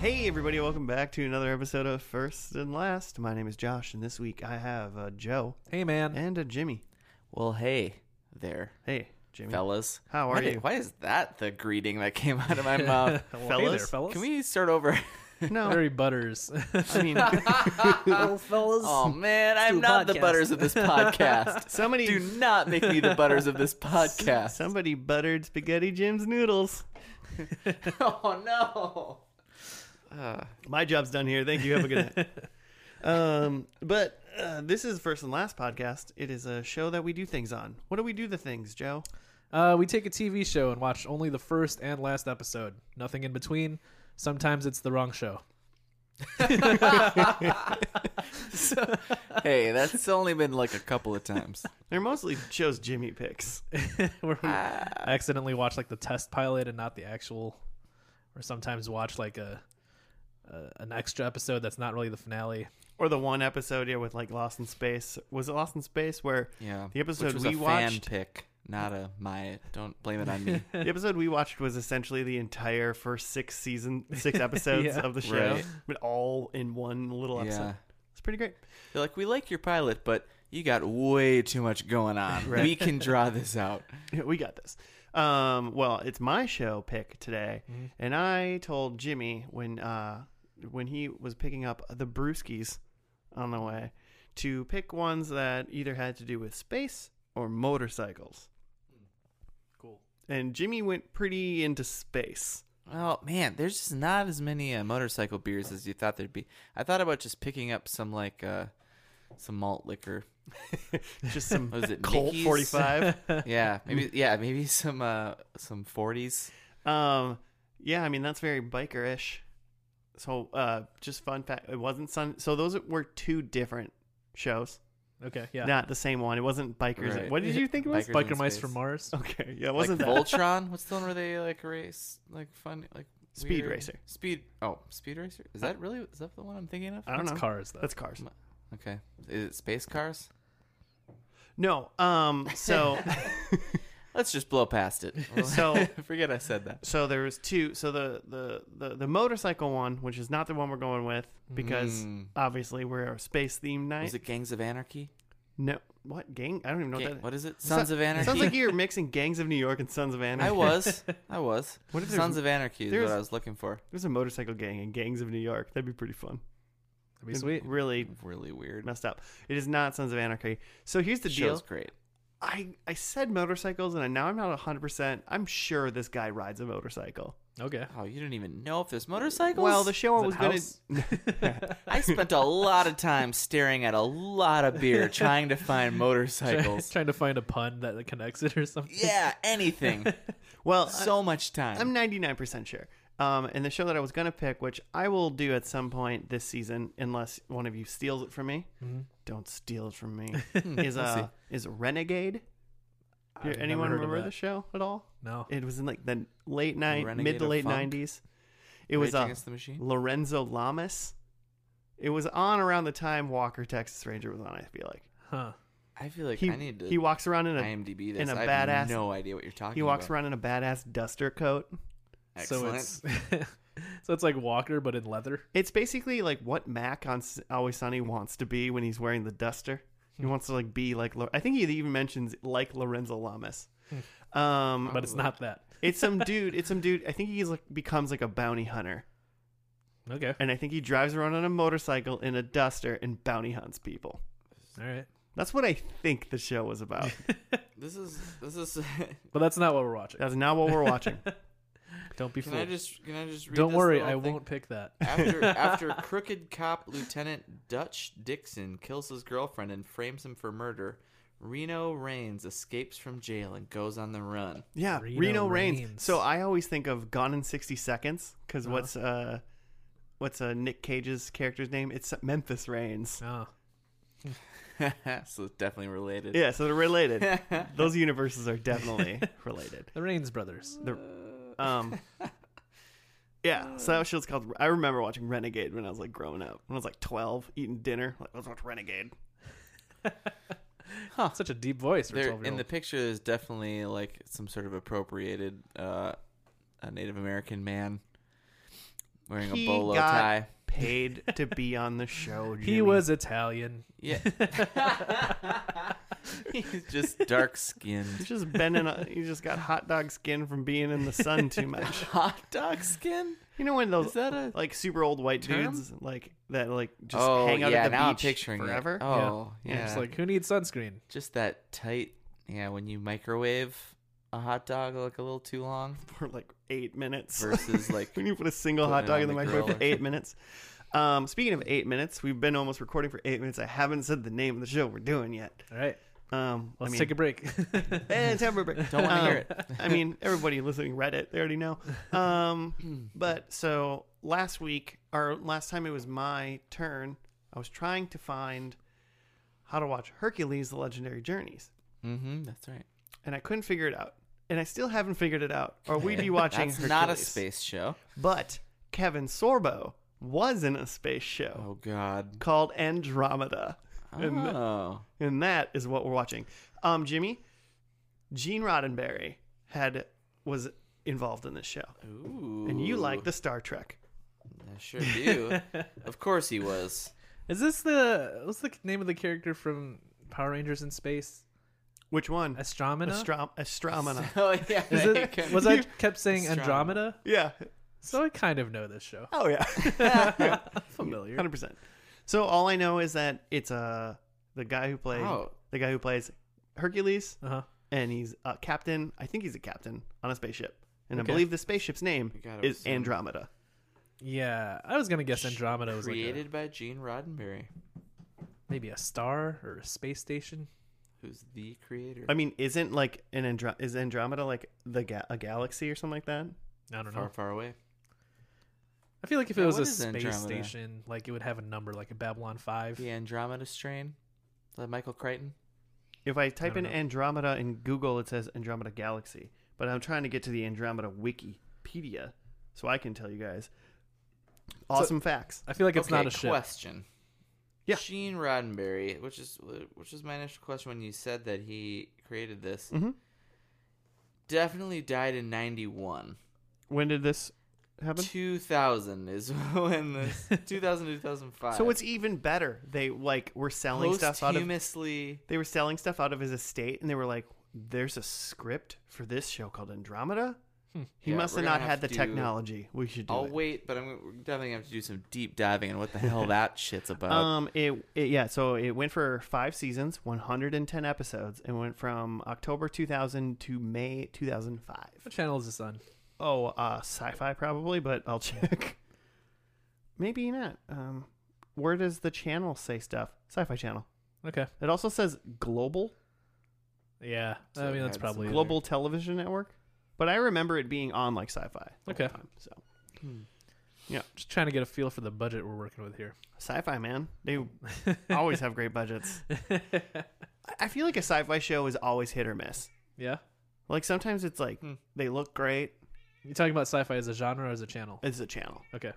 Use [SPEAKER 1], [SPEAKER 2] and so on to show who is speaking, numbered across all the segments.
[SPEAKER 1] Hey, everybody, welcome back to another episode of First and Last. My name is Josh, and this week I have uh, Joe
[SPEAKER 2] Hey, man.
[SPEAKER 1] and a Jimmy.
[SPEAKER 3] Well, hey there,
[SPEAKER 1] Hey, Jimmy.
[SPEAKER 3] fellas.
[SPEAKER 1] How
[SPEAKER 3] Why
[SPEAKER 1] are
[SPEAKER 3] did-
[SPEAKER 1] you?
[SPEAKER 3] why is that the greeting that came out of my mouth?
[SPEAKER 2] Well,
[SPEAKER 1] fellas?
[SPEAKER 2] hey there, fellas.
[SPEAKER 3] Can we start over?
[SPEAKER 1] No,
[SPEAKER 2] Very butters. Um,
[SPEAKER 1] I mean,
[SPEAKER 2] fellas.
[SPEAKER 3] oh man, I'm
[SPEAKER 2] do a
[SPEAKER 3] not the
[SPEAKER 2] podcast.
[SPEAKER 3] butters of this podcast.
[SPEAKER 1] somebody,
[SPEAKER 3] Do not make me the butters of this podcast.
[SPEAKER 1] somebody buttered Spaghetti Jim's noodles.
[SPEAKER 3] Oh no.
[SPEAKER 1] My job's done here. Thank you. Have a good night. um, but uh, this is First and Last podcast. It is a show that we do things on. What do we do the things, Joe? Um,
[SPEAKER 2] Uh, we take a TV show and watch only the first and last episode. Nothing in between. Sometimes it's the wrong show.
[SPEAKER 3] Hey, that's only been like a couple of times.
[SPEAKER 1] They're mostly shows Jimmy picks.
[SPEAKER 2] Where we
[SPEAKER 3] Ah.
[SPEAKER 2] accidentally watch like the test pilot and not the actual. Or sometimes watch like a, a an extra episode that's not really the finale.
[SPEAKER 1] Or the one episode yeah, with like Lost in Space. Was it Lost in Space where
[SPEAKER 3] Yeah.
[SPEAKER 1] the episode
[SPEAKER 3] Which was
[SPEAKER 1] we
[SPEAKER 3] a fan
[SPEAKER 1] watched
[SPEAKER 3] pick, not a my. Don't blame it on me.
[SPEAKER 1] the episode we watched was essentially the entire first six season six episodes
[SPEAKER 2] Yeah.
[SPEAKER 1] of the show.
[SPEAKER 3] Right.
[SPEAKER 1] But all in one little episode.
[SPEAKER 3] Yeah.
[SPEAKER 1] It's pretty great.
[SPEAKER 3] They're like, we like your pilot, but you got way too much going on. We can draw this out.
[SPEAKER 1] Yeah, we got this. Um, well, it's my show pick today, and I told Jimmy when uh, when he was picking up the brewskis on the way to pick ones that either had to do with space or motorcycles.
[SPEAKER 2] Cool.
[SPEAKER 1] And Jimmy went pretty into space.
[SPEAKER 3] Well, Oh, man, there's just not as many uh, motorcycle beers as you thought there'd be. I thought about just picking up some like uh, some malt liquor.
[SPEAKER 1] Just some
[SPEAKER 3] What is it?
[SPEAKER 1] Colt
[SPEAKER 3] Mickey's?
[SPEAKER 1] forty five.
[SPEAKER 3] Yeah, maybe. Yeah, maybe some uh, some forties.
[SPEAKER 1] um, yeah, I mean that's very biker-ish. So, uh, just fun fact: it wasn't sun. So those were two different shows.
[SPEAKER 2] Okay. Yeah.
[SPEAKER 1] not the same one. It wasn't bikers.
[SPEAKER 3] Right.
[SPEAKER 1] What did you think it was?
[SPEAKER 3] Bikers
[SPEAKER 2] Biker
[SPEAKER 3] in
[SPEAKER 2] mice
[SPEAKER 3] Space.
[SPEAKER 2] from Mars.
[SPEAKER 1] Okay, yeah, it
[SPEAKER 3] Like
[SPEAKER 1] wasn't that.
[SPEAKER 3] Voltron. What's the one where they like race like fun like
[SPEAKER 1] Speed
[SPEAKER 3] weird-
[SPEAKER 1] Racer.
[SPEAKER 3] Speed. Oh, Speed Racer. Is that really? Is that the one I'm thinking of?
[SPEAKER 1] I don't
[SPEAKER 2] It's
[SPEAKER 1] know.
[SPEAKER 2] cars though.
[SPEAKER 1] That's cars.
[SPEAKER 3] Okay. Is it space cars?
[SPEAKER 1] No. Um. So
[SPEAKER 3] Let's just blow past it.
[SPEAKER 1] So-
[SPEAKER 3] forget I said that.
[SPEAKER 1] so there was two. So the, the the the motorcycle one, which is not the one we're going with because
[SPEAKER 3] Mm.
[SPEAKER 1] obviously we're a space themed night.
[SPEAKER 3] Was it Gangs of Anarchy?
[SPEAKER 1] No. What gang? I don't even know
[SPEAKER 3] Ga-
[SPEAKER 1] what that.
[SPEAKER 3] what is it?
[SPEAKER 1] So-
[SPEAKER 3] Sons of Anarchy.
[SPEAKER 1] Sounds like you're mixing Gangs of New York and Sons of Anarchy.
[SPEAKER 3] I was. I was.
[SPEAKER 1] What if there's-
[SPEAKER 3] Sons of Anarchy is
[SPEAKER 1] there's-
[SPEAKER 3] what I was looking for.
[SPEAKER 1] There's a motorcycle gang and Gangs of New York. That'd be pretty fun.
[SPEAKER 2] That'd be sweet.
[SPEAKER 1] Really
[SPEAKER 3] Really weird.
[SPEAKER 1] messed up. It is not Sons of Anarchy. So here's the
[SPEAKER 3] The
[SPEAKER 1] deal.
[SPEAKER 3] show's great.
[SPEAKER 1] I, I said motorcycles and I, now I'm not 100%. I'm sure this guy rides a motorcycle.
[SPEAKER 2] Okay.
[SPEAKER 3] Oh, you didn't even know if there's motorcycles.
[SPEAKER 1] Well, the show
[SPEAKER 2] Is
[SPEAKER 1] was
[SPEAKER 2] it
[SPEAKER 1] going
[SPEAKER 2] house?
[SPEAKER 1] to.
[SPEAKER 3] I spent a lot of time staring at a lot of beer trying to find motorcycles.
[SPEAKER 2] Trying to find a pun that connects it or something.
[SPEAKER 3] yeah, anything.
[SPEAKER 1] well,
[SPEAKER 3] So much time.
[SPEAKER 1] I'm 99% sure. Um, and the show that I was going to pick, which I will do at some point this season, unless one of you steals it from me.
[SPEAKER 3] Hmm.
[SPEAKER 1] Don't steal it from me. is uh, is Renegade? Do
[SPEAKER 2] I've never
[SPEAKER 1] anyone
[SPEAKER 2] heard of
[SPEAKER 1] remember
[SPEAKER 2] that.
[SPEAKER 1] the show at all?
[SPEAKER 2] No.
[SPEAKER 1] It was in like the late night,
[SPEAKER 3] Renegade
[SPEAKER 1] mid to
[SPEAKER 3] of
[SPEAKER 1] late
[SPEAKER 3] Funk?
[SPEAKER 1] 90s. It was
[SPEAKER 3] Rage
[SPEAKER 1] uh,
[SPEAKER 3] Against the Machine.
[SPEAKER 1] Lorenzo Lamas. It was on around the time Walker Texas Ranger was on. I feel like
[SPEAKER 2] Huh.
[SPEAKER 3] I feel like
[SPEAKER 1] he
[SPEAKER 3] I need to
[SPEAKER 1] he walks around in a
[SPEAKER 3] IMDb this.
[SPEAKER 1] in a
[SPEAKER 3] I
[SPEAKER 1] badass-
[SPEAKER 3] have no idea what you're talking about.
[SPEAKER 1] he walks around in a badass duster coat.
[SPEAKER 3] Excellent.
[SPEAKER 2] So it's so it's like Walker but in leather.
[SPEAKER 1] It's basically like what Mac on S- Always Sunny wants to be when he's wearing the duster.
[SPEAKER 3] Hmm.
[SPEAKER 1] He wants to like be like Lo- I think he even mentions like Lorenzo Lamas.
[SPEAKER 3] Hmm.
[SPEAKER 1] Um,
[SPEAKER 2] But it's not that.
[SPEAKER 1] it's some dude. It's some dude. I think he's like becomes like a bounty hunter,
[SPEAKER 2] Okay.
[SPEAKER 1] and I think he drives around on a motorcycle in a duster and bounty hunts people.
[SPEAKER 2] All right.
[SPEAKER 1] That's what I think the show was about.
[SPEAKER 3] This is this is.
[SPEAKER 2] But that's not what we're watching.
[SPEAKER 1] That's not what we're watching.
[SPEAKER 2] Don't be
[SPEAKER 3] can I
[SPEAKER 2] fooled.
[SPEAKER 3] just can I just read
[SPEAKER 2] Don't
[SPEAKER 3] this
[SPEAKER 2] worry,
[SPEAKER 3] little
[SPEAKER 2] I
[SPEAKER 3] thing?
[SPEAKER 2] won't pick that.
[SPEAKER 3] After after crooked cop Lieutenant Dutch Dixon kills his girlfriend and frames him for murder, Reno Reigns escapes from jail and goes on the run.
[SPEAKER 1] Yeah, Reno,
[SPEAKER 2] Reno
[SPEAKER 1] Reigns.
[SPEAKER 2] Reigns.
[SPEAKER 1] So I always think of Gone in sixty seconds because
[SPEAKER 2] Uh-huh.
[SPEAKER 1] what's uh, what's uh, Nick Cage's character's name? It's Memphis Reigns.
[SPEAKER 2] Oh.
[SPEAKER 3] so it's definitely related.
[SPEAKER 1] Yeah, so they're related. Those universes are definitely related.
[SPEAKER 2] The Rains brothers.
[SPEAKER 1] The, um, yeah, so that show's called. I remember watching Renegade when I was like growing up. When I was like twelve, eating dinner, like let's watch Renegade.
[SPEAKER 2] Such a deep voice for a
[SPEAKER 3] There-
[SPEAKER 2] 12 year
[SPEAKER 3] in
[SPEAKER 2] old.
[SPEAKER 3] the picture, there's definitely like some sort of appropriated uh, a Native American man wearing
[SPEAKER 1] He
[SPEAKER 3] a bolo
[SPEAKER 1] got-
[SPEAKER 3] tie.
[SPEAKER 1] Paid to be on the show. Jimmy.
[SPEAKER 2] He was Italian.
[SPEAKER 3] Yeah. He's just dark
[SPEAKER 1] He's
[SPEAKER 3] skinned.
[SPEAKER 1] just been in. A, he just got hot dog skin from being in the sun too much.
[SPEAKER 3] Hot dog skin?
[SPEAKER 1] You know when those
[SPEAKER 3] Is that a
[SPEAKER 1] like super old white
[SPEAKER 3] Term?
[SPEAKER 1] dudes like that like just
[SPEAKER 3] oh,
[SPEAKER 1] hang out
[SPEAKER 3] yeah,
[SPEAKER 1] at the
[SPEAKER 3] now
[SPEAKER 1] beach
[SPEAKER 3] I'm picturing it.
[SPEAKER 1] forever?
[SPEAKER 3] Oh, yeah.
[SPEAKER 2] It's like who needs sunscreen?
[SPEAKER 3] just that tight. Yeah, when you microwave a hot dog like a little too long
[SPEAKER 1] for like eight minutes.
[SPEAKER 3] versus like
[SPEAKER 1] when you put a single
[SPEAKER 3] Putting
[SPEAKER 1] hot
[SPEAKER 3] it
[SPEAKER 1] dog
[SPEAKER 3] on
[SPEAKER 1] in the
[SPEAKER 3] the
[SPEAKER 1] microwave
[SPEAKER 3] grill
[SPEAKER 1] for
[SPEAKER 3] or
[SPEAKER 1] eight minutes. Um, speaking of eight minutes, we've been almost recording for eight minutes. I haven't said the name of the show we're doing yet.
[SPEAKER 2] All right,
[SPEAKER 1] Um,
[SPEAKER 2] let's
[SPEAKER 1] I mean,
[SPEAKER 2] take a break.
[SPEAKER 1] Eh, temporary.
[SPEAKER 3] don't want to
[SPEAKER 1] Um,
[SPEAKER 3] hear it.
[SPEAKER 1] I mean, everybody listening read it. They already know.
[SPEAKER 2] Oh.
[SPEAKER 1] Um, but so last week, or last time it was my turn, I was trying to find how to watch Hercules: The Legendary Journeys,
[SPEAKER 3] Mm-hmm. That's right.
[SPEAKER 1] and I couldn't figure it out. And I still haven't figured it out. Are we be watching
[SPEAKER 3] That's
[SPEAKER 1] Hercules?
[SPEAKER 3] not a space show.
[SPEAKER 1] But Kevin Sorbo was in a space show
[SPEAKER 3] Oh God.
[SPEAKER 1] called Andromeda,
[SPEAKER 2] Uh,
[SPEAKER 1] and
[SPEAKER 3] Oh.
[SPEAKER 1] and that is what we're watching. Um, Jimmy, Gene Roddenberry had was involved in this show.
[SPEAKER 3] Ooh.
[SPEAKER 1] and you like the Star Trek.
[SPEAKER 3] I sure do. of course he was.
[SPEAKER 2] Is this the what's the name of the character from Power Rangers in Space?
[SPEAKER 1] Which one?
[SPEAKER 2] Astromina.
[SPEAKER 1] Astrom- Astromina.
[SPEAKER 3] Oh yeah.
[SPEAKER 2] Is
[SPEAKER 3] there you go.
[SPEAKER 2] it, was I kept saying
[SPEAKER 3] Astromina.
[SPEAKER 2] Andromeda?
[SPEAKER 1] yeah.
[SPEAKER 2] So I kind of know this show.
[SPEAKER 1] Oh yeah.
[SPEAKER 2] Familiar.
[SPEAKER 1] Hundred percent. So all I know is that it's uh the guy who played
[SPEAKER 3] Oh.
[SPEAKER 1] the guy who plays Hercules,
[SPEAKER 2] Uh huh.
[SPEAKER 1] and he's a captain. I think he's a captain on a spaceship, and I
[SPEAKER 2] Okay.
[SPEAKER 1] believe the spaceship's name
[SPEAKER 3] I got it
[SPEAKER 1] is
[SPEAKER 3] was, um,
[SPEAKER 1] Andromeda.
[SPEAKER 2] Yeah, I was gonna guess Andromeda was like a-
[SPEAKER 3] created by Gene Roddenberry,
[SPEAKER 2] maybe a star or a space station.
[SPEAKER 3] who's the creator.
[SPEAKER 1] I mean, isn't like an Andro- is Andromeda like the ga- a galaxy or something like that?
[SPEAKER 2] I don't know.
[SPEAKER 3] far, far away.
[SPEAKER 2] I feel like if
[SPEAKER 3] Yeah,
[SPEAKER 2] it was
[SPEAKER 3] what
[SPEAKER 2] a
[SPEAKER 3] is
[SPEAKER 2] space
[SPEAKER 3] Andromeda?
[SPEAKER 2] station, like it would have a number, like a Babylon Five.
[SPEAKER 3] The Andromeda Strain. Is that Michael Crichton?
[SPEAKER 1] If I type
[SPEAKER 2] I
[SPEAKER 1] in
[SPEAKER 2] don't know.
[SPEAKER 1] Andromeda in Google, it says Andromeda Galaxy, but I'm trying to get to the Andromeda Wikipedia so I can tell you guys awesome facts.
[SPEAKER 2] I feel like it's
[SPEAKER 3] okay,
[SPEAKER 2] not a ship.
[SPEAKER 3] question.
[SPEAKER 1] Yeah.
[SPEAKER 3] Gene Roddenberry, which is which is my initial question when you said that he created this,
[SPEAKER 1] Mhm.
[SPEAKER 3] definitely died in '91.
[SPEAKER 1] When did this happen?
[SPEAKER 3] 2000 is when this 2000 2005.
[SPEAKER 1] So it's even better. They like were selling stuff out of
[SPEAKER 3] posthumously.
[SPEAKER 1] they were selling stuff out of his estate, and they were like, "There's a script for this show called Andromeda." He
[SPEAKER 3] Yeah,
[SPEAKER 1] must
[SPEAKER 3] we're
[SPEAKER 1] have
[SPEAKER 3] gonna
[SPEAKER 1] not had
[SPEAKER 3] have
[SPEAKER 1] the
[SPEAKER 3] to do-
[SPEAKER 1] technology. We should do
[SPEAKER 3] I'll
[SPEAKER 1] it.
[SPEAKER 3] wait, but I'm we're definitely gonna have to do some deep diving on what the hell that shit's about.
[SPEAKER 1] Um, it, it yeah. So it went for five seasons, 110 episodes, and went from October 2000 to May 2005.
[SPEAKER 2] What channel is this on?
[SPEAKER 1] Oh, uh, sci-fi probably, but I'll check. Maybe not. Um, where does the channel say stuff? Sci-fi channel.
[SPEAKER 2] Okay.
[SPEAKER 1] It also says global
[SPEAKER 2] Yeah.
[SPEAKER 3] So
[SPEAKER 2] I
[SPEAKER 3] it
[SPEAKER 2] mean, that's
[SPEAKER 3] had
[SPEAKER 2] probably
[SPEAKER 3] some
[SPEAKER 2] it.
[SPEAKER 1] global television network, but I remember it being on like sci-fi. the
[SPEAKER 2] Okay.
[SPEAKER 1] whole time, so
[SPEAKER 3] Hmm.
[SPEAKER 2] just trying to get a feel for the budget we're working with here.
[SPEAKER 1] sci-fi man, they always have great budgets. I- I feel like a sci-fi show is always hit or miss.
[SPEAKER 2] Yeah.
[SPEAKER 1] Like sometimes it's like
[SPEAKER 3] Hmm.
[SPEAKER 1] they look great.
[SPEAKER 2] You talking about sci-fi as a genre or as a channel?
[SPEAKER 1] It's a channel.
[SPEAKER 2] Okay.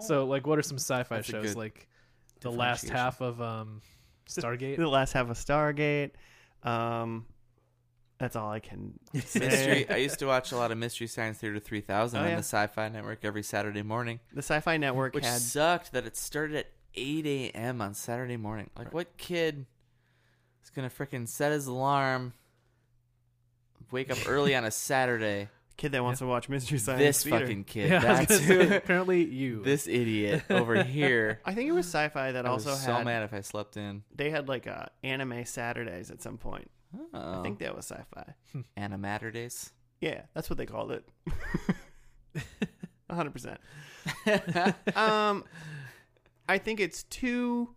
[SPEAKER 2] So, like, what are some sci-fi
[SPEAKER 3] That's a
[SPEAKER 2] shows
[SPEAKER 3] good
[SPEAKER 2] like the last
[SPEAKER 3] differentiation.
[SPEAKER 2] half of um, Stargate?
[SPEAKER 1] The last half of Stargate. Um, that's all I can say.
[SPEAKER 3] mystery. I used to watch a lot of Mystery Science Theater 3000
[SPEAKER 1] Oh,
[SPEAKER 3] on
[SPEAKER 1] yeah.
[SPEAKER 3] the Sci-Fi Network every Saturday morning,
[SPEAKER 1] The Sci-Fi Network
[SPEAKER 3] which
[SPEAKER 1] had
[SPEAKER 3] sucked that it started at 8 a.m. on Saturday morning. Like, what kid is gonna frickin' set his alarm, wake up early on a Saturday?
[SPEAKER 1] kid that wants to watch Mystery Science
[SPEAKER 3] this
[SPEAKER 1] Theater.
[SPEAKER 3] fucking kid.
[SPEAKER 2] yeah. I was
[SPEAKER 3] That's
[SPEAKER 2] gonna
[SPEAKER 3] who.
[SPEAKER 2] say, apparently you.
[SPEAKER 3] this idiot over here.
[SPEAKER 1] I think it was sci-fi that
[SPEAKER 3] I
[SPEAKER 1] also
[SPEAKER 3] was so
[SPEAKER 1] had
[SPEAKER 3] mad if I slept in.
[SPEAKER 1] they had like uh anime Saturdays at some point.
[SPEAKER 3] Oh.
[SPEAKER 1] I think that was sci-fi.
[SPEAKER 3] Animatter days.
[SPEAKER 1] Yeah, that's what they called it. 100%. um I think it's too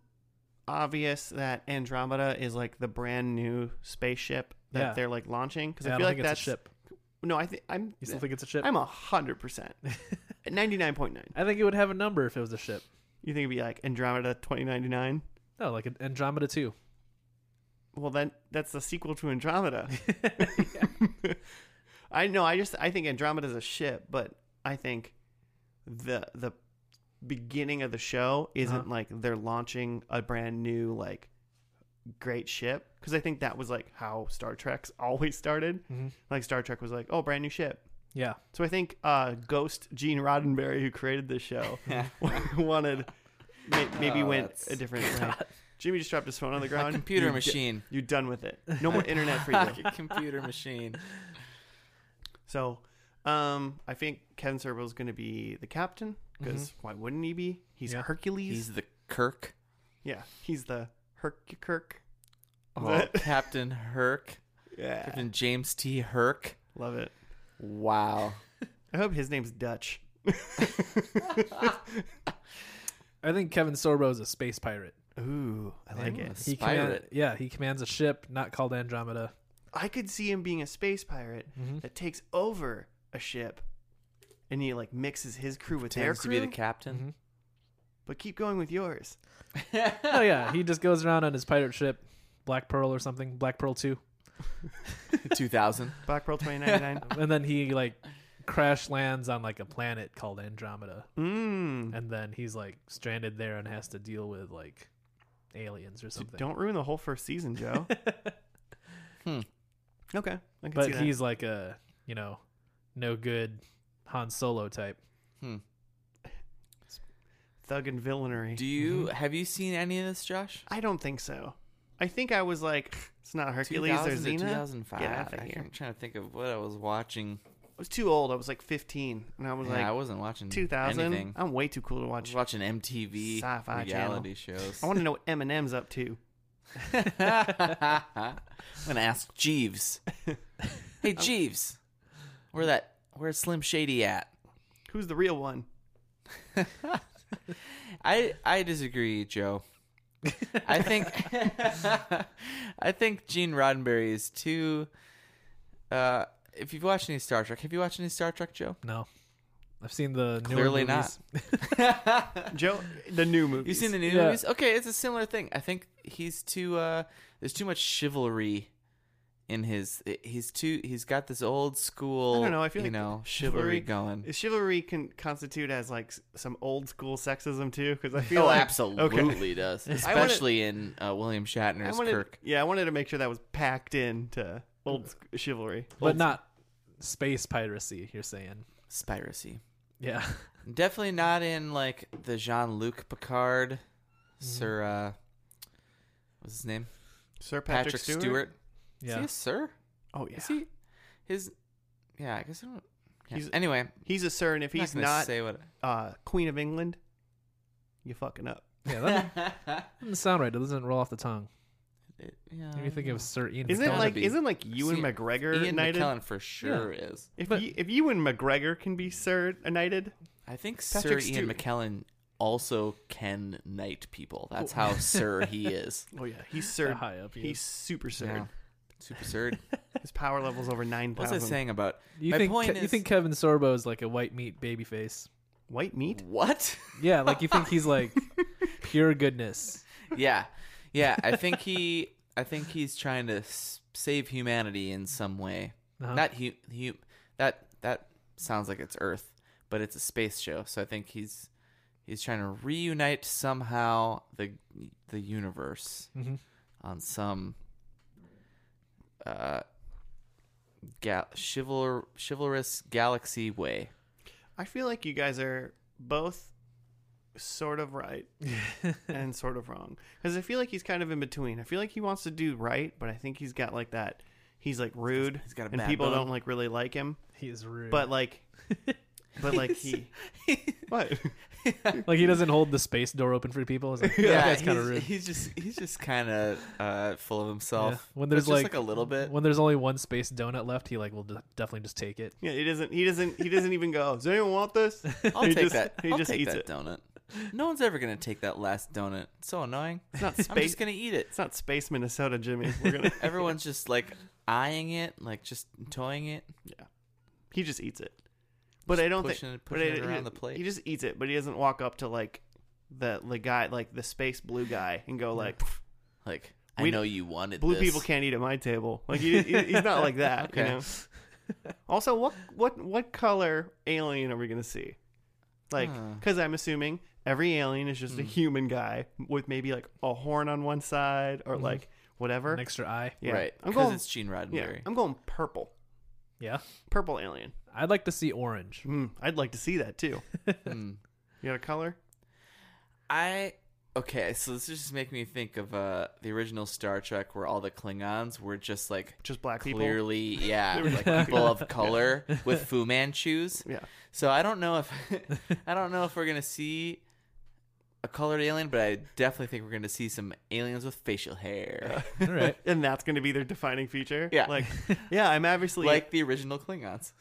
[SPEAKER 1] obvious that Andromeda is like the brand new spaceship that
[SPEAKER 2] Yeah.
[SPEAKER 1] they're like launching cuz
[SPEAKER 2] Yeah, I,
[SPEAKER 1] I
[SPEAKER 2] don't
[SPEAKER 1] feel like
[SPEAKER 2] think
[SPEAKER 1] that's
[SPEAKER 2] it's a ship.
[SPEAKER 1] No, I think I'm
[SPEAKER 2] You still think it's a ship?
[SPEAKER 1] I'm a 100%. 99.9.
[SPEAKER 2] I think it would have a number if it was a ship.
[SPEAKER 1] You think it'd be like Andromeda 2099?
[SPEAKER 2] No, like an Andromeda two.
[SPEAKER 1] Well, then that's the sequel to Andromeda. I know. I just I think Andromeda's a ship, but I think the the beginning of the show isn't
[SPEAKER 2] Uh-huh.
[SPEAKER 1] like they're launching a brand new like great ship because I think that was like how Star Trek's always started.
[SPEAKER 2] Mhm.
[SPEAKER 1] Like Star Trek was like, oh, brand new ship,
[SPEAKER 2] Yeah.
[SPEAKER 1] So I think uh, Ghost Gene Roddenberry, who created this show, wanted may, maybe
[SPEAKER 3] Oh,
[SPEAKER 1] went
[SPEAKER 3] that's-
[SPEAKER 1] a different way. Jimmy just dropped his phone on the ground.
[SPEAKER 3] computer
[SPEAKER 1] You d-
[SPEAKER 3] machine.
[SPEAKER 1] you done with it. No more internet for you.
[SPEAKER 3] computer machine.
[SPEAKER 1] So, um, I think Kevin Sorbo is going to be the captain because why wouldn't he be? He's
[SPEAKER 2] Yeah.
[SPEAKER 1] Hercules.
[SPEAKER 3] He's the Kirk.
[SPEAKER 1] yeah, he's the Herc-Kirk.
[SPEAKER 3] Oh,
[SPEAKER 1] That-
[SPEAKER 3] Captain Herc.
[SPEAKER 1] Yeah,
[SPEAKER 3] Captain James T. Herc.
[SPEAKER 1] love it.
[SPEAKER 3] Wow.
[SPEAKER 1] I hope his name's Dutch.
[SPEAKER 2] I think Kevin Sorbo is a space pirate.
[SPEAKER 1] Ooh, I like
[SPEAKER 3] Yeah.
[SPEAKER 1] it.
[SPEAKER 2] He
[SPEAKER 3] Pirate.
[SPEAKER 2] command- yeah, he commands a ship not called Andromeda.
[SPEAKER 1] I could see him being a space pirate that takes over a ship, and he like mixes his crew with their
[SPEAKER 3] James to
[SPEAKER 1] crew.
[SPEAKER 3] be the captain.
[SPEAKER 1] but keep going with yours.
[SPEAKER 2] oh yeah, he just goes around on his pirate ship, Black Pearl or something, Black Pearl Two,
[SPEAKER 1] Mm-hmm.
[SPEAKER 3] 2000.
[SPEAKER 1] Black Pearl twenty ninety nine.
[SPEAKER 2] and then he like crash lands on like a planet called Andromeda,
[SPEAKER 1] Mmm.
[SPEAKER 2] and then he's like stranded there and has to deal with like aliens or something.
[SPEAKER 1] Don't ruin the whole first season, Joe.
[SPEAKER 3] Hmm.
[SPEAKER 1] Okay, I can see
[SPEAKER 2] but
[SPEAKER 1] that.
[SPEAKER 2] he's like a you know no good Han Solo type.
[SPEAKER 1] thug and villainy. Mm-hmm.
[SPEAKER 3] Do you have you seen any of this, Josh?
[SPEAKER 1] I don't think so. I think I was like, it's not Hercules or
[SPEAKER 3] 2000 to
[SPEAKER 1] Xena.
[SPEAKER 3] 2005.
[SPEAKER 1] Get outta here.
[SPEAKER 3] I'm trying to think of what I was watching.
[SPEAKER 1] I was too old. I was like 15, and I was
[SPEAKER 3] Yeah, I
[SPEAKER 1] like,
[SPEAKER 3] wasn't watching
[SPEAKER 1] 2000.
[SPEAKER 3] anything. I
[SPEAKER 1] I'm way too cool to
[SPEAKER 3] was
[SPEAKER 1] watch.
[SPEAKER 3] watching MTV
[SPEAKER 1] Sci-fi
[SPEAKER 3] reality shows.
[SPEAKER 1] I want to know what Eminem's up to.
[SPEAKER 3] I'm gonna ask Jeeves. Hey Jeeves, where that where's Slim Shady at?
[SPEAKER 1] Who's the real one?
[SPEAKER 3] I I disagree, Joe. I think I think Gene Roddenberry is too. Uh, if you've watched any Star Trek, have you watched any Star Trek, Joe?
[SPEAKER 2] No, I've seen the newer
[SPEAKER 3] Clearly
[SPEAKER 2] movies.
[SPEAKER 1] Joe, the new movie.
[SPEAKER 3] You seen the new
[SPEAKER 2] Yeah.
[SPEAKER 3] movies? Okay, it's a similar thing. I think he's too. Uh, there's too much chivalry in his. He's too. He's got this old school.
[SPEAKER 1] I don't know, I feel
[SPEAKER 3] you
[SPEAKER 1] like
[SPEAKER 3] know
[SPEAKER 1] chivalry
[SPEAKER 3] chivalry, going.
[SPEAKER 1] Is chivalry can constitute as like s- some old school sexism too? Because I feel
[SPEAKER 3] Oh,
[SPEAKER 1] like,
[SPEAKER 3] absolutely does. Especially in uh, William
[SPEAKER 1] I
[SPEAKER 3] Shatner's
[SPEAKER 1] wanted,
[SPEAKER 3] Kirk.
[SPEAKER 1] yeah, I wanted to make sure that was packed into old sc- chivalry.
[SPEAKER 2] Mm. but not space piracy. You're saying,
[SPEAKER 3] Spiracy.
[SPEAKER 2] yeah,
[SPEAKER 3] Definitely not in like the Jean Luc Picard,
[SPEAKER 2] Mm-hmm.
[SPEAKER 3] Sir. Uh, what's his name?
[SPEAKER 1] Sir Patrick,
[SPEAKER 3] Patrick, Stewart. Is he
[SPEAKER 2] yeah.
[SPEAKER 3] a sir?
[SPEAKER 1] Oh yeah,
[SPEAKER 3] Is he? His. Yeah, I guess I don't. yeah.
[SPEAKER 1] He's-
[SPEAKER 3] anyway,
[SPEAKER 1] he's a sir, and if
[SPEAKER 3] I'm
[SPEAKER 1] he's
[SPEAKER 3] not, gonna
[SPEAKER 1] not
[SPEAKER 3] say what.
[SPEAKER 1] uh, Queen of England, you fucking up.
[SPEAKER 2] Yeah, that doesn't sound right. It doesn't roll off the tongue.
[SPEAKER 3] It- yeah,
[SPEAKER 2] Let me think of Sir Ian.
[SPEAKER 1] Uh, Isn't it
[SPEAKER 2] McKellen.
[SPEAKER 1] like
[SPEAKER 3] be.
[SPEAKER 1] isn't like Ewan
[SPEAKER 3] See,
[SPEAKER 1] McGregor
[SPEAKER 3] Ian
[SPEAKER 1] knighted?
[SPEAKER 3] McKellen for sure is.
[SPEAKER 1] If
[SPEAKER 2] But-
[SPEAKER 1] you, if Ewan McGregor can be sir knighted,
[SPEAKER 3] I think
[SPEAKER 1] Patrick
[SPEAKER 3] Sir Ian
[SPEAKER 1] Stewart.
[SPEAKER 3] McKellen also can knight people. That's how sir he is.
[SPEAKER 1] oh yeah, he's sir.
[SPEAKER 2] high up Uh-huh. he
[SPEAKER 1] he's
[SPEAKER 2] is.
[SPEAKER 1] super sir.
[SPEAKER 3] Yeah. Super sir.
[SPEAKER 1] His power level's over nine
[SPEAKER 3] What's I
[SPEAKER 1] thousand.
[SPEAKER 3] saying about?
[SPEAKER 2] You
[SPEAKER 3] My
[SPEAKER 2] think
[SPEAKER 3] point
[SPEAKER 2] Ke-
[SPEAKER 3] is
[SPEAKER 2] you think Kevin Sorbo is like a white meat baby face?
[SPEAKER 1] White meat.
[SPEAKER 3] what?
[SPEAKER 2] Yeah, like you think he's like pure goodness.
[SPEAKER 3] yeah, yeah. I think he. I think he's trying to s- save humanity in some way.
[SPEAKER 2] Uh-huh.
[SPEAKER 3] Not hu- hu- That that sounds like it's Earth, but it's a space show. So I think he's he's trying to reunite somehow the the universe
[SPEAKER 1] Mm-hmm.
[SPEAKER 2] Mhm.
[SPEAKER 3] on some uh gal- chivalr- chivalrous galaxy way.
[SPEAKER 1] I feel like you guys are both sort of right and sort of wrong because I feel like he's kind of in between. I feel like he wants to do right, but I think he's got like that. He's like rude,
[SPEAKER 3] He's got a
[SPEAKER 1] and
[SPEAKER 3] bad
[SPEAKER 1] people
[SPEAKER 3] bone.
[SPEAKER 1] don't like really like him.
[SPEAKER 2] He is rude,
[SPEAKER 1] But like, but like he what?
[SPEAKER 2] like he doesn't hold the space door open for people. It's like, yeah,
[SPEAKER 3] Yeah,
[SPEAKER 2] that's kind of
[SPEAKER 3] he's-
[SPEAKER 2] rude.
[SPEAKER 3] He's just he's just kind of uh, full of himself.
[SPEAKER 2] Yeah. When
[SPEAKER 3] But
[SPEAKER 2] there's
[SPEAKER 3] just like,
[SPEAKER 2] like-
[SPEAKER 3] a little bit.
[SPEAKER 2] When there's only one space donut left, he like will d- definitely just take it.
[SPEAKER 1] Yeah, he doesn't. He doesn't. He doesn't even go. Does anyone want this?
[SPEAKER 3] I'll
[SPEAKER 1] he
[SPEAKER 3] take
[SPEAKER 1] just,
[SPEAKER 3] that.
[SPEAKER 1] He
[SPEAKER 3] I'll
[SPEAKER 1] just
[SPEAKER 3] take
[SPEAKER 1] eats
[SPEAKER 3] that
[SPEAKER 1] it.
[SPEAKER 3] donut. No one's ever gonna take that last donut. It's so annoying.
[SPEAKER 1] It's not
[SPEAKER 3] I'm
[SPEAKER 1] space.
[SPEAKER 3] just gonna eat it.
[SPEAKER 1] It's not space Minnesota, Jimmy. We're gonna.
[SPEAKER 3] Everyone's just like eyeing it, like just toying it.
[SPEAKER 1] he just eats it. But I don't
[SPEAKER 3] pushing
[SPEAKER 1] think.
[SPEAKER 3] it- pushing
[SPEAKER 1] but
[SPEAKER 3] it
[SPEAKER 1] I-
[SPEAKER 3] around
[SPEAKER 1] he,
[SPEAKER 3] the plate.
[SPEAKER 1] He just eats it, but he doesn't walk up to like the the guy, like the space blue guy, and go like,
[SPEAKER 3] Like I
[SPEAKER 1] We-
[SPEAKER 3] know you wanted
[SPEAKER 1] "Blue
[SPEAKER 3] this.
[SPEAKER 1] people can't eat at my table." Like he, he- he's not like that.
[SPEAKER 3] Okay.
[SPEAKER 1] You know. Also, what what what color alien are we gonna see? Like,
[SPEAKER 3] Huh.
[SPEAKER 1] because I'm assuming every alien is just
[SPEAKER 3] Hmm.
[SPEAKER 1] a human guy with maybe like a horn on one side or like whatever.
[SPEAKER 2] An extra eye.
[SPEAKER 1] yeah,
[SPEAKER 3] Hmm. Right.
[SPEAKER 1] I'm
[SPEAKER 3] Because
[SPEAKER 1] going.
[SPEAKER 3] it's Gene
[SPEAKER 1] Yeah,
[SPEAKER 3] Roddenberry.
[SPEAKER 1] I'm going purple.
[SPEAKER 2] Yeah,
[SPEAKER 1] Purple alien.
[SPEAKER 2] I'd like to see orange.
[SPEAKER 1] Mm, I'd like to see that too.
[SPEAKER 3] Hmm.
[SPEAKER 1] You got a color?
[SPEAKER 3] I okay, so this is just making me think of uh the original Star Trek where all the Klingons were just like
[SPEAKER 1] Just black people.
[SPEAKER 3] clearly yeah,
[SPEAKER 1] They were
[SPEAKER 3] like
[SPEAKER 2] just
[SPEAKER 3] people of color with Fu Manchus.
[SPEAKER 1] Yeah.
[SPEAKER 3] So I don't know if I don't know if we're gonna see a colored alien, but I definitely think we're gonna see some aliens with facial hair.
[SPEAKER 2] All right.
[SPEAKER 1] And that's going to be their defining feature.
[SPEAKER 3] Yeah.
[SPEAKER 1] Like, yeah, I'm obviously
[SPEAKER 3] like the original Klingons.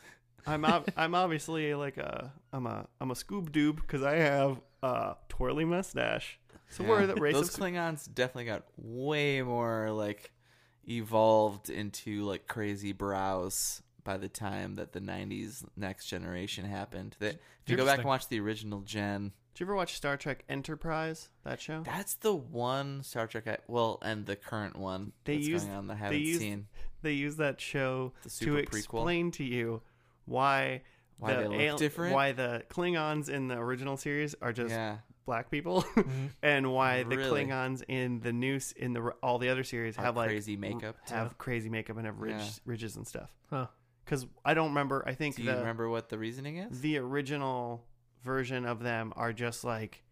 [SPEAKER 1] I'm ob- I'm obviously like a I'm a I'm a Scoob Doob because I have a twirly mustache. So we're
[SPEAKER 3] Yeah.
[SPEAKER 1] the race of
[SPEAKER 3] Those Klingons definitely got way more like evolved into like crazy brows by the time that the '90s Next Generation happened. That if you go back
[SPEAKER 2] Interesting.
[SPEAKER 3] and watch the original Gen,
[SPEAKER 1] Did you ever watch Star Trek Enterprise? That show?
[SPEAKER 3] that's the one Star Trek. I, well, and the current one
[SPEAKER 1] They
[SPEAKER 3] that's
[SPEAKER 1] used-
[SPEAKER 3] going on that I
[SPEAKER 1] they
[SPEAKER 3] haven't
[SPEAKER 1] used
[SPEAKER 3] seen.
[SPEAKER 1] They use that show
[SPEAKER 3] The
[SPEAKER 1] to
[SPEAKER 3] super prequel.
[SPEAKER 1] explain to you why
[SPEAKER 3] Why
[SPEAKER 1] the
[SPEAKER 3] they look different?
[SPEAKER 1] why the Klingons in the original series are just
[SPEAKER 3] yeah,
[SPEAKER 1] black people, and why the
[SPEAKER 3] Really?
[SPEAKER 1] Klingons in the noose in the all the other series
[SPEAKER 3] Have
[SPEAKER 1] have like
[SPEAKER 3] crazy makeup,
[SPEAKER 1] have crazy makeup and have ridge,
[SPEAKER 3] Yeah.
[SPEAKER 1] ridges and stuff.
[SPEAKER 2] Huh.
[SPEAKER 1] Because I don't remember. I think
[SPEAKER 3] do you
[SPEAKER 1] the
[SPEAKER 3] remember what the reasoning is?
[SPEAKER 1] the original version of them are just like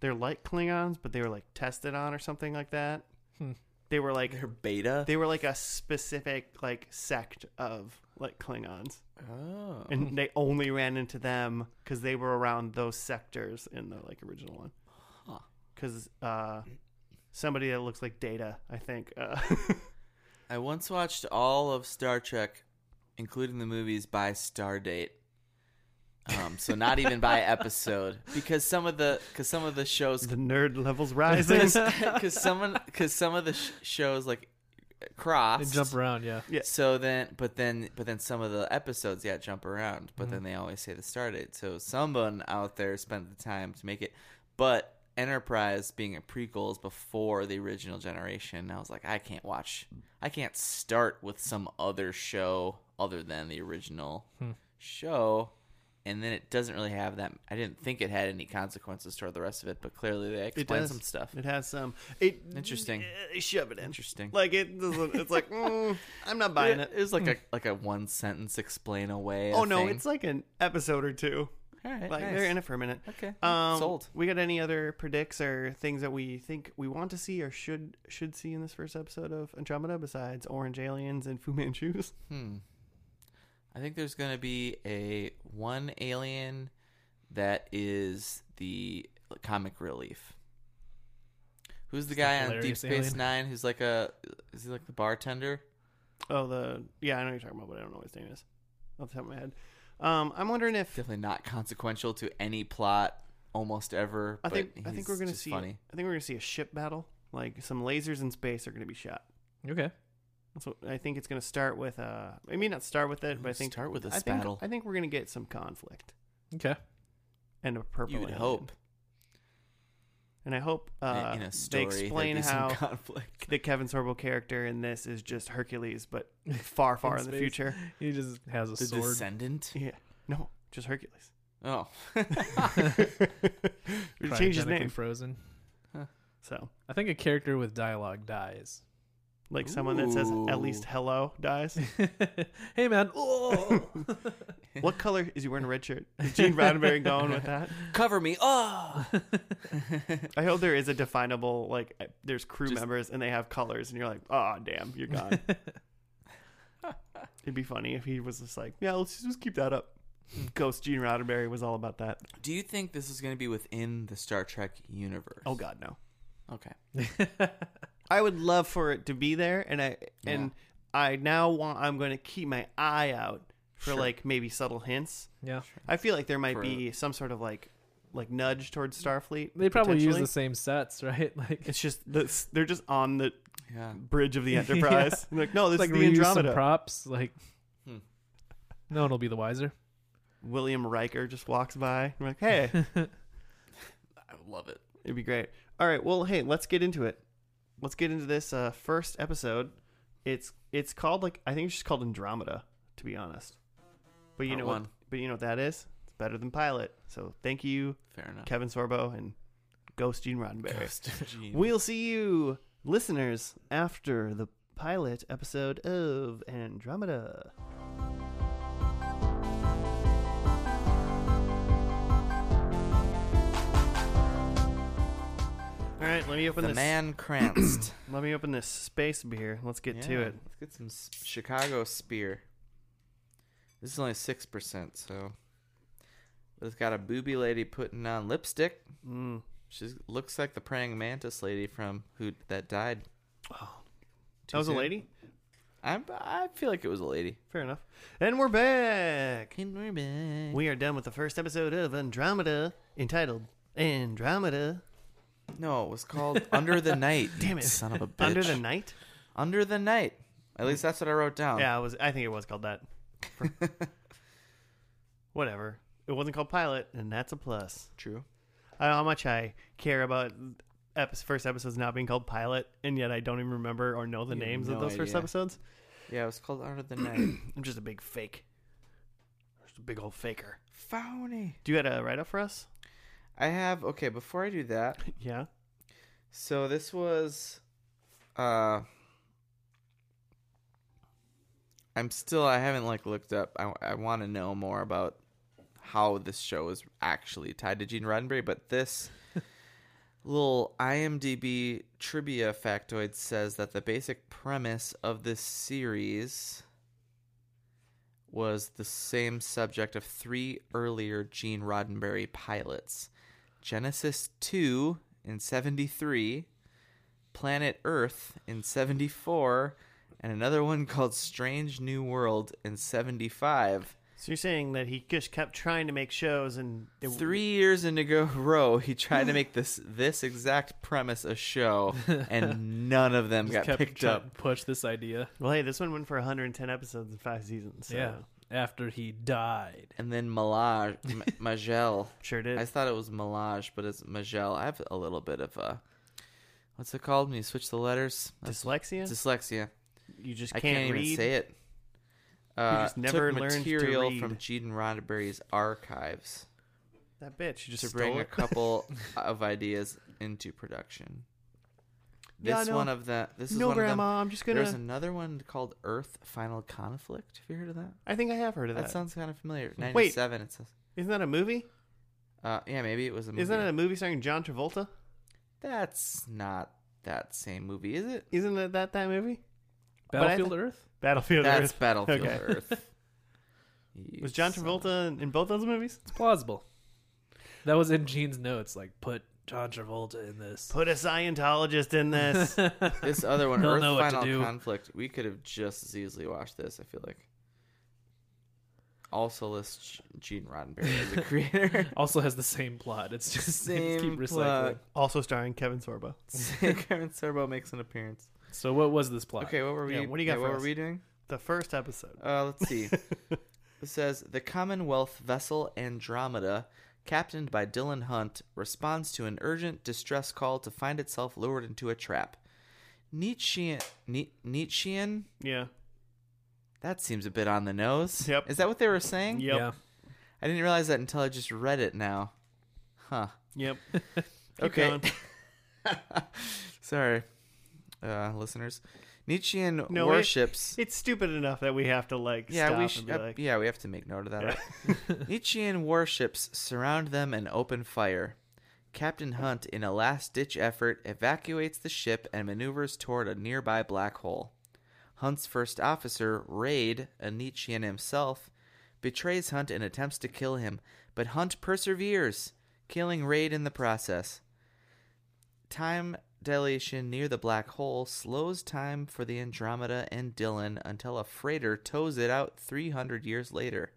[SPEAKER 1] they're like Klingons, but they were like tested on or something like that.
[SPEAKER 2] Hmm.
[SPEAKER 1] They were like
[SPEAKER 3] They're beta.
[SPEAKER 1] they were like a specific like sect of like Klingons,
[SPEAKER 3] oh,
[SPEAKER 1] and they only ran into them because they were around those sectors in the like original one.
[SPEAKER 3] Huh.
[SPEAKER 1] Because uh, somebody that looks like Data, I think. Uh,
[SPEAKER 3] I once watched all of Star Trek, including the movies, by Stardate. Um, so not even by episode, because some of the because some of the shows
[SPEAKER 1] the nerd levels rising.
[SPEAKER 3] because someone because some of the sh- shows like
[SPEAKER 2] They
[SPEAKER 3] cross
[SPEAKER 2] jump around. Yeah.
[SPEAKER 1] Yeah.
[SPEAKER 3] So then, but then, but then some of the episodes, yeah, jump around. But
[SPEAKER 1] Mm-hmm.
[SPEAKER 3] then they always say the start date. So someone out there spent the time to make it. But Enterprise being a prequel is before the original generation. I was like, I can't watch. I can't start with some other show other than the original
[SPEAKER 1] Hmm.
[SPEAKER 3] show. And then it doesn't really have that. I didn't think it had any consequences toward the rest of it, but clearly they explain
[SPEAKER 1] does.
[SPEAKER 3] some stuff.
[SPEAKER 1] It has some. It
[SPEAKER 3] Interesting.
[SPEAKER 1] eh, shove it in.
[SPEAKER 3] Interesting.
[SPEAKER 1] Like it doesn't. It's like mm, I'm not buying it.
[SPEAKER 3] It was like a like a one sentence explain away.
[SPEAKER 1] Hmm. Oh no, it's like an episode or two.
[SPEAKER 3] all right.
[SPEAKER 1] Like
[SPEAKER 3] nice.
[SPEAKER 1] they're in it for a minute.
[SPEAKER 3] Okay.
[SPEAKER 1] Um,
[SPEAKER 3] Sold.
[SPEAKER 1] We got any other predicts or things that we think we want to see or should should see in this first episode of Andromeda besides orange aliens and Fu Manchus?
[SPEAKER 3] Hmm. I think there's going to be a one alien that is the comic relief. Who's
[SPEAKER 2] It's
[SPEAKER 3] the
[SPEAKER 2] the
[SPEAKER 3] guy on Deep
[SPEAKER 2] hilarious
[SPEAKER 3] Space
[SPEAKER 2] alien.
[SPEAKER 3] Nine who's like a is he like the bartender?
[SPEAKER 1] Oh, the yeah, I know you're talking about, but I don't know what his name is off the top of my head. Um, I'm wondering if
[SPEAKER 3] Definitely not consequential to any plot almost ever.
[SPEAKER 1] I
[SPEAKER 3] but
[SPEAKER 1] think I
[SPEAKER 3] he's
[SPEAKER 1] think we're gonna
[SPEAKER 3] just
[SPEAKER 1] see
[SPEAKER 3] funny.
[SPEAKER 1] I think we're gonna see a ship battle. Like some lasers in space are gonna be shot.
[SPEAKER 2] Okay.
[SPEAKER 1] So I think it's gonna start with uh, I mean not start with it, but I think
[SPEAKER 3] start with this
[SPEAKER 1] I think,
[SPEAKER 3] battle.
[SPEAKER 1] I think we're gonna get some conflict
[SPEAKER 2] Okay.
[SPEAKER 1] and a purple.
[SPEAKER 3] you would
[SPEAKER 1] alien.
[SPEAKER 3] hope
[SPEAKER 1] and I hope uh,
[SPEAKER 3] in a story
[SPEAKER 1] they
[SPEAKER 3] there'd
[SPEAKER 1] explain
[SPEAKER 3] be
[SPEAKER 1] how
[SPEAKER 3] some conflict.
[SPEAKER 1] the Kevin Sorbo character in this is just Hercules, but far, far in,
[SPEAKER 2] In
[SPEAKER 1] the
[SPEAKER 2] space.
[SPEAKER 1] future.
[SPEAKER 2] He just has a
[SPEAKER 3] the
[SPEAKER 2] sword.
[SPEAKER 3] descendant.
[SPEAKER 1] Yeah, no, just Hercules.
[SPEAKER 3] Oh,
[SPEAKER 1] We Change his
[SPEAKER 2] cryogenically
[SPEAKER 1] name.
[SPEAKER 2] Frozen.
[SPEAKER 1] So,
[SPEAKER 2] I think a character with dialogue dies.
[SPEAKER 1] like someone that says at
[SPEAKER 3] Ooh.
[SPEAKER 1] least hello dies.
[SPEAKER 2] hey man. Oh.
[SPEAKER 1] what color is he wearing a red shirt? Is Gene Roddenberry going with that?
[SPEAKER 3] cover me! Oh,
[SPEAKER 1] I hope there is a definable like. uh, There's crew
[SPEAKER 3] Just-
[SPEAKER 1] members and they have colors, and you're like, oh damn, you're gone. It'd be funny if he was just like, yeah, let's just keep that up.
[SPEAKER 3] Hmm.
[SPEAKER 1] Ghost Gene Roddenberry was all about that.
[SPEAKER 3] Do you think this is going to be within the Star Trek universe?
[SPEAKER 1] Oh god, no.
[SPEAKER 3] Okay.
[SPEAKER 1] I would love for it to be there, and I
[SPEAKER 3] Yeah.
[SPEAKER 1] and I now want. I'm going to keep my eye out for
[SPEAKER 3] Sure.
[SPEAKER 1] like maybe subtle hints.
[SPEAKER 2] yeah.
[SPEAKER 1] I feel like there might
[SPEAKER 3] For-
[SPEAKER 1] be some sort of like like nudge towards Starfleet.
[SPEAKER 2] They probably use
[SPEAKER 1] potentially.
[SPEAKER 2] the same sets, right? Like
[SPEAKER 1] It's just this, they're just on the
[SPEAKER 3] Yeah.
[SPEAKER 1] bridge of the Enterprise. They're Like no, this
[SPEAKER 2] like
[SPEAKER 1] is the
[SPEAKER 2] reuse some
[SPEAKER 1] Andromeda.
[SPEAKER 2] props. Like
[SPEAKER 3] Hmm.
[SPEAKER 2] no one will be the wiser.
[SPEAKER 1] William Riker just walks by. I'm like, hey,
[SPEAKER 3] I would love it.
[SPEAKER 1] it'd be great. All right, well, hey, let's get into it. Let's get into this uh, first episode. It's it's called like I think it's just called Andromeda, to be honest. But you
[SPEAKER 3] Part
[SPEAKER 1] know what?
[SPEAKER 3] one.
[SPEAKER 1] But you know what that is? It's better than Pilot. So thank you,
[SPEAKER 3] Fair enough.
[SPEAKER 1] Kevin Sorbo and Ghost Gene Roddenberry.
[SPEAKER 3] Ah. Ghost of Gene.
[SPEAKER 1] We'll see you, listeners, after the pilot episode of Andromeda. All right, let me open
[SPEAKER 3] the
[SPEAKER 1] this.
[SPEAKER 3] man Cranston.
[SPEAKER 1] Let me open this space beer. Let's get to
[SPEAKER 3] Yeah,
[SPEAKER 1] it.
[SPEAKER 3] Let's get some s- Chicago Spear. This is only six percent, so. But it's got a booby lady putting on lipstick.
[SPEAKER 1] Mm.
[SPEAKER 3] She looks like the praying mantis lady from who that died.
[SPEAKER 1] That was a
[SPEAKER 3] soon?
[SPEAKER 1] Oh, lady.
[SPEAKER 3] I I feel like it was a lady.
[SPEAKER 1] Fair enough. And we're back.
[SPEAKER 3] Can we be-
[SPEAKER 1] We are done with the first episode of Andromeda, entitled Andromeda.
[SPEAKER 3] No, it was called Under the Night.
[SPEAKER 1] Damn it.
[SPEAKER 3] son of a bitch. Oh.
[SPEAKER 1] Under the night.
[SPEAKER 3] Under the Night. At least that's what I wrote down.
[SPEAKER 1] Yeah, it was. I think it was called that. Whatever. It wasn't called Pilot, and that's a plus.
[SPEAKER 3] True.
[SPEAKER 1] I don't know how much I care about epi- first episodes not being called Pilot, and yet I don't even remember or know the
[SPEAKER 3] You have
[SPEAKER 1] names of
[SPEAKER 3] no
[SPEAKER 1] those first
[SPEAKER 3] idea.
[SPEAKER 1] episodes.
[SPEAKER 3] Yeah, it was called Under the Night.
[SPEAKER 1] I'm just a big fake. Just a big old faker.
[SPEAKER 3] Phony.
[SPEAKER 1] Do you got a write up for us?
[SPEAKER 3] I have okay. Before I do that,
[SPEAKER 1] Yeah.
[SPEAKER 3] So this was uh I'm still I haven't like looked up. I I want to know more about how this show is actually tied to Gene Roddenberry, but this little IMDb trivia factoid says that the basic premise of this series was the same subject of three earlier Gene Roddenberry pilots. Genesis 2 in 73, Planet Earth in 74, and another one called Strange New World in 75.
[SPEAKER 1] So you're saying that he just kept trying to make shows and it,
[SPEAKER 3] Three years in a row, he tried to make this this exact premise a show, and none of them
[SPEAKER 2] Just
[SPEAKER 3] got
[SPEAKER 2] kept
[SPEAKER 3] picked
[SPEAKER 2] trying
[SPEAKER 3] up.
[SPEAKER 2] to Push this idea.
[SPEAKER 1] Well, hey, this one went for 110 episodes and five seasons. So
[SPEAKER 2] Yeah. After he died.
[SPEAKER 3] And then Malaj, M- Majel.
[SPEAKER 1] Sure did.
[SPEAKER 3] I thought it was Malaj, but it's Majel. I have a little bit of a what's it called when you switch the letters? That's
[SPEAKER 1] Dyslexia?
[SPEAKER 3] dyslexia.
[SPEAKER 1] you just
[SPEAKER 3] I
[SPEAKER 1] can't,
[SPEAKER 3] can't
[SPEAKER 1] read.
[SPEAKER 3] even say it.
[SPEAKER 1] You
[SPEAKER 3] Uh,
[SPEAKER 1] just never
[SPEAKER 3] took
[SPEAKER 1] learned to
[SPEAKER 3] material
[SPEAKER 1] read.
[SPEAKER 3] from Gene Roddenberry's archives
[SPEAKER 1] That bitch. You just
[SPEAKER 3] to bring
[SPEAKER 1] stole
[SPEAKER 3] a
[SPEAKER 1] it.
[SPEAKER 3] couple of ideas into production. This
[SPEAKER 1] Yeah, no.
[SPEAKER 3] one of the this is
[SPEAKER 1] no,
[SPEAKER 3] one of them.
[SPEAKER 1] Grandma. I'm just gonna.
[SPEAKER 3] There's another one called Earth Final Conflict. Have you heard of that?
[SPEAKER 1] I think I have heard of
[SPEAKER 3] That,
[SPEAKER 1] that.
[SPEAKER 3] sounds kind of familiar.
[SPEAKER 1] Wait.
[SPEAKER 3] Ninety-seven. It says.
[SPEAKER 1] Isn't that a movie?
[SPEAKER 3] Uh, yeah, maybe it was a movie.
[SPEAKER 1] Isn't that a movie starring John Travolta?
[SPEAKER 3] That's not that same movie, is it?
[SPEAKER 1] Isn't that that, that movie? But I
[SPEAKER 2] Battlefield
[SPEAKER 1] th-
[SPEAKER 2] Earth?
[SPEAKER 1] Battlefield
[SPEAKER 3] That's
[SPEAKER 1] Earth.
[SPEAKER 3] Battlefield
[SPEAKER 1] Okay.
[SPEAKER 3] Earth. You
[SPEAKER 1] Was John
[SPEAKER 3] son-
[SPEAKER 1] Travolta in, in both those movies?
[SPEAKER 2] It's plausible. That was in Gene's notes. Like, put John Travolta in this.
[SPEAKER 1] Put a Scientologist in this.
[SPEAKER 3] This other one,
[SPEAKER 2] He'll
[SPEAKER 3] Earth
[SPEAKER 2] know what to
[SPEAKER 3] Final
[SPEAKER 2] do.
[SPEAKER 3] Conflict, we could have just as easily watched this, I feel like. Also lists G- Gene Roddenberry as a creator.
[SPEAKER 2] also has the same plot. It's just they just
[SPEAKER 3] Same
[SPEAKER 2] keep recycling.
[SPEAKER 3] plot.
[SPEAKER 1] also starring Kevin Sorbo.
[SPEAKER 3] Karen Sorbo makes an appearance.
[SPEAKER 2] So what was this plot?
[SPEAKER 3] Okay, what were we?
[SPEAKER 1] Yeah, what do you got
[SPEAKER 3] yeah,
[SPEAKER 1] for
[SPEAKER 3] what
[SPEAKER 1] us?
[SPEAKER 3] were we doing?
[SPEAKER 1] The first episode.
[SPEAKER 3] Uh, let's see. It says the Commonwealth vessel Andromeda, captained by Dylan Hunt, responds to an urgent distress call to find itself lured into a trap. Nietzschean, Nie- Nietzschean.
[SPEAKER 1] Yeah.
[SPEAKER 3] That seems a bit on the nose.
[SPEAKER 1] Yep.
[SPEAKER 3] Is that what they were saying?
[SPEAKER 1] Yep.
[SPEAKER 2] Yeah.
[SPEAKER 3] I didn't realize that until I just read it now. Huh.
[SPEAKER 1] Yep. Keep
[SPEAKER 3] okay.
[SPEAKER 1] going.
[SPEAKER 3] Sorry, uh, listeners. Nietzschean
[SPEAKER 1] No, it-
[SPEAKER 3] worships.
[SPEAKER 1] It's stupid enough that we have to like
[SPEAKER 3] yeah,
[SPEAKER 1] stop
[SPEAKER 3] we
[SPEAKER 1] and
[SPEAKER 3] should.
[SPEAKER 1] be like,
[SPEAKER 3] yeah, we have to make note of that. right? Nietzschean warships surround them and open fire. Captain Hunt, in a last-ditch effort, evacuates the ship and maneuvers toward a nearby black hole. Hunt's first officer, Raid, a Nietzschean himself, betrays Hunt and attempts to kill him, but Hunt perseveres, killing Raid in the process. Time dilation near the black hole slows time for the Andromeda and Dylan until a freighter tows it out 300 years later.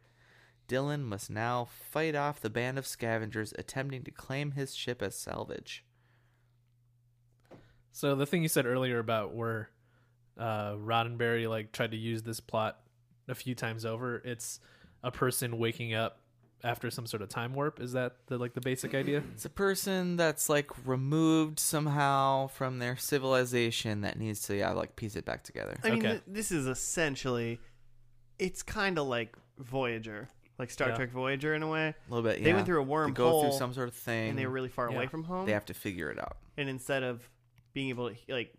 [SPEAKER 3] Dylan must now fight off the band of scavengers attempting to claim his ship as salvage.
[SPEAKER 2] So the thing you said earlier about where uh, Roddenberry like tried to use this plot a few times over, it's a person waking up after some sort of time warp. Is that the like the basic idea?
[SPEAKER 3] It's a person that's like removed somehow from their civilization that needs to yeah, like piece it back together.
[SPEAKER 1] I mean,
[SPEAKER 2] Okay.
[SPEAKER 1] th- this is essentially, it's kind of like Voyager, like Star
[SPEAKER 2] Yeah.
[SPEAKER 1] Trek Voyager in a way.
[SPEAKER 3] A little bit.
[SPEAKER 1] They went
[SPEAKER 3] yeah.
[SPEAKER 1] through a
[SPEAKER 3] They go through
[SPEAKER 1] wormhole,
[SPEAKER 3] some sort of thing,
[SPEAKER 1] and they were really far away
[SPEAKER 2] Yeah.
[SPEAKER 1] from home.
[SPEAKER 3] they have to figure it out.
[SPEAKER 1] And instead of being able to like,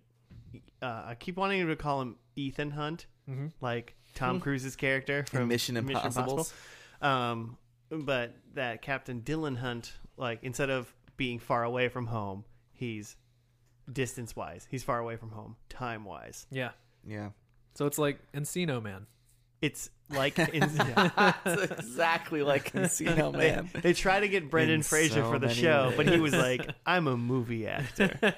[SPEAKER 1] uh, I keep wanting to call him Ethan Hunt,
[SPEAKER 2] Mm-hmm.
[SPEAKER 1] like Tom Cruise's character from
[SPEAKER 3] Hmm. Mission Impossible.
[SPEAKER 1] Um, but that Captain Dylan Hunt, like instead of being far away from home, he's distance wise. He's far away from home, time wise.
[SPEAKER 2] Yeah.
[SPEAKER 3] Yeah.
[SPEAKER 2] So it's like Encino Man.
[SPEAKER 1] It's like in, yeah.
[SPEAKER 3] it's exactly like Casino Oh, Man.
[SPEAKER 1] they try to get Brendan
[SPEAKER 3] In
[SPEAKER 1] Fraser
[SPEAKER 3] so
[SPEAKER 1] for the
[SPEAKER 3] many
[SPEAKER 1] show, but he
[SPEAKER 3] ways.
[SPEAKER 1] was like, "I'm a movie actor.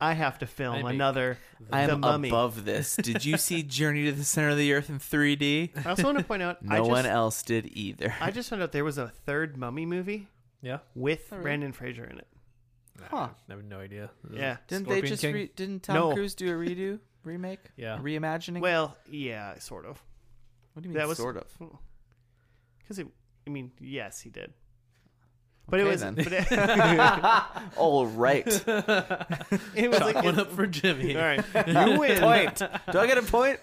[SPEAKER 1] I have to film
[SPEAKER 2] I make
[SPEAKER 1] another
[SPEAKER 3] I
[SPEAKER 1] The
[SPEAKER 3] am
[SPEAKER 1] Mummy."
[SPEAKER 3] above this. Did you see Journey to the Center of the Earth in 3D?
[SPEAKER 1] I also want to point out,
[SPEAKER 3] No
[SPEAKER 1] I just,
[SPEAKER 3] one else did either.
[SPEAKER 1] I just found out there was a third Mummy movie
[SPEAKER 2] Yeah.
[SPEAKER 1] with
[SPEAKER 3] Oh, really?
[SPEAKER 1] Brandon Fraser in it.
[SPEAKER 3] Huh.
[SPEAKER 2] I have no idea.
[SPEAKER 1] Yeah.
[SPEAKER 3] didn't
[SPEAKER 2] Scorpion
[SPEAKER 3] they just
[SPEAKER 2] King?
[SPEAKER 3] re- didn't Tom
[SPEAKER 1] No.
[SPEAKER 3] Cruise do a redo, remake,
[SPEAKER 2] Yeah.
[SPEAKER 3] reimagining?
[SPEAKER 1] Well, yeah, sort of.
[SPEAKER 3] what do you mean,
[SPEAKER 1] that was-
[SPEAKER 3] sort of?
[SPEAKER 1] Because it, I mean, yes, he did. But it
[SPEAKER 3] Okay,
[SPEAKER 1] was,
[SPEAKER 3] then.
[SPEAKER 1] but it,
[SPEAKER 3] All right.
[SPEAKER 1] it was like,
[SPEAKER 2] One up for Jimmy.
[SPEAKER 1] all right, you win.
[SPEAKER 3] point. Do I get a point?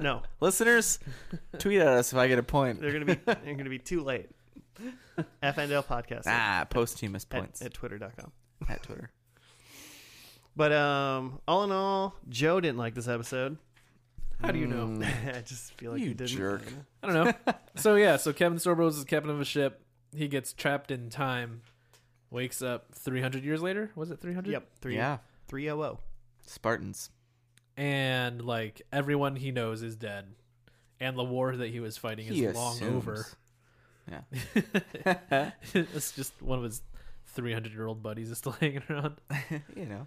[SPEAKER 1] No,
[SPEAKER 3] Listeners, tweet at us if I get a point.
[SPEAKER 1] they're gonna be, they're gonna be too late. FNL podcast at,
[SPEAKER 3] Ah, posthumous points
[SPEAKER 1] at twitter.com.
[SPEAKER 3] at Twitter.
[SPEAKER 1] But um, all in all, Joe didn't like this episode.
[SPEAKER 2] How do you know?
[SPEAKER 1] I just feel like
[SPEAKER 3] Mm. You
[SPEAKER 1] he didn't.
[SPEAKER 3] jerk.
[SPEAKER 2] I don't know. so yeah, so Kevin Sorbo is the captain of a ship. He gets trapped in time. Wakes up 300 years later. Was it 300?
[SPEAKER 1] Yep, three,
[SPEAKER 3] Yeah,
[SPEAKER 1] three oh oh.
[SPEAKER 3] Spartans.
[SPEAKER 2] And like everyone he knows is dead, and the war that he was fighting is
[SPEAKER 3] He
[SPEAKER 2] long
[SPEAKER 3] assumes.
[SPEAKER 2] over.
[SPEAKER 3] Yeah.
[SPEAKER 2] it's just one of his 300 year old buddies is still hanging around.
[SPEAKER 3] you know.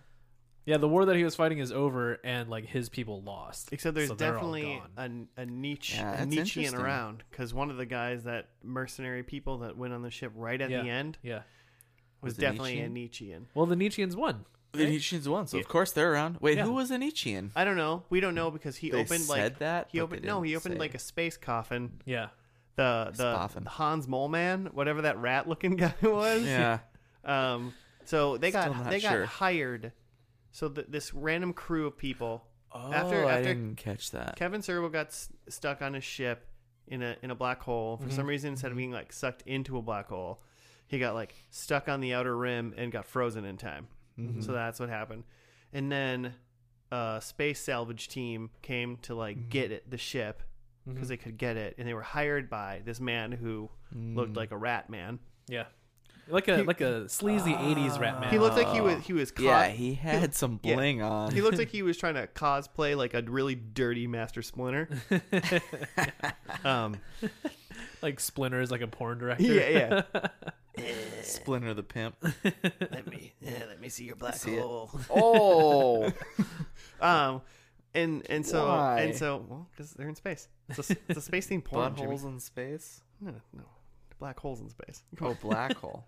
[SPEAKER 2] Yeah, the war that he was fighting is over, and like his people lost.
[SPEAKER 1] Except there's
[SPEAKER 2] So they're all
[SPEAKER 1] definitely a, a niche,
[SPEAKER 3] Yeah,
[SPEAKER 1] a
[SPEAKER 3] that's
[SPEAKER 1] Nietzschean
[SPEAKER 3] interesting.
[SPEAKER 1] around because one of the guys that mercenary people that went on the ship right at the end
[SPEAKER 2] yeah.
[SPEAKER 1] was,
[SPEAKER 3] Was it
[SPEAKER 1] definitely a Nietzschean.
[SPEAKER 2] Well, the Nietzscheans won.
[SPEAKER 3] The Nietzscheans won, so of course they're around. Wait,
[SPEAKER 2] Yeah.
[SPEAKER 3] who was a Nietzschean?
[SPEAKER 1] I don't know. We don't know because he
[SPEAKER 3] They
[SPEAKER 1] opened
[SPEAKER 3] said
[SPEAKER 1] like
[SPEAKER 3] that,
[SPEAKER 1] he
[SPEAKER 3] but
[SPEAKER 1] opened
[SPEAKER 3] they
[SPEAKER 1] no, he
[SPEAKER 3] didn't
[SPEAKER 1] opened
[SPEAKER 3] say.
[SPEAKER 1] like a space coffin.
[SPEAKER 2] Yeah.
[SPEAKER 1] The the
[SPEAKER 3] Spoffin.
[SPEAKER 1] Hans Mole Man, whatever that rat looking guy was.
[SPEAKER 3] Yeah.
[SPEAKER 1] Um. So they
[SPEAKER 3] Still
[SPEAKER 1] got
[SPEAKER 3] not
[SPEAKER 1] they
[SPEAKER 3] sure.
[SPEAKER 1] got hired. So th this random crew of people.
[SPEAKER 3] Oh,
[SPEAKER 1] After-
[SPEAKER 3] I
[SPEAKER 1] after-
[SPEAKER 3] didn't catch that.
[SPEAKER 1] Kevin Servo got s- stuck on a ship in a in a black hole for
[SPEAKER 3] Mm-hmm.
[SPEAKER 1] some reason. Instead of being like sucked into a black hole, he got like stuck on the outer rim and got frozen in time.
[SPEAKER 3] Mm-hmm.
[SPEAKER 1] So that's what happened. And then a space salvage team came to like
[SPEAKER 3] Mm-hmm.
[SPEAKER 1] get it, the ship because they could get it, and they were hired by this man who
[SPEAKER 3] Mm.
[SPEAKER 1] looked like a rat man.
[SPEAKER 2] Yeah. Like a like a sleazy
[SPEAKER 1] Ah.
[SPEAKER 2] 80s rat man.
[SPEAKER 1] He looked like he was he was caught.
[SPEAKER 3] yeah, he had some
[SPEAKER 1] yeah.
[SPEAKER 3] bling on.
[SPEAKER 1] He looked like he was trying to cosplay like a really dirty Master Splinter. um,
[SPEAKER 2] like Splinter is like a porn director.
[SPEAKER 1] yeah, yeah.
[SPEAKER 3] Splinter the pimp.
[SPEAKER 1] let me yeah, let me see your black
[SPEAKER 3] See it.
[SPEAKER 1] hole.
[SPEAKER 3] Oh,
[SPEAKER 1] Um, and and so
[SPEAKER 3] Why?
[SPEAKER 1] and so well because they're in space. It's a, it's a space themed porn. Jimmy.
[SPEAKER 3] buttholes in space.
[SPEAKER 1] No, no, black holes in space.
[SPEAKER 3] Oh, black hole.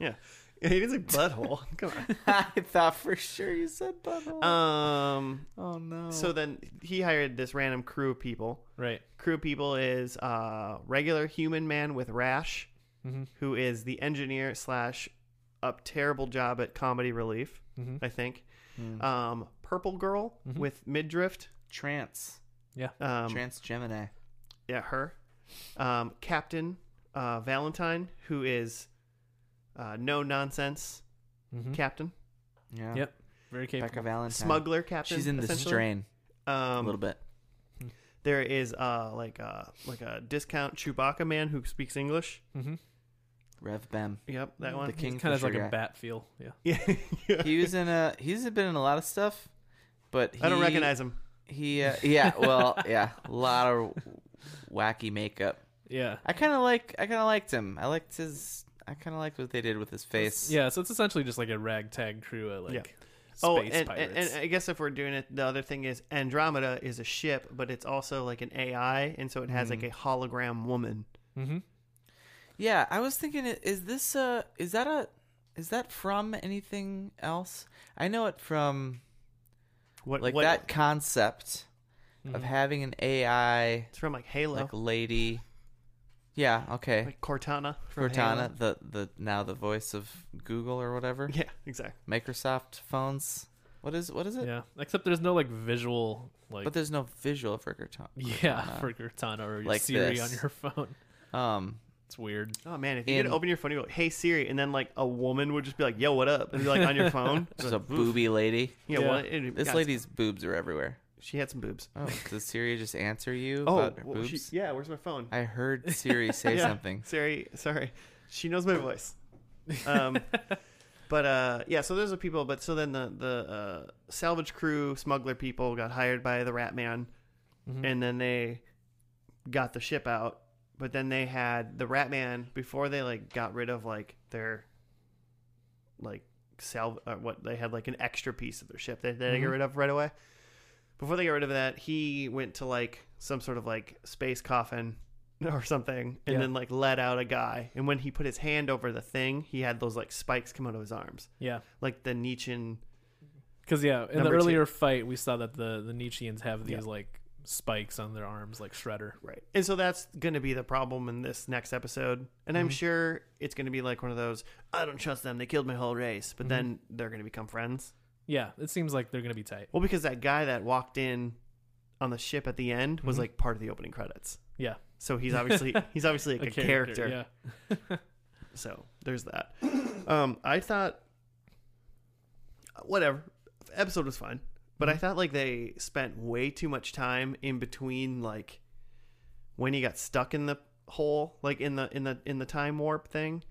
[SPEAKER 1] Yeah, it is a butthole. Come
[SPEAKER 3] I thought for sure you said butthole.
[SPEAKER 1] on. Um,
[SPEAKER 3] oh no.
[SPEAKER 1] so then he hired this random crew of people.
[SPEAKER 2] Right.
[SPEAKER 1] Crew of people is uh regular human man with rash,
[SPEAKER 2] Mhm.
[SPEAKER 1] who is the engineer slash up terrible job at comedy relief.
[SPEAKER 2] Mhm.
[SPEAKER 1] I think.
[SPEAKER 3] Hmm. Mm-hmm. uh,
[SPEAKER 1] Um, purple girl with midriff.
[SPEAKER 3] trance,
[SPEAKER 1] Um,
[SPEAKER 3] trance Gemini.
[SPEAKER 1] yeah, her. Um, Captain uh, Valentine, who is uh, no nonsense
[SPEAKER 2] Mhm.
[SPEAKER 1] captain,
[SPEAKER 3] Yeah.
[SPEAKER 2] Yep. Very capable.
[SPEAKER 3] Becca Mm-hmm. Valentine.
[SPEAKER 1] smuggler captain.
[SPEAKER 3] She's in the
[SPEAKER 1] essentially.
[SPEAKER 3] strain a
[SPEAKER 1] Um,
[SPEAKER 3] little bit.
[SPEAKER 1] There is uh, like a like a discount Chewbacca man who speaks English.
[SPEAKER 2] Mm-hmm.
[SPEAKER 3] Rev Bem.
[SPEAKER 1] Yep, that one.
[SPEAKER 3] Mm, The king
[SPEAKER 2] kind of like a
[SPEAKER 3] guy.
[SPEAKER 2] bat feel. Yeah.
[SPEAKER 1] Yeah, yeah.
[SPEAKER 3] He was in a. He's been in a lot of stuff, but he,
[SPEAKER 1] I don't recognize him.
[SPEAKER 3] He. Uh, yeah. Well. Yeah. A lot of wacky makeup.
[SPEAKER 2] Yeah.
[SPEAKER 3] I kind of like. I kind of liked him. I liked his. I kind of liked what they did with his face.
[SPEAKER 2] Yeah, so it's essentially just like a ragtag crew of like
[SPEAKER 1] Yeah.
[SPEAKER 2] space
[SPEAKER 1] oh, and,
[SPEAKER 2] pirates.
[SPEAKER 1] and, and I guess if we're doing it, the other thing is Andromeda is a ship, but it's also like an AI, and so it has
[SPEAKER 3] Mm.
[SPEAKER 1] like a hologram woman.
[SPEAKER 2] Mm-hmm.
[SPEAKER 3] Yeah, I was thinking, i- is this uh is that a, is that from anything else? I know it from
[SPEAKER 1] What
[SPEAKER 3] like
[SPEAKER 1] what, Mm-hmm.
[SPEAKER 3] that concept of having an AI
[SPEAKER 1] It's from like Halo,
[SPEAKER 3] like
[SPEAKER 1] like,
[SPEAKER 3] lady. Yeah. Okay.
[SPEAKER 1] Cortana. From Halo.
[SPEAKER 3] Cortana, the the now the voice of Google or whatever,
[SPEAKER 1] Yeah, exactly.
[SPEAKER 3] Microsoft phones. What is what is it?
[SPEAKER 2] yeah. Except there's no like visual like
[SPEAKER 3] But there's no visual for Cortana.
[SPEAKER 2] yeah,
[SPEAKER 1] Uh-huh.
[SPEAKER 2] for Cortana or your
[SPEAKER 3] Like
[SPEAKER 2] Siri
[SPEAKER 3] this.
[SPEAKER 2] on your phone.
[SPEAKER 3] Um.
[SPEAKER 2] It's weird.
[SPEAKER 1] Oh man, if you could
[SPEAKER 3] In-
[SPEAKER 1] open your phone, you go, "Hey Siri," and then like a woman would just be like, "Yo, what up?" and be like on your phone.
[SPEAKER 3] Just a booby lady.
[SPEAKER 1] yeah,
[SPEAKER 2] Yeah.
[SPEAKER 1] Well, it,
[SPEAKER 3] This
[SPEAKER 1] yeah,
[SPEAKER 3] lady's boobs are everywhere.
[SPEAKER 1] she had some boobs.
[SPEAKER 3] Oh, does Siri just answer you
[SPEAKER 1] Oh,
[SPEAKER 3] about her
[SPEAKER 1] well,
[SPEAKER 3] boobs?
[SPEAKER 1] she, yeah. Where's my phone?
[SPEAKER 3] I heard Siri say
[SPEAKER 1] Yeah,
[SPEAKER 3] something.
[SPEAKER 1] Siri, sorry, she knows my voice. Um, But uh, yeah, so those are people. But so then the the uh, salvage crew, smuggler people, got hired by the Rat Man,
[SPEAKER 2] Mm-hmm.
[SPEAKER 1] and then they got the ship out. But then they had the Rat Man before they like got rid of like their like salv uh, what they had like an extra piece of their ship that they, get rid of right away. Before they got rid of that, he went to like some sort of like space coffin or something, and
[SPEAKER 2] Yeah.
[SPEAKER 1] then like let out a guy. And when he put his hand over the thing, he had those like spikes come out of his arms,
[SPEAKER 2] Yeah.
[SPEAKER 1] like the Nietzschean.
[SPEAKER 2] Because yeah, in
[SPEAKER 1] Number
[SPEAKER 2] the
[SPEAKER 1] two.
[SPEAKER 2] earlier fight, we saw that the the Nietzscheans have these
[SPEAKER 1] Yeah.
[SPEAKER 2] like spikes on their arms, like Shredder.
[SPEAKER 1] Right. And so that's going to be the problem in this next episode. And I'm sure it's going to be like one of those, I don't trust them. They killed my whole race. But then they're going to become friends.
[SPEAKER 2] Yeah, it seems like they're gonna be tight.
[SPEAKER 1] Well, because that guy that walked in on the ship at the end was like part of the opening credits.
[SPEAKER 2] Yeah,
[SPEAKER 1] So he's obviously he's obviously like a, character. So there's that. Um, I thought whatever episode was fine, but I
[SPEAKER 2] Mm-hmm.
[SPEAKER 1] thought like they spent way too much time in between like when he got stuck in the hole, like in the in the in the time warp thing,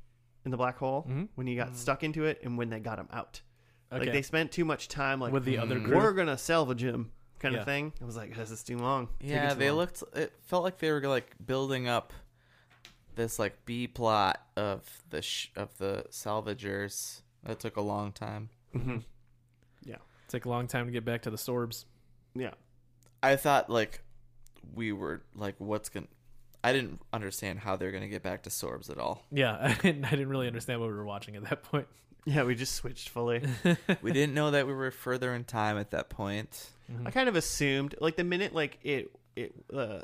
[SPEAKER 1] in the black hole,
[SPEAKER 2] Mhm.
[SPEAKER 1] when he got
[SPEAKER 3] Mm-hmm.
[SPEAKER 1] stuck into it and when they got him out.
[SPEAKER 2] Yeah. Okay.
[SPEAKER 1] Like they spent too much time like
[SPEAKER 2] With the other
[SPEAKER 3] Mm-hmm.
[SPEAKER 2] crew.
[SPEAKER 1] we're gonna salvage him kind
[SPEAKER 2] Yeah.
[SPEAKER 1] of thing. I was like, this is too long. Taking
[SPEAKER 3] Yeah,
[SPEAKER 1] too
[SPEAKER 3] they
[SPEAKER 1] long.
[SPEAKER 3] looked. It felt like they were like building up this like B plot of the sh- of the salvagers. That took a long time.
[SPEAKER 2] Take a long time to get back to the Sorbs.
[SPEAKER 1] Yeah.
[SPEAKER 3] I thought like we were like, what's gonna? I didn't understand how they're gonna get back to Sorbs at all.
[SPEAKER 2] Yeah, I didn't, I didn't really understand what we were watching at that point.
[SPEAKER 1] Yeah, we just switched fully.
[SPEAKER 3] we didn't know that we were further in time at that point.
[SPEAKER 2] Mm-hmm.
[SPEAKER 1] I kind of assumed like the minute like it it uh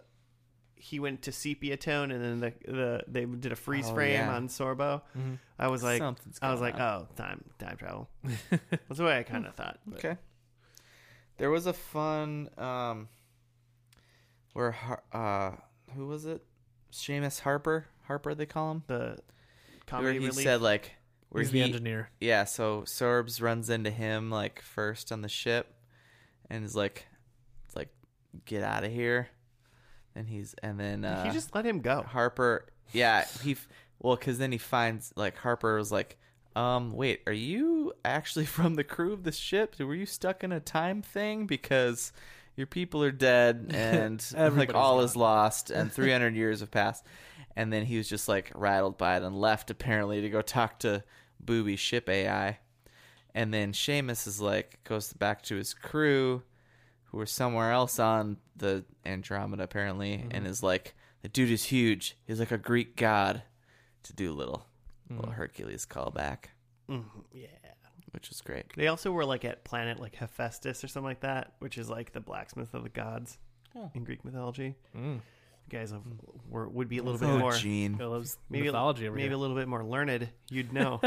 [SPEAKER 1] he went to sepia tone and then the the they did a freeze
[SPEAKER 3] Oh,
[SPEAKER 1] frame
[SPEAKER 3] yeah.
[SPEAKER 1] on Sorbo. I was like
[SPEAKER 3] Something's
[SPEAKER 1] I was
[SPEAKER 3] going
[SPEAKER 1] like,
[SPEAKER 3] on.
[SPEAKER 1] oh, time time travel. That's the way I kind of thought. but-
[SPEAKER 3] Okay.
[SPEAKER 1] uh,
[SPEAKER 3] There was a fun um where Har- uh who was it? Seamus Harper, Harper they call him.
[SPEAKER 1] The
[SPEAKER 3] where
[SPEAKER 1] comedy
[SPEAKER 3] he
[SPEAKER 1] relief.
[SPEAKER 3] said like where
[SPEAKER 2] He's
[SPEAKER 3] he
[SPEAKER 2] the engineer.
[SPEAKER 3] yeah, so Sorbs runs into him like first on the ship and is like like get out of here. And he's and then uh
[SPEAKER 1] he just let him go.
[SPEAKER 3] Harper, yeah, he f- well, because then he finds like Harper was like, um, wait, are you actually from the crew of the ship? Were you stuck in a time thing because your people are dead and like
[SPEAKER 2] Everybody's
[SPEAKER 3] all
[SPEAKER 2] gone.
[SPEAKER 3] is lost and 300 years have passed? And then he was just like rattled by it and left apparently to go talk to Booby Ship AI. And then Seamus is like goes back to his crew who were somewhere else on the Andromeda apparently,
[SPEAKER 2] Mm-hmm.
[SPEAKER 3] and is like, the dude is huge. He's like a Greek god to do little little
[SPEAKER 2] Mm.
[SPEAKER 3] Hercules callback,
[SPEAKER 1] Mhm, yeah.
[SPEAKER 3] which is great.
[SPEAKER 1] They also were like at planet like Hephaestus or something like that, which is like the blacksmith of the gods
[SPEAKER 3] Oh.
[SPEAKER 1] in Greek mythology.
[SPEAKER 2] Mm.
[SPEAKER 1] You guys have, were, would be a little bit
[SPEAKER 3] Oh,
[SPEAKER 1] more
[SPEAKER 3] Gene.
[SPEAKER 2] I loves
[SPEAKER 1] maybe
[SPEAKER 2] mythology. Over
[SPEAKER 1] maybe a little bit more learned. You'd know.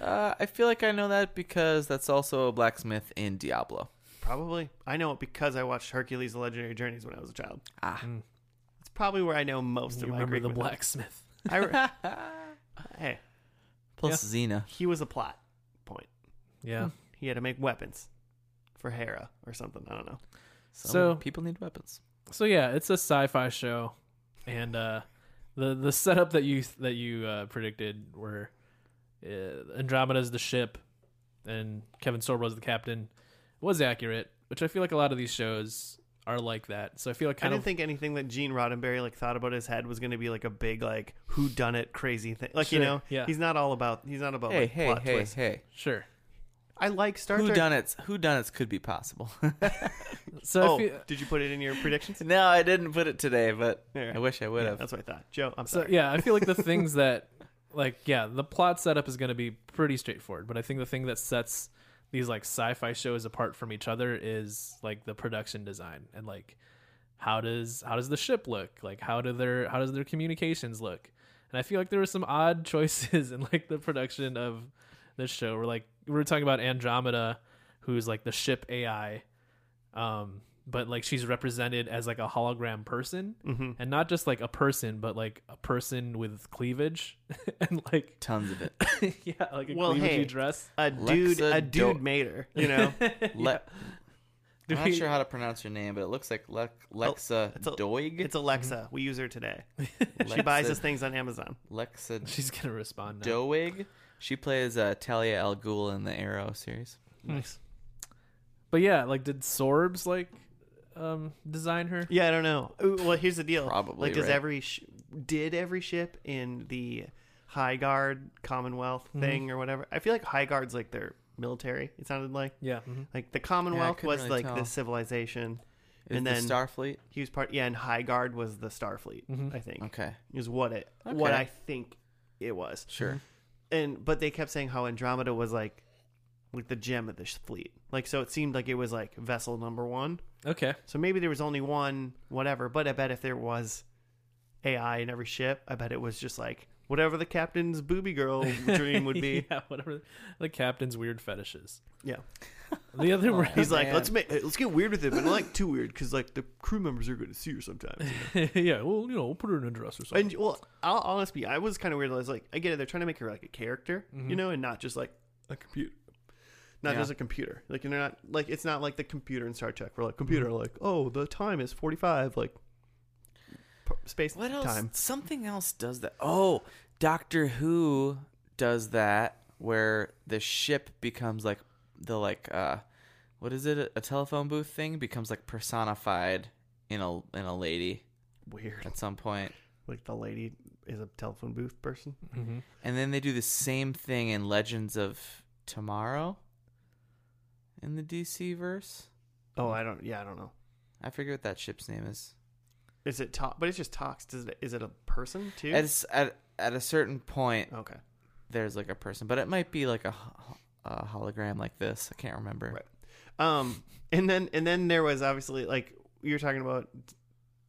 [SPEAKER 3] Uh, I feel like I know that because that's also a blacksmith in Diablo.
[SPEAKER 1] Probably. I know it because I watched Hercules: The Legendary Journeys when I was a child.
[SPEAKER 3] Ah.
[SPEAKER 2] Mm.
[SPEAKER 1] It's probably where I know most
[SPEAKER 2] you
[SPEAKER 1] of my
[SPEAKER 2] remember
[SPEAKER 1] Greek
[SPEAKER 2] the
[SPEAKER 1] mythology.
[SPEAKER 2] blacksmith?
[SPEAKER 1] I re- hey,
[SPEAKER 3] Plus Xena.
[SPEAKER 1] he was a plot point.
[SPEAKER 2] Yeah.
[SPEAKER 1] He had to make weapons for Hera or something. I don't know.
[SPEAKER 3] So,
[SPEAKER 2] So-
[SPEAKER 3] people need weapons.
[SPEAKER 2] So yeah, it's a sci-fi show, and uh, the the setup that you that you uh, predicted were uh, Andromeda's the ship, and Kevin Sorbo's the captain was accurate, which I feel like a lot of these shows are like that. So I feel like
[SPEAKER 1] I
[SPEAKER 2] kind
[SPEAKER 1] didn't
[SPEAKER 2] of
[SPEAKER 1] think anything that Gene Roddenberry like thought about his head was going to be like a big like who done it crazy thing. Like
[SPEAKER 2] Sure,
[SPEAKER 1] you know,
[SPEAKER 2] yeah.
[SPEAKER 1] he's not all about he's not about
[SPEAKER 3] Hey,
[SPEAKER 1] like,
[SPEAKER 3] hey,
[SPEAKER 1] plot
[SPEAKER 3] hey,
[SPEAKER 1] twists.
[SPEAKER 3] hey.
[SPEAKER 2] sure.
[SPEAKER 1] I like Star
[SPEAKER 3] Who
[SPEAKER 1] Trek.
[SPEAKER 3] done it? Who done it could be possible.
[SPEAKER 2] So
[SPEAKER 1] Oh,
[SPEAKER 2] I feel,
[SPEAKER 1] did you put it in your predictions?
[SPEAKER 3] no, I didn't put it today, but
[SPEAKER 1] All right.
[SPEAKER 3] I wish I would
[SPEAKER 1] Yeah,
[SPEAKER 3] have.
[SPEAKER 1] that's what I thought. Joe, I'm
[SPEAKER 2] So
[SPEAKER 1] sorry.
[SPEAKER 2] yeah, I feel like the things that like yeah, the plot setup is going to be pretty straightforward, but I think the thing that sets these like sci-fi shows apart from each other is like the production design and like how does how does the ship look? Like how do their how does their communications look? And I feel like there were some odd choices in like the production of this show. We're like we were talking about Andromeda, who's like the ship AI, um, but like she's represented as like a hologram person,
[SPEAKER 3] Mm-hmm.
[SPEAKER 1] Mhm.
[SPEAKER 2] and not just like a person, but like a person with cleavage and like
[SPEAKER 3] Tons of it.
[SPEAKER 2] yeah, like a
[SPEAKER 1] Well,
[SPEAKER 2] cleavagey
[SPEAKER 1] hey.
[SPEAKER 2] dress.
[SPEAKER 1] A dude,
[SPEAKER 3] Lexa
[SPEAKER 1] a dude
[SPEAKER 3] Do-
[SPEAKER 1] made her. You know,
[SPEAKER 3] Le-
[SPEAKER 2] Do
[SPEAKER 3] I'm
[SPEAKER 2] we-
[SPEAKER 3] not sure how to pronounce your name, but it looks like Le- Lexa
[SPEAKER 1] Oh, it's a-
[SPEAKER 3] Doig.
[SPEAKER 1] it's Alexa. We use her today.
[SPEAKER 3] Lexa,
[SPEAKER 1] She buys us things on Amazon.
[SPEAKER 3] Lexa
[SPEAKER 2] She's gonna respond now.
[SPEAKER 3] Doig. She plays uh, Talia al Ghul in the Arrow series.
[SPEAKER 1] Nice.
[SPEAKER 2] But yeah, like did Sorbs like um design her?
[SPEAKER 1] Yeah, I don't know. Ooh, well, here's the deal.
[SPEAKER 3] Probably,
[SPEAKER 1] Like, does
[SPEAKER 3] right?
[SPEAKER 1] every sh- did every ship in the High Guard Commonwealth thing or whatever? I feel like High Guard's like their military. It sounded like
[SPEAKER 2] Yeah. Mm-hmm.
[SPEAKER 1] like the Commonwealth
[SPEAKER 3] couldn't
[SPEAKER 1] was
[SPEAKER 3] really
[SPEAKER 1] like
[SPEAKER 3] tell.
[SPEAKER 1] the civilization,
[SPEAKER 3] Is
[SPEAKER 1] and
[SPEAKER 3] the
[SPEAKER 1] then
[SPEAKER 3] Starfleet.
[SPEAKER 1] he was part. Yeah, and High Guard was the Starfleet. I think
[SPEAKER 3] Okay,
[SPEAKER 1] is what it what
[SPEAKER 3] Okay.
[SPEAKER 1] I think it was. Mm-hmm.
[SPEAKER 3] sure.
[SPEAKER 1] And but they kept saying how Andromeda was like like the gem of the sh- fleet. Like so, it seemed like it was like vessel number one.
[SPEAKER 2] Okay.
[SPEAKER 1] So maybe there was only one, whatever. But I bet if there was AI in every ship, I bet it was just like whatever the captain's booby girl dream would be.
[SPEAKER 2] yeah, whatever. The captain's weird fetishes.
[SPEAKER 1] yeah.
[SPEAKER 2] The other way.
[SPEAKER 1] He's like,
[SPEAKER 3] man.
[SPEAKER 1] let's make let's get weird with it, but not like too weird because like the crew members are going to see her sometimes.
[SPEAKER 2] yeah, well, you know, we'll put her in a dress or something.
[SPEAKER 1] And well, I'll honestly, be- I was kind of weird. I was like, I get it. They're trying to make her like a character, you know, and not just like a computer. Not
[SPEAKER 3] Mm-hmm. Yeah.
[SPEAKER 1] just a computer. Like and they're not like it's not like the computer in Star Trek. We're like computer,
[SPEAKER 3] Mm-hmm.
[SPEAKER 1] like oh the time is forty five, like p- space
[SPEAKER 3] What else?
[SPEAKER 1] time.
[SPEAKER 3] Something else does that. Oh, Doctor Who does that where the ship becomes like the like uh what is it? A telephone booth thing becomes like personified in a in a lady
[SPEAKER 1] Weird.
[SPEAKER 3] at some point.
[SPEAKER 1] like the lady is a telephone booth person.
[SPEAKER 2] Mm-hmm.
[SPEAKER 3] And then they do the same thing in Legends of Tomorrow in the DC verse.
[SPEAKER 1] Oh, I don't. Yeah, I don't know.
[SPEAKER 3] I forget what that ship's name is.
[SPEAKER 1] Is it talk? But it's just talks. Does it? Is it a person too?
[SPEAKER 3] At, s- at at a certain point
[SPEAKER 1] okay.
[SPEAKER 3] there's like a person, but it might be like a, ho- a hologram like this. I can't remember.
[SPEAKER 1] Right. Um, and then and then there was obviously like you were talking about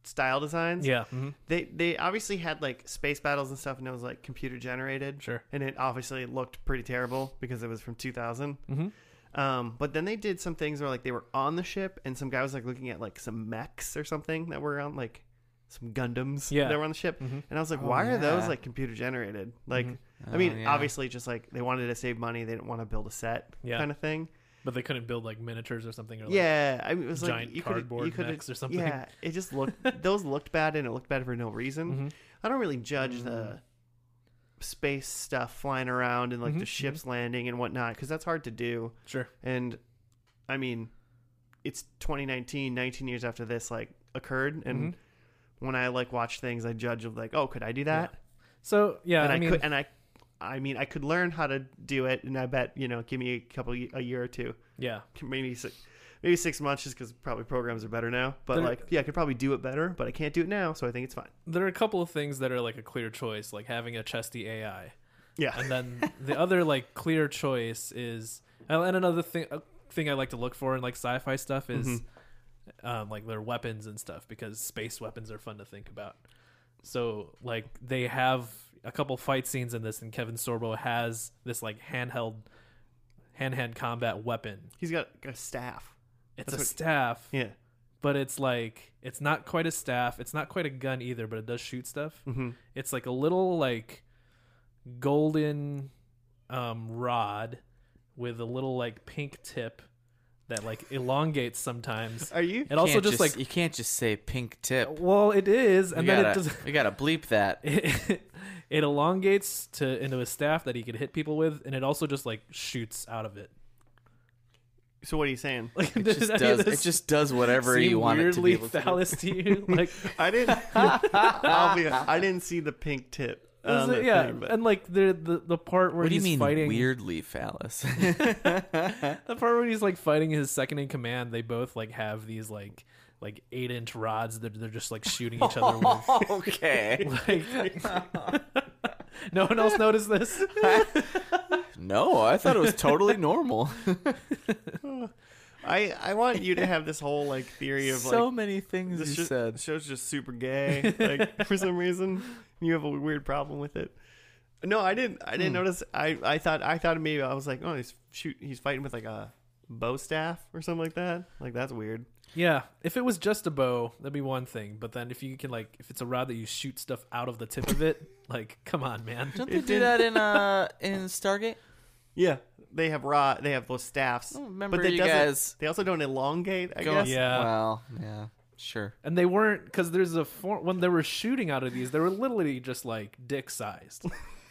[SPEAKER 1] style designs.
[SPEAKER 2] yeah. hmm
[SPEAKER 1] They they obviously had like space battles and stuff, and it was like computer generated.
[SPEAKER 2] Sure.
[SPEAKER 1] And it obviously looked pretty terrible because it was from 2000.
[SPEAKER 2] Mhm.
[SPEAKER 1] Um, but then they did some things where like they were on the ship, and some guy was like looking at like some mechs or something that were on like some Gundams
[SPEAKER 2] Yeah.
[SPEAKER 1] that were on the ship.
[SPEAKER 2] Mhm.
[SPEAKER 1] And I was like,
[SPEAKER 3] Oh,
[SPEAKER 1] why are those
[SPEAKER 3] yeah.
[SPEAKER 1] like computer generated?
[SPEAKER 2] Mm-hmm.
[SPEAKER 1] Like, I
[SPEAKER 3] Oh,
[SPEAKER 1] mean,
[SPEAKER 3] yeah.
[SPEAKER 1] obviously, just like they wanted to save money, they didn't want to build a set
[SPEAKER 2] Yeah.
[SPEAKER 1] kind of thing.
[SPEAKER 2] But they couldn't build like miniatures or something. Or, like,
[SPEAKER 1] yeah, I mean, it was
[SPEAKER 2] giant
[SPEAKER 1] like you could
[SPEAKER 2] cardboard
[SPEAKER 1] you could
[SPEAKER 2] mechs or something.
[SPEAKER 1] Yeah, it just looked those looked bad, and it looked bad for no reason.
[SPEAKER 2] Mhm.
[SPEAKER 1] I don't really judge the
[SPEAKER 2] Mm-hmm.
[SPEAKER 1] space stuff flying around and like the
[SPEAKER 2] Mhm,
[SPEAKER 1] ships landing and whatnot because that's hard to do.
[SPEAKER 2] Sure.
[SPEAKER 1] And I mean, it's 2019, 19 years after this like occurred, and
[SPEAKER 2] Mhm.
[SPEAKER 1] when I like watch things, I judge of like, oh, could I do that?
[SPEAKER 2] So yeah,
[SPEAKER 1] and
[SPEAKER 2] I,
[SPEAKER 1] I,
[SPEAKER 2] mean,
[SPEAKER 1] could, and I, I mean, I could learn how to do it, and I bet you know, give me a couple, a year or two,
[SPEAKER 2] yeah,
[SPEAKER 1] maybe six, maybe six months, just because probably programs are better now. But
[SPEAKER 2] There-
[SPEAKER 1] like, yeah, I could probably do it better, but I can't do it now, so I think it's fine.
[SPEAKER 2] there are a couple of things that are like a clear choice, like having a chesty AI.
[SPEAKER 1] Yeah,
[SPEAKER 2] and then the other like clear choice is and another thing a thing i like to look for in like sci-fi stuff is
[SPEAKER 1] Mm-hmm.
[SPEAKER 2] um, like their weapons and stuff because space weapons are fun to think about so like they have a couple fight scenes in this and kevin sorbo has this like handheld hand-hand combat weapon
[SPEAKER 1] he's got a staff.
[SPEAKER 2] it's
[SPEAKER 1] That's
[SPEAKER 2] a
[SPEAKER 1] what-
[SPEAKER 2] staff
[SPEAKER 1] Yeah,
[SPEAKER 2] but it's like it's not quite a staff it's not quite a gun either but it does shoot stuff
[SPEAKER 1] mm-hmm.
[SPEAKER 2] it's like a little like golden um rod with a little like pink tip that like elongates sometimes.
[SPEAKER 1] are you?
[SPEAKER 2] It also
[SPEAKER 3] Can't
[SPEAKER 2] just, like
[SPEAKER 3] you can't just say pink tip.
[SPEAKER 2] well it is and
[SPEAKER 3] we,
[SPEAKER 2] then
[SPEAKER 3] gotta,
[SPEAKER 2] it does
[SPEAKER 3] we gotta bleep that.
[SPEAKER 2] it, it elongates to into a staff that he could hit people with and it also just like shoots out of it.
[SPEAKER 1] So what are you saying?
[SPEAKER 2] Like
[SPEAKER 3] It just does. It just does whatever you want it to
[SPEAKER 2] weirdly
[SPEAKER 3] be able to do.
[SPEAKER 2] phallus to you. Like
[SPEAKER 1] I didn't. I'll be, I didn't see the pink tip. on the
[SPEAKER 2] uh, yeah,
[SPEAKER 1] thing, but-
[SPEAKER 2] and like the, the the part where
[SPEAKER 3] What do you
[SPEAKER 2] he's
[SPEAKER 3] mean
[SPEAKER 2] fighting
[SPEAKER 3] weirdly phallus?
[SPEAKER 2] The part where he's like fighting his second in command, they both like have these like like eight inch rods that they're just like shooting each other with.
[SPEAKER 3] okay.
[SPEAKER 2] Like, no one else noticed this.
[SPEAKER 3] No, I thought it was totally normal.
[SPEAKER 1] I I want you to have this whole like theory of
[SPEAKER 3] so
[SPEAKER 1] like
[SPEAKER 3] many things you
[SPEAKER 1] This sho-
[SPEAKER 3] said.
[SPEAKER 1] show's just super gay, like for some reason. You have a weird problem with it. Hmm. No, I didn't. I didn't notice. I, I thought I thought maybe I was like, oh, he's shoot, he's fighting with like a bow staff or something like that. Like that's weird.
[SPEAKER 2] Yeah, if it was just a bow, that'd be one thing. But then if you can like, if it's a rod that you shoot stuff out of the tip of it, like, come on, man.
[SPEAKER 3] Don't
[SPEAKER 1] It
[SPEAKER 3] they do
[SPEAKER 1] did-
[SPEAKER 3] that in uh in Stargate?
[SPEAKER 1] Yeah, they have raw. They have those staffs.
[SPEAKER 3] I don't remember
[SPEAKER 1] they
[SPEAKER 3] you
[SPEAKER 1] doesn't-
[SPEAKER 3] guys
[SPEAKER 1] They also don't elongate. I
[SPEAKER 3] going.
[SPEAKER 1] guess.
[SPEAKER 2] Yeah.
[SPEAKER 3] Well, yeah, sure.
[SPEAKER 2] And they weren't because there's a form when they were shooting out of these, they were literally just like dick sized.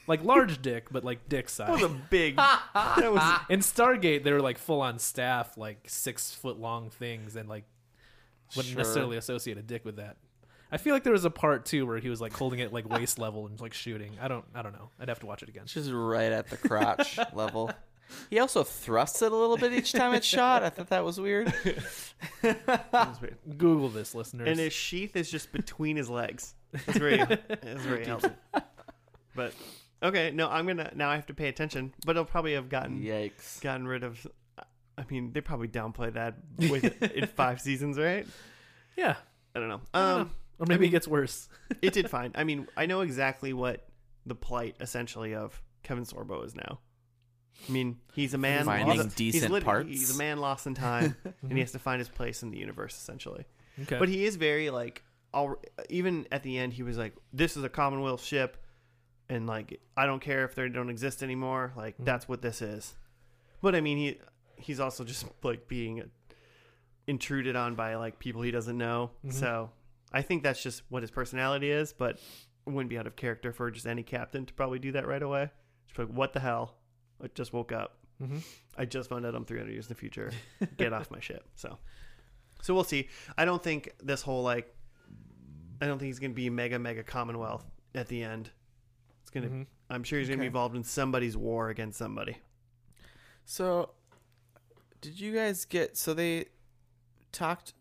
[SPEAKER 2] like large dick, but like dick size.
[SPEAKER 1] That was a big. that was
[SPEAKER 2] In Stargate, they were like full on staff, like six foot long things, and like wouldn't
[SPEAKER 3] Sure.
[SPEAKER 2] necessarily associate a dick with that. I feel like there was a part too where he was like holding it like waist level and like shooting. I don't, I don't know. I'd have to watch it again.
[SPEAKER 3] Just right at the crotch level. He also thrusts it a little bit each time it's shot. I thought that was weird.
[SPEAKER 1] that was weird.
[SPEAKER 2] Google this, listeners.
[SPEAKER 1] And his sheath is just between his legs. That's very that's very helpful. But okay, no, I'm gonna now I have to pay attention. But I'll probably have gotten
[SPEAKER 3] Yikes.
[SPEAKER 1] gotten rid of. I mean, they probably downplayed that with in five seasons, right?
[SPEAKER 2] yeah,
[SPEAKER 1] I don't know. Um,
[SPEAKER 2] or maybe it gets worse.
[SPEAKER 1] it did fine. I mean, I know exactly what the plight essentially of Kevin Sorbo is now. I mean, he's a man
[SPEAKER 3] Finding
[SPEAKER 1] lost- he's
[SPEAKER 3] decent
[SPEAKER 1] lit-
[SPEAKER 3] parts.
[SPEAKER 1] He's a man lost in time, and he has to find his place in the universe essentially.
[SPEAKER 2] Okay,
[SPEAKER 1] But he is very like all even at the end he was like this is a commonwealth ship and like I don't care if they don't exist anymore like that's what this is. But I mean he he's also just like being intruded on by like people he doesn't know. So I think that's just what his personality is, but it wouldn't be out of character for just any captain to probably do that right away. Just be like what the hell? I just woke up.
[SPEAKER 2] Mhm.
[SPEAKER 1] I just found out I'm 300 years in the future. Get off my ship. So so we'll see. I don't think this whole like, I don't think he's gonna be mega mega Commonwealth at the end. It's gonna.
[SPEAKER 2] Mhm.
[SPEAKER 1] I'm sure he's gonna be
[SPEAKER 3] Mm-hmm. Okay.
[SPEAKER 1] involved in somebody's war against somebody.
[SPEAKER 3] So, did you guys get? So they talked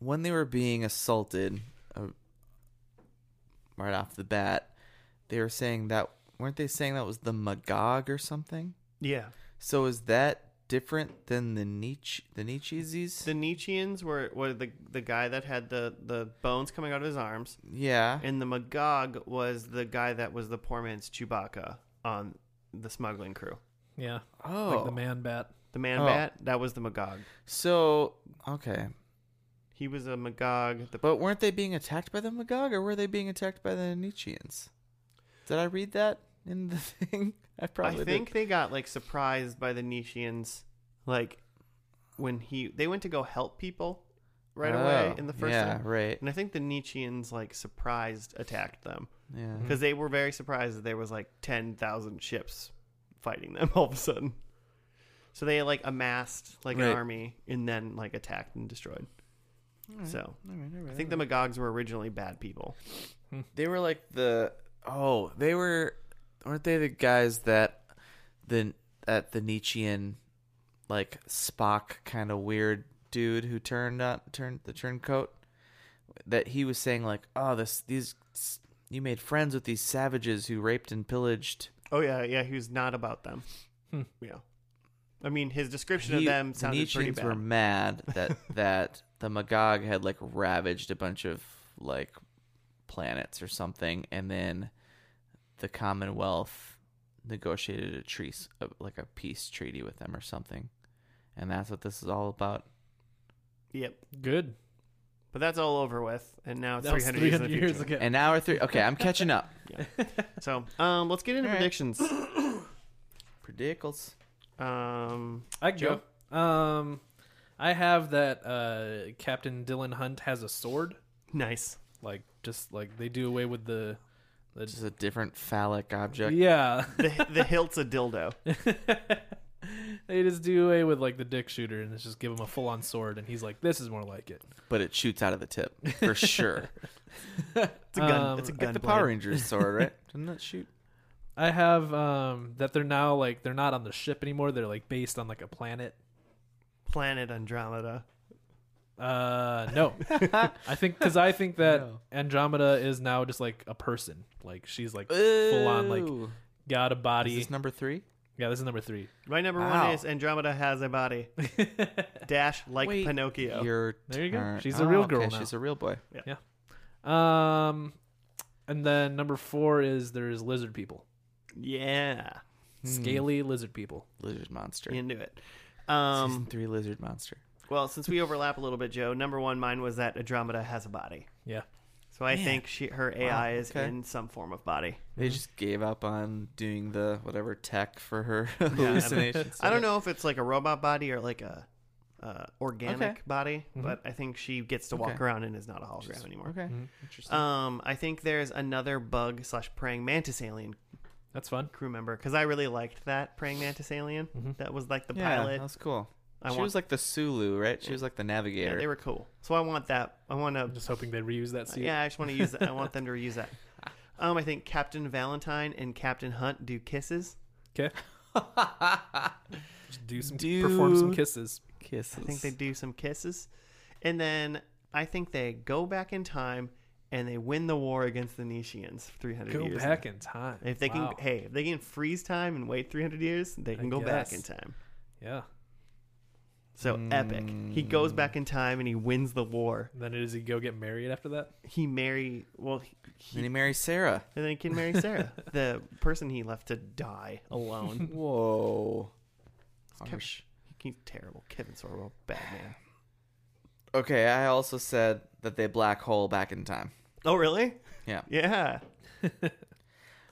[SPEAKER 3] when they were being assaulted, uh, right off the bat. They were saying that weren't they saying that was the Magog or something?
[SPEAKER 1] Yeah,
[SPEAKER 3] So is that different than the Nietzsche the Nietzsche's?
[SPEAKER 1] the Nietzscheans were were the the guy that had the the bones coming out of his arms,
[SPEAKER 3] yeah.
[SPEAKER 1] and the Magog was the guy that was the poor man's Chewbacca on the smuggling crew.
[SPEAKER 2] yeah,
[SPEAKER 3] Oh,
[SPEAKER 2] like the man bat.
[SPEAKER 1] The man
[SPEAKER 3] Oh.
[SPEAKER 1] bat that was the Magog.
[SPEAKER 3] so okay,
[SPEAKER 1] He was a Magog. The
[SPEAKER 3] but weren't they being attacked by the Magog, or were they being attacked by the Nietzscheans? Did I read that in the thing? I probably
[SPEAKER 1] I
[SPEAKER 3] did.
[SPEAKER 1] think they got like surprised by the Nishians, like when he they went to go help people right away
[SPEAKER 3] Oh,
[SPEAKER 1] in the first
[SPEAKER 3] yeah,
[SPEAKER 1] one. Mm.
[SPEAKER 3] right.
[SPEAKER 1] And I think the Nietzscheans like surprised attacked them
[SPEAKER 3] Yeah.
[SPEAKER 1] because they were very surprised that there was like ten thousand ships fighting them all of a sudden. So they like amassed like an
[SPEAKER 3] Right.
[SPEAKER 1] army and then like attacked and destroyed. So I think the
[SPEAKER 3] them.
[SPEAKER 1] Magogs were originally bad people.
[SPEAKER 3] They were like the oh, they were weren't they the guys that the that the Nietzschean like Spock kind of weird dude who turned on turned the turncoat that he was saying like oh this these you made friends with these savages who raped and pillaged
[SPEAKER 1] Oh yeah, yeah. He was not about them. Yeah. I mean, his description of
[SPEAKER 3] Hmm. He-
[SPEAKER 1] them
[SPEAKER 3] the
[SPEAKER 1] sounded pretty
[SPEAKER 3] Nietzscheans
[SPEAKER 1] bad.
[SPEAKER 3] were mad that that the Magog had like ravaged a bunch of like planets or something, and then the Commonwealth negotiated a treace, a- like a peace treaty with them or something, and that's what this is all about.
[SPEAKER 1] Yep.
[SPEAKER 2] Good.
[SPEAKER 1] But that's all over with, and now it's
[SPEAKER 2] That was
[SPEAKER 1] 300, years, in the
[SPEAKER 2] 300 years
[SPEAKER 1] future.
[SPEAKER 2] ago.
[SPEAKER 3] And now we're three. Okay, I'm catching up.
[SPEAKER 1] So, um, let's get into
[SPEAKER 3] All right.
[SPEAKER 1] predictions.
[SPEAKER 3] Predicles.
[SPEAKER 1] Um,
[SPEAKER 2] I can
[SPEAKER 1] Joe?
[SPEAKER 2] go. Um, I have that uh, Captain Dylan Hunt has a sword.
[SPEAKER 1] nice.
[SPEAKER 2] Like just like they do away with the, the
[SPEAKER 3] Just a different phallic object.
[SPEAKER 2] yeah.
[SPEAKER 1] The the hilt's a dildo.
[SPEAKER 2] they just do away with like the dick shooter and it's just give him a full on sword and he's like, this is more like it.
[SPEAKER 3] But it shoots out of the tip for sure.
[SPEAKER 1] It's a gun.
[SPEAKER 2] Um,
[SPEAKER 1] it's a
[SPEAKER 2] like
[SPEAKER 1] gun.
[SPEAKER 3] like the
[SPEAKER 1] blade.
[SPEAKER 3] Power Rangers sword, right? Didn't that shoot?
[SPEAKER 2] I have um that they're now like they're not on the ship anymore. They're like based on like a planet.
[SPEAKER 1] Planet Andromeda.
[SPEAKER 2] Uh no, I think because I think that Andromeda is now just like a person. Like she's like full on like
[SPEAKER 3] Ooh.
[SPEAKER 2] got a
[SPEAKER 3] Is
[SPEAKER 2] body.
[SPEAKER 3] this number three?
[SPEAKER 2] yeah, this is number three.
[SPEAKER 1] My number
[SPEAKER 3] Wow.
[SPEAKER 1] one is Andromeda has a body. Dash like
[SPEAKER 3] Wait,
[SPEAKER 1] Pinocchio.
[SPEAKER 3] Your
[SPEAKER 2] There you go.
[SPEAKER 3] turn. Oh,
[SPEAKER 2] She's a real girl now.
[SPEAKER 3] She's a real boy.
[SPEAKER 2] Um, and then number four is there's lizard people,
[SPEAKER 1] Yeah,
[SPEAKER 2] Hmm.
[SPEAKER 3] Hmm.
[SPEAKER 2] scaly lizard people.
[SPEAKER 3] Lizard monster.
[SPEAKER 1] into it.
[SPEAKER 3] Season
[SPEAKER 1] Um,
[SPEAKER 3] three lizard monster.
[SPEAKER 1] well, since we overlap a little bit, Joe. Number one, mine was that Andromeda has a body.
[SPEAKER 2] Yeah,
[SPEAKER 1] So I
[SPEAKER 3] Man.
[SPEAKER 1] think she her AI is
[SPEAKER 3] okay.
[SPEAKER 1] in some form of body.
[SPEAKER 2] Hmm.
[SPEAKER 3] They just gave up on doing the whatever tech for her
[SPEAKER 1] I don't-
[SPEAKER 3] hallucinations.
[SPEAKER 1] I don't know if it's like a robot body or like a uh, organic
[SPEAKER 3] Okay. Mm-hmm.
[SPEAKER 1] body, but I think she gets to walk
[SPEAKER 3] Okay.
[SPEAKER 1] around and is not a hologram anymore.
[SPEAKER 2] Hmm.
[SPEAKER 3] Okay. Interesting.
[SPEAKER 1] Um, I think there's another bug slash praying mantis alien
[SPEAKER 2] That's fun.
[SPEAKER 1] crew member because I really liked that praying mantis alien.
[SPEAKER 2] Mhm.
[SPEAKER 1] That was like the
[SPEAKER 3] Mm-hmm. yeah,
[SPEAKER 1] pilot.
[SPEAKER 3] That was cool.
[SPEAKER 1] I
[SPEAKER 3] she
[SPEAKER 1] want.
[SPEAKER 3] was like the Sulu, right? She was like the
[SPEAKER 1] yeah,
[SPEAKER 3] navigator.
[SPEAKER 1] they were cool. So I want that. I want to.
[SPEAKER 2] I'm just hoping they reuse that scene.
[SPEAKER 1] Yeah, I just want to use that. I want them to reuse that. Um, I think Captain Valentine and Captain Hunt do kisses.
[SPEAKER 2] Okay. Just do some
[SPEAKER 3] Do-
[SPEAKER 2] perform some kisses.
[SPEAKER 3] Kisses.
[SPEAKER 1] I think they do some kisses, and then I think they go back in time and they win the war against the Nishians. Three hundred
[SPEAKER 2] Go
[SPEAKER 1] years.
[SPEAKER 2] back in time.
[SPEAKER 1] If they
[SPEAKER 2] Wow.
[SPEAKER 1] can, hey, if they can freeze time and wait 300 years, they can go back
[SPEAKER 2] guess.
[SPEAKER 1] in time.
[SPEAKER 2] Yeah.
[SPEAKER 1] So epic. He
[SPEAKER 2] Mm.
[SPEAKER 1] goes back in time and he wins the war.
[SPEAKER 2] And then does he go get married after that?
[SPEAKER 1] He marry well, he,
[SPEAKER 3] Then he marries Sarah.
[SPEAKER 1] and then he can marry Sarah, the person he left to die alone.
[SPEAKER 3] Whoa.
[SPEAKER 1] Kevin- He's terrible. Kevin Sorbo, bad man.
[SPEAKER 3] Okay, I also said that they black hole back in time.
[SPEAKER 1] Oh really?
[SPEAKER 3] Yeah.
[SPEAKER 1] Yeah.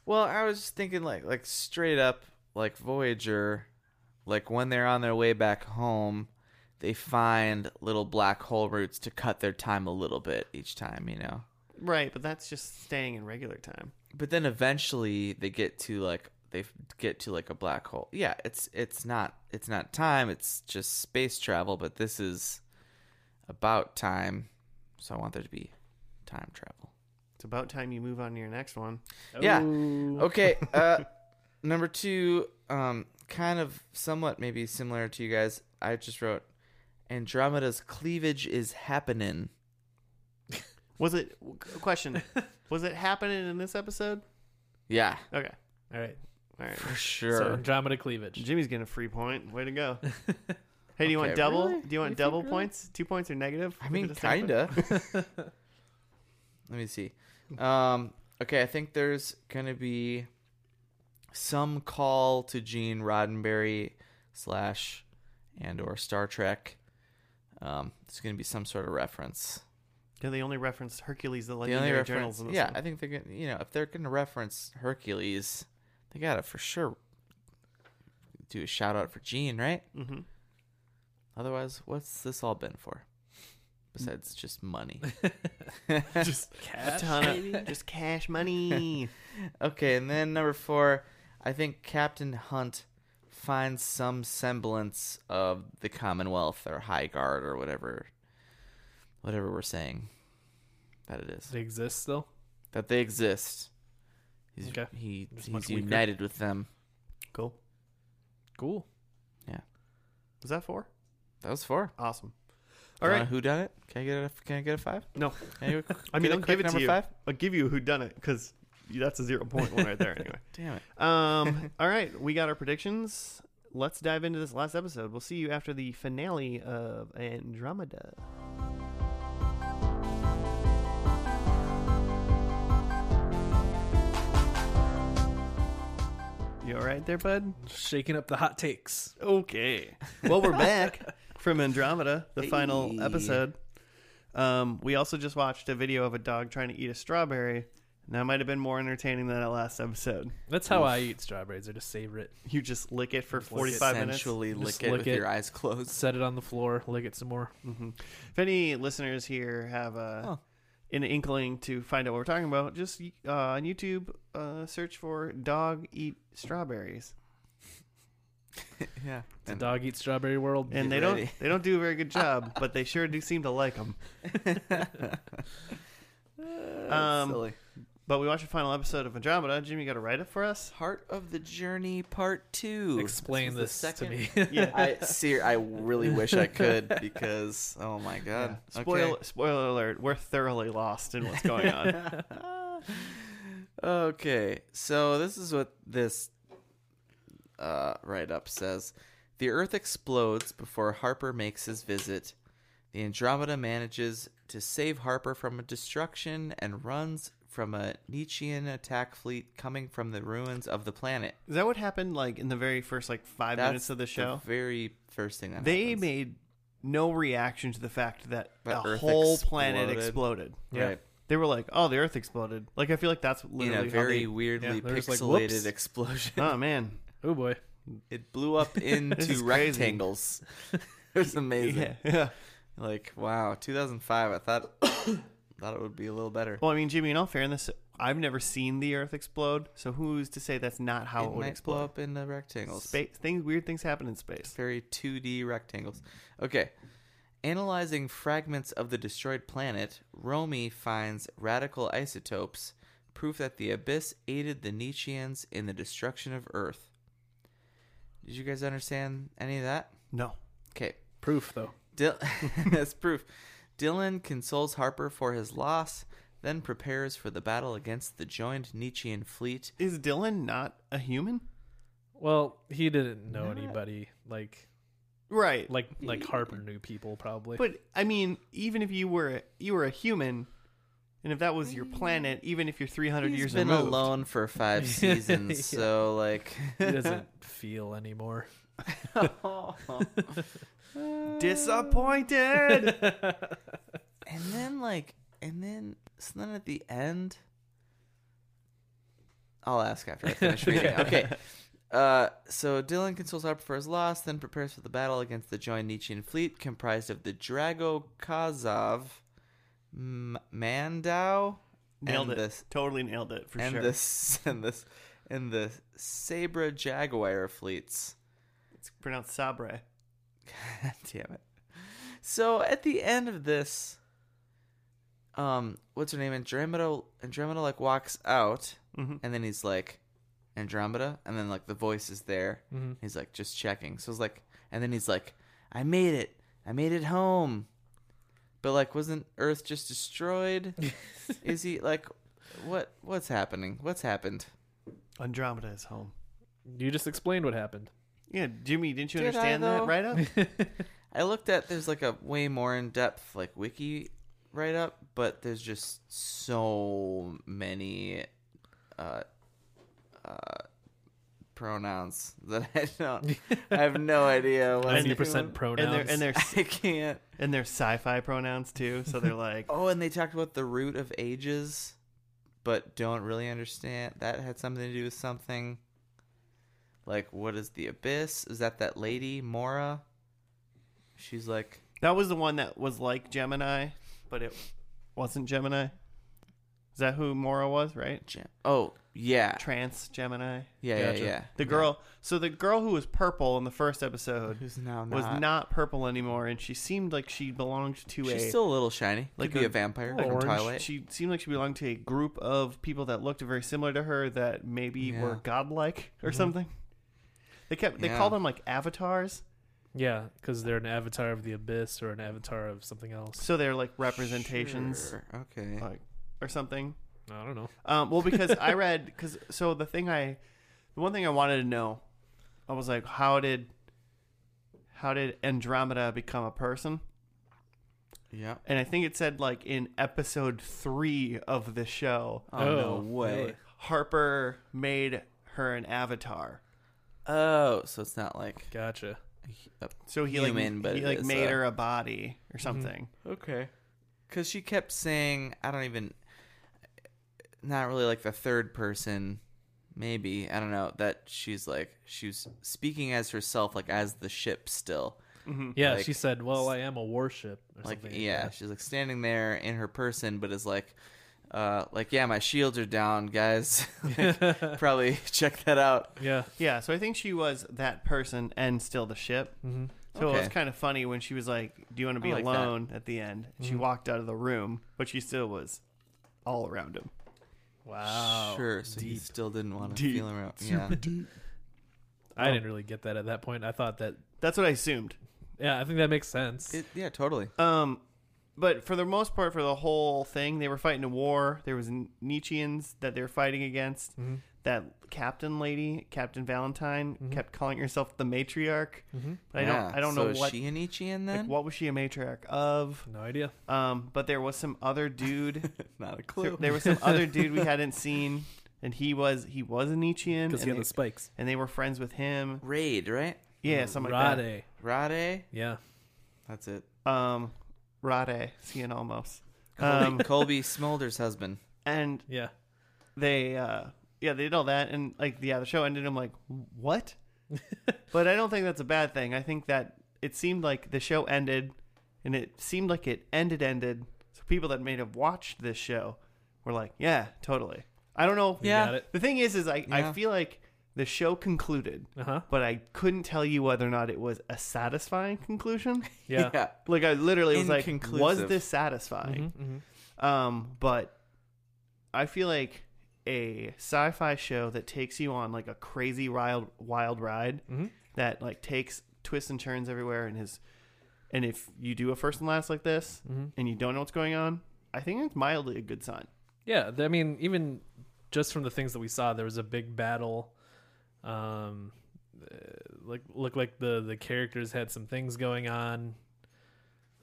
[SPEAKER 3] Well, I was just thinking like like straight up like Voyager, like when they're on their way back home, they find little black hole routes to cut their time a little bit each time, you know.
[SPEAKER 1] Right, but that's just staying in regular time.
[SPEAKER 3] But then eventually they get to like they get to like a black hole. Yeah, it's it's not it's not time, it's just space travel, but this is about time. So I want there to be time travel.
[SPEAKER 1] It's about time you move on to your next one.
[SPEAKER 3] Yeah.
[SPEAKER 2] Oh.
[SPEAKER 3] Okay. Uh, number two, um, kind of somewhat maybe similar to you guys. I just wrote Andromeda's cleavage is happening.
[SPEAKER 1] Was it w- question? was it happening in this episode?
[SPEAKER 3] Yeah,
[SPEAKER 1] Okay.
[SPEAKER 2] All right.
[SPEAKER 1] All right.
[SPEAKER 3] for
[SPEAKER 2] So
[SPEAKER 3] sure.
[SPEAKER 2] Andromeda cleavage.
[SPEAKER 1] Jimmy's getting a free point. Way to go. Hey, do you want
[SPEAKER 3] Okay,
[SPEAKER 1] double?
[SPEAKER 3] really?
[SPEAKER 1] Do you want
[SPEAKER 3] You think
[SPEAKER 1] double
[SPEAKER 3] really?
[SPEAKER 1] points? Two points or negative?
[SPEAKER 3] I mean, kinda. Let me see. Um, okay, I think there's gonna be some call to Gene Roddenberry slash and or Star Trek. Um, there's gonna be some sort of reference.
[SPEAKER 1] Yeah, they only referenced Hercules, the
[SPEAKER 3] the only
[SPEAKER 1] legendary
[SPEAKER 3] reference,
[SPEAKER 1] journals. In this
[SPEAKER 3] yeah,
[SPEAKER 1] one.
[SPEAKER 3] I think they're gonna, you know, if they're gonna reference Hercules, they gotta for sure do a shout out for Gene, right?
[SPEAKER 1] Mhm.
[SPEAKER 3] Otherwise, what's this all been for? Besides just money.
[SPEAKER 2] Just
[SPEAKER 1] A
[SPEAKER 2] cat.
[SPEAKER 1] ton of just cash money.
[SPEAKER 3] okay, and then number four, I think Captain Hunt finds some semblance of the Commonwealth or High Guard or whatever, whatever we're saying that it is
[SPEAKER 2] They exist still.
[SPEAKER 3] that they exist. He's,
[SPEAKER 2] Okay.
[SPEAKER 3] He
[SPEAKER 2] Just much
[SPEAKER 3] he's
[SPEAKER 2] weaker.
[SPEAKER 3] united with them.
[SPEAKER 1] cool.
[SPEAKER 2] Cool.
[SPEAKER 1] Was that four?
[SPEAKER 3] That was four.
[SPEAKER 1] Awesome. All right.
[SPEAKER 3] Who done it? Can I get a Can I get a five?
[SPEAKER 1] No.
[SPEAKER 3] Can you-
[SPEAKER 1] I mean,
[SPEAKER 3] get a
[SPEAKER 1] I'll
[SPEAKER 3] quick
[SPEAKER 1] give it
[SPEAKER 3] number
[SPEAKER 1] to you.
[SPEAKER 3] Five?
[SPEAKER 1] I'll give you who done it because that's a zero point one right there anyway.
[SPEAKER 3] Damn it.
[SPEAKER 1] Um. all right, we got our predictions. Let's dive into this last episode. We'll see you after the finale of Andromeda. You all right there, bud?
[SPEAKER 2] Shaking up the hot takes.
[SPEAKER 1] Okay. Well, we're back from Andromeda, the final
[SPEAKER 3] Hey.
[SPEAKER 1] episode. Um, we also just watched a video of a dog trying to eat a strawberry, and that might have been more entertaining than that last episode.
[SPEAKER 2] That's how I eat strawberries. I just savor it.
[SPEAKER 1] You just lick it for
[SPEAKER 2] lick it.
[SPEAKER 1] 45 minutes.
[SPEAKER 3] Sensually
[SPEAKER 2] Just
[SPEAKER 3] lick it
[SPEAKER 2] lick
[SPEAKER 3] with
[SPEAKER 2] it.
[SPEAKER 3] your eyes closed.
[SPEAKER 2] Set it on the floor. Lick it some more.
[SPEAKER 1] hmm If any listeners here have uh,
[SPEAKER 3] Oh.
[SPEAKER 1] an inkling to find out what we're talking about, just uh, on YouTube, uh, search for dog eat strawberries.
[SPEAKER 3] yeah.
[SPEAKER 2] It's a dog eat strawberry world.
[SPEAKER 1] And
[SPEAKER 3] Get
[SPEAKER 1] they
[SPEAKER 3] ready.
[SPEAKER 1] don't they don't do a very good job, but they sure do seem to like them. Um,
[SPEAKER 3] silly.
[SPEAKER 1] But we watched the final episode of Andromeda. Jimmy got a write up for us.
[SPEAKER 3] Heart of the Journey Part Two.
[SPEAKER 2] Explain
[SPEAKER 3] was
[SPEAKER 2] this,
[SPEAKER 3] the
[SPEAKER 2] to me.
[SPEAKER 1] Yeah.
[SPEAKER 3] I see. I really wish I could because oh my god.
[SPEAKER 1] Yeah. Spoil,
[SPEAKER 3] Okay.
[SPEAKER 1] Spoiler alert, we're thoroughly lost in what's going on.
[SPEAKER 3] okay, so this is what this uh, write up says. The Earth explodes before Harper makes his visit. The Andromeda manages to save Harper from destruction and runs from a Nietzschean attack fleet coming from the ruins of the planet.
[SPEAKER 1] Is that what happened like in the very first like five minutes of the show?
[SPEAKER 3] very first thing that
[SPEAKER 1] they
[SPEAKER 3] happens.
[SPEAKER 1] made no reaction to the fact that
[SPEAKER 3] That
[SPEAKER 1] a
[SPEAKER 3] Earth
[SPEAKER 1] whole planet
[SPEAKER 3] exploded.
[SPEAKER 1] exploded.
[SPEAKER 2] Yeah.
[SPEAKER 3] right
[SPEAKER 1] They were like, "Oh, the Earth exploded." Like I feel like that's
[SPEAKER 3] in a
[SPEAKER 1] literally how
[SPEAKER 3] very
[SPEAKER 1] they-
[SPEAKER 3] weirdly
[SPEAKER 2] yeah, they're just like,
[SPEAKER 3] pixelated
[SPEAKER 2] "Whoops."
[SPEAKER 3] explosion.
[SPEAKER 1] oh man,
[SPEAKER 2] oh boy.
[SPEAKER 3] It blew up
[SPEAKER 1] is
[SPEAKER 3] into
[SPEAKER 1] crazy.
[SPEAKER 3] rectangles. it was amazing.
[SPEAKER 1] yeah, yeah.
[SPEAKER 3] Like wow, 2005. I thought thought it would be a little better.
[SPEAKER 1] Well, I mean, Jimmy, in all fairness, I've never seen the Earth explode, so who's to say that's not how it,
[SPEAKER 3] it
[SPEAKER 1] would
[SPEAKER 3] might
[SPEAKER 1] explode?
[SPEAKER 3] blow up into rectangles.
[SPEAKER 1] Space things, weird things happen in space.
[SPEAKER 3] Very 2D rectangles. Okay. Analyzing fragments of the destroyed planet, Romy finds radical isotopes, proof that the abyss aided the Nietzscheans in the destruction of Earth. Did you guys understand any of that?
[SPEAKER 1] No,
[SPEAKER 3] Okay.
[SPEAKER 2] Proof though.
[SPEAKER 3] Dil- That's proof. Dylan consoles Harper for his loss, then prepares for the battle against the joined Nietzschean fleet.
[SPEAKER 1] is Dylan not a human?
[SPEAKER 2] Well, he didn't know
[SPEAKER 3] Not-
[SPEAKER 2] anybody like
[SPEAKER 1] Right.
[SPEAKER 2] like like Harper knew people probably.
[SPEAKER 1] But I mean, even if you were you were a human, and if that was your planet, even if you're 300
[SPEAKER 3] Mm. He's
[SPEAKER 1] years
[SPEAKER 3] been
[SPEAKER 1] removed,
[SPEAKER 3] alone for five seasons,
[SPEAKER 2] Yeah.
[SPEAKER 3] so like
[SPEAKER 2] he doesn't feel anymore.
[SPEAKER 3] Oh.
[SPEAKER 1] disappointed.
[SPEAKER 3] And then like and then so then at the end I'll ask after I finish reading. it. Okay. Uh, so Dylan consoles Harper for his loss, then prepares for the battle against the joined Nietzschean fleet comprised of the Drago Kazov, M- Mandau,
[SPEAKER 1] nailed it.
[SPEAKER 3] and the
[SPEAKER 1] totally nailed it for
[SPEAKER 3] and
[SPEAKER 1] sure.
[SPEAKER 3] this and this and the Sabra Jaguar fleets.
[SPEAKER 1] It's pronounced Sabre.
[SPEAKER 3] God damn it. So at the end of this, um, what's her name? Andromeda Andromeda like walks out
[SPEAKER 1] Mm-hmm.
[SPEAKER 3] and then he's like Andromeda and then like the voice is there.
[SPEAKER 2] hmm
[SPEAKER 3] He's like just checking. So it's like and then he's like, I made it. I made it home. But like wasn't Earth just destroyed? is he like what what's happening? What's happened?
[SPEAKER 1] Andromeda is home.
[SPEAKER 2] You just explained what happened.
[SPEAKER 1] Yeah, Jimmy, didn't you
[SPEAKER 3] Did I,
[SPEAKER 1] understand
[SPEAKER 3] though?
[SPEAKER 1] that right up?
[SPEAKER 3] I looked at there's like a way more in depth like wiki write up, but there's just so many uh, uh, pronouns that I don't. I have no idea what
[SPEAKER 2] Ninety percent
[SPEAKER 1] and they're
[SPEAKER 2] pronouns.
[SPEAKER 1] and they're
[SPEAKER 3] I can't.
[SPEAKER 1] and they're sci-fi pronouns too. So they're like,
[SPEAKER 3] Oh, and they talked about the root of ages, but don't really understand that had something to do with something. Like, what is the abyss? Is that that lady Mora? She's like
[SPEAKER 1] that was the one that was like Gemini, but it wasn't Gemini. Is that who Mora was? Right?
[SPEAKER 3] Gem- Oh yeah,
[SPEAKER 1] Trans Gemini.
[SPEAKER 3] yeah,
[SPEAKER 2] Gotcha.
[SPEAKER 3] yeah, yeah.
[SPEAKER 1] The girl. So the girl who was purple in the first episode
[SPEAKER 3] who's now not,
[SPEAKER 1] was not purple anymore, and she seemed like she belonged to
[SPEAKER 3] She's
[SPEAKER 1] a.
[SPEAKER 3] still a little shiny.
[SPEAKER 1] like
[SPEAKER 3] Like Could be
[SPEAKER 1] a-
[SPEAKER 3] a vampire
[SPEAKER 2] like
[SPEAKER 3] from
[SPEAKER 2] orange
[SPEAKER 3] Twilight.
[SPEAKER 1] she seemed like she belonged to a group of people that looked very similar to her that maybe were
[SPEAKER 3] Yeah. Mm-hmm.
[SPEAKER 1] godlike or something. They kept they
[SPEAKER 3] Yeah.
[SPEAKER 1] called them like avatars,
[SPEAKER 2] yeah, because they're an avatar of the abyss or an avatar of something else.
[SPEAKER 1] so they're like representations
[SPEAKER 3] Sure, Okay.
[SPEAKER 1] like or something.
[SPEAKER 2] I don't know.
[SPEAKER 1] Um, well, because I read because so the thing I, the one thing I wanted to know, I was like, how did, how did Andromeda become a person?
[SPEAKER 3] yeah.
[SPEAKER 1] And I think it said like in episode three of the show,
[SPEAKER 3] Oh, no
[SPEAKER 2] Oh,
[SPEAKER 3] way.
[SPEAKER 2] really?
[SPEAKER 1] Harper made her an avatar.
[SPEAKER 3] Oh, so it's not like
[SPEAKER 2] Gotcha.
[SPEAKER 3] a-
[SPEAKER 1] So he
[SPEAKER 3] Human,
[SPEAKER 1] like
[SPEAKER 3] but
[SPEAKER 1] he
[SPEAKER 3] it
[SPEAKER 1] like
[SPEAKER 3] is
[SPEAKER 1] made
[SPEAKER 3] a-
[SPEAKER 1] her a body or something.
[SPEAKER 3] okay. Because she kept saying, I don't even, not really like the third person. Maybe I don't know that she's like she's speaking as herself, like as the ship still.
[SPEAKER 2] Yeah,
[SPEAKER 3] Like-
[SPEAKER 2] she said, "Well, I am a warship." Or
[SPEAKER 3] like
[SPEAKER 2] something
[SPEAKER 3] yeah
[SPEAKER 2] that.
[SPEAKER 3] she's like standing there in her person but is like uh like yeah my shields are down guys Like, probably check that out
[SPEAKER 2] yeah.
[SPEAKER 1] Yeah, so I think she was that person and still the ship.
[SPEAKER 2] Mm-hmm.
[SPEAKER 1] So it was
[SPEAKER 3] Okay.
[SPEAKER 1] kind of funny when she was like, "Do you want to be
[SPEAKER 3] like that.
[SPEAKER 1] alone?" At the end, and she walked out of the room, but she still was all around him.
[SPEAKER 2] Wow.
[SPEAKER 3] sure so he
[SPEAKER 2] Deep.
[SPEAKER 3] still didn't want to
[SPEAKER 1] Deep.
[SPEAKER 3] feel around yeah
[SPEAKER 2] I didn't really get that at that point. I thought that.
[SPEAKER 1] That's what I assumed.
[SPEAKER 2] Yeah, I think that makes sense.
[SPEAKER 3] It- yeah totally
[SPEAKER 1] Um, but for the most part, for the whole thing, they were fighting a war. There was N- Nietzscheans that they were fighting against. That captain lady, Captain Valentine, kept calling herself the matriarch.
[SPEAKER 2] Mm-hmm.
[SPEAKER 1] But I
[SPEAKER 3] Yeah,
[SPEAKER 1] don't, I don't
[SPEAKER 3] so
[SPEAKER 1] know
[SPEAKER 3] is
[SPEAKER 1] what.
[SPEAKER 3] she an Ichian
[SPEAKER 1] Like,
[SPEAKER 3] then
[SPEAKER 1] what was she a matriarch of?
[SPEAKER 2] no idea.
[SPEAKER 1] Um, but there was some other dude.
[SPEAKER 3] not a
[SPEAKER 1] there,
[SPEAKER 3] clue
[SPEAKER 1] there was some other dude we hadn't seen, and he was he was a Nietzschean, and,
[SPEAKER 2] Because he had
[SPEAKER 1] they,
[SPEAKER 2] the spikes.
[SPEAKER 1] and they were friends with him.
[SPEAKER 3] raid right
[SPEAKER 1] Yeah, something like
[SPEAKER 2] Mm, Rade.
[SPEAKER 3] Rade
[SPEAKER 2] Yeah.
[SPEAKER 3] that's it
[SPEAKER 1] that. Um, Rade, seeing almost.
[SPEAKER 3] Colby,
[SPEAKER 1] Um,
[SPEAKER 3] Colby Smolder's husband
[SPEAKER 1] and
[SPEAKER 2] Yeah.
[SPEAKER 1] they uh yeah they did all that and like yeah the show ended i'm like what but i don't think that's a bad thing i think that it seemed like the show ended and it seemed like it ended ended so people that may have watched this show were like, yeah, totally. I don't know.
[SPEAKER 2] You
[SPEAKER 3] Yeah.
[SPEAKER 2] got it.
[SPEAKER 1] The thing is, is I, I
[SPEAKER 3] Yeah.
[SPEAKER 1] feel like the show concluded,
[SPEAKER 2] Uh huh.
[SPEAKER 1] but I couldn't tell you whether or not it was a satisfying conclusion.
[SPEAKER 2] Yeah.
[SPEAKER 1] Like I literally was like, was
[SPEAKER 3] Inconclusive.
[SPEAKER 1] this satisfying?
[SPEAKER 2] Mhm, mhm.
[SPEAKER 1] Um, but I feel like a sci-fi show that takes you on like a crazy wild wild ride
[SPEAKER 2] Mhm.
[SPEAKER 1] that like takes twists and turns everywhere and is and if you do a first and last like this
[SPEAKER 2] Mhm.
[SPEAKER 1] and you don't know what's going on, I think it's mildly a good sign.
[SPEAKER 2] Yeah, th- I mean, even just from the things that we saw, there was a big battle. Um, uh, like looked like the the characters had some things going on.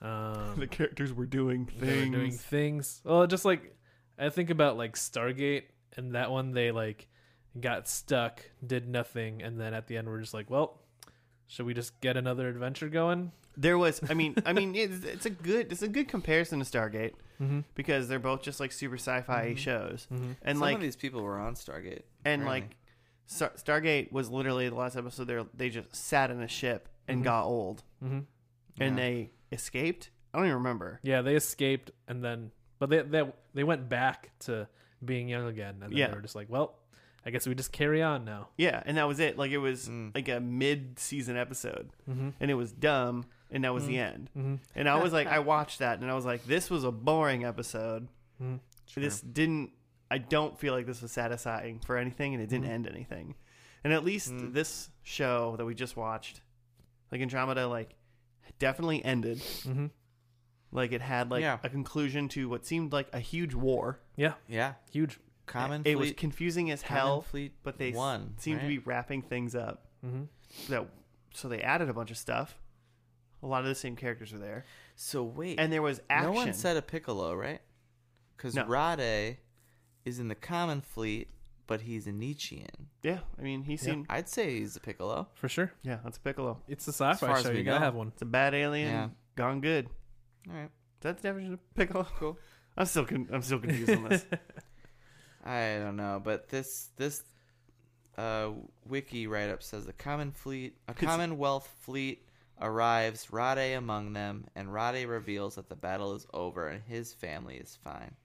[SPEAKER 2] Um,
[SPEAKER 1] characters were doing
[SPEAKER 2] they were doing things. Well, just like I think about like Stargate and that one, they like got stuck, did nothing, and then at the end, we're just like, well, should we just get another adventure going?
[SPEAKER 1] There was, I mean, I mean, it's, it's a good, it's a good comparison to Stargate
[SPEAKER 2] Mm-hmm.
[SPEAKER 1] because they're both just like super sci-fi shows,
[SPEAKER 2] Mhm.
[SPEAKER 1] and
[SPEAKER 3] Mm-hmm. Some
[SPEAKER 1] like
[SPEAKER 3] of these people were on Stargate.
[SPEAKER 1] and
[SPEAKER 3] apparently.
[SPEAKER 1] like Star- Stargate was literally the last episode. They they just sat in a ship and
[SPEAKER 2] Mhm.
[SPEAKER 1] got old,
[SPEAKER 2] Mm-hmm.
[SPEAKER 1] and
[SPEAKER 3] Yeah.
[SPEAKER 1] they escaped. I don't even remember.
[SPEAKER 2] Yeah, they escaped and then, but they they they went back to being young again, and then
[SPEAKER 1] Yeah.
[SPEAKER 2] they were just like, well, I guess we just carry on now.
[SPEAKER 1] Yeah, and that was it. Like it was
[SPEAKER 3] Mm.
[SPEAKER 1] like a mid-season episode,
[SPEAKER 2] Mm-hmm.
[SPEAKER 1] and it was dumb, and that was
[SPEAKER 3] Mm.
[SPEAKER 1] the end.
[SPEAKER 2] Mm-hmm.
[SPEAKER 1] And I was like, I watched that, and I was like, this was a boring episode.
[SPEAKER 2] Mm-hmm.
[SPEAKER 1] This didn't. I don't feel like this was satisfying for anything, and it didn't end anything. And at least
[SPEAKER 3] Mm-hmm. Mm.
[SPEAKER 1] this show that we just watched, like Andromeda, like definitely ended.
[SPEAKER 2] Mm-hmm.
[SPEAKER 1] Like it had like
[SPEAKER 3] Yeah.
[SPEAKER 1] a conclusion to what seemed like a huge war.
[SPEAKER 2] Yeah,
[SPEAKER 3] yeah,
[SPEAKER 2] huge.
[SPEAKER 3] Common
[SPEAKER 1] it
[SPEAKER 3] Fleet,
[SPEAKER 1] was confusing as
[SPEAKER 3] Common
[SPEAKER 1] hell,
[SPEAKER 3] Fleet
[SPEAKER 1] but they
[SPEAKER 3] one
[SPEAKER 1] seemed to
[SPEAKER 3] right?
[SPEAKER 1] be wrapping things up.
[SPEAKER 2] Mm-hmm.
[SPEAKER 1] So, so they added a bunch of stuff. A lot of the same characters were there,
[SPEAKER 3] So wait,
[SPEAKER 1] and there was action.
[SPEAKER 3] no one said a Piccolo, right? Because
[SPEAKER 1] No.
[SPEAKER 3] Rade is in the Common Fleet, but he's a Nietzschean.
[SPEAKER 1] yeah, I mean, he seemed.
[SPEAKER 3] I'd say he's a Piccolo.
[SPEAKER 2] For sure,
[SPEAKER 1] Yeah, that's Piccolo.
[SPEAKER 2] it's a sci-fi
[SPEAKER 3] far as
[SPEAKER 2] show.
[SPEAKER 3] we
[SPEAKER 2] You gotta
[SPEAKER 3] know.
[SPEAKER 2] have one.
[SPEAKER 1] It's a bad alien
[SPEAKER 3] Yeah.
[SPEAKER 1] gone good.
[SPEAKER 3] All right,
[SPEAKER 1] That's the definition of Piccolo.
[SPEAKER 3] cool.
[SPEAKER 1] I'm still con- I'm still confused on this.
[SPEAKER 3] I don't know, but this this uh, wiki write up says the common fleet, a Commonwealth fleet arrives, Rade among them, and Rade reveals that the battle is over and his family is fine.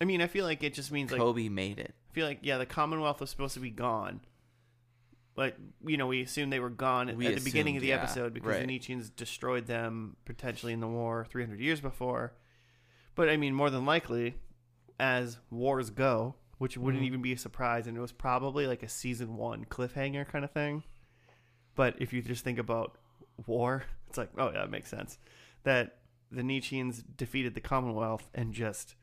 [SPEAKER 1] I mean, I feel like it just means like
[SPEAKER 3] Kobe made it.
[SPEAKER 1] I feel like yeah, the Commonwealth was supposed to be gone. Like you know, we assumed they were gone at,
[SPEAKER 3] We
[SPEAKER 1] at the beginning
[SPEAKER 3] assumed,
[SPEAKER 1] of the
[SPEAKER 3] yeah,
[SPEAKER 1] episode because
[SPEAKER 3] right.
[SPEAKER 1] the Nietzscheans destroyed them potentially in the war 300 years before. But I mean, more than likely, as wars go, which wouldn't
[SPEAKER 3] Mm-hmm.
[SPEAKER 1] even be a surprise, and it was probably like a season one cliffhanger kind of thing. But if you just think about war, it's like, oh yeah, it makes sense that the Nietzscheans defeated the Commonwealth and just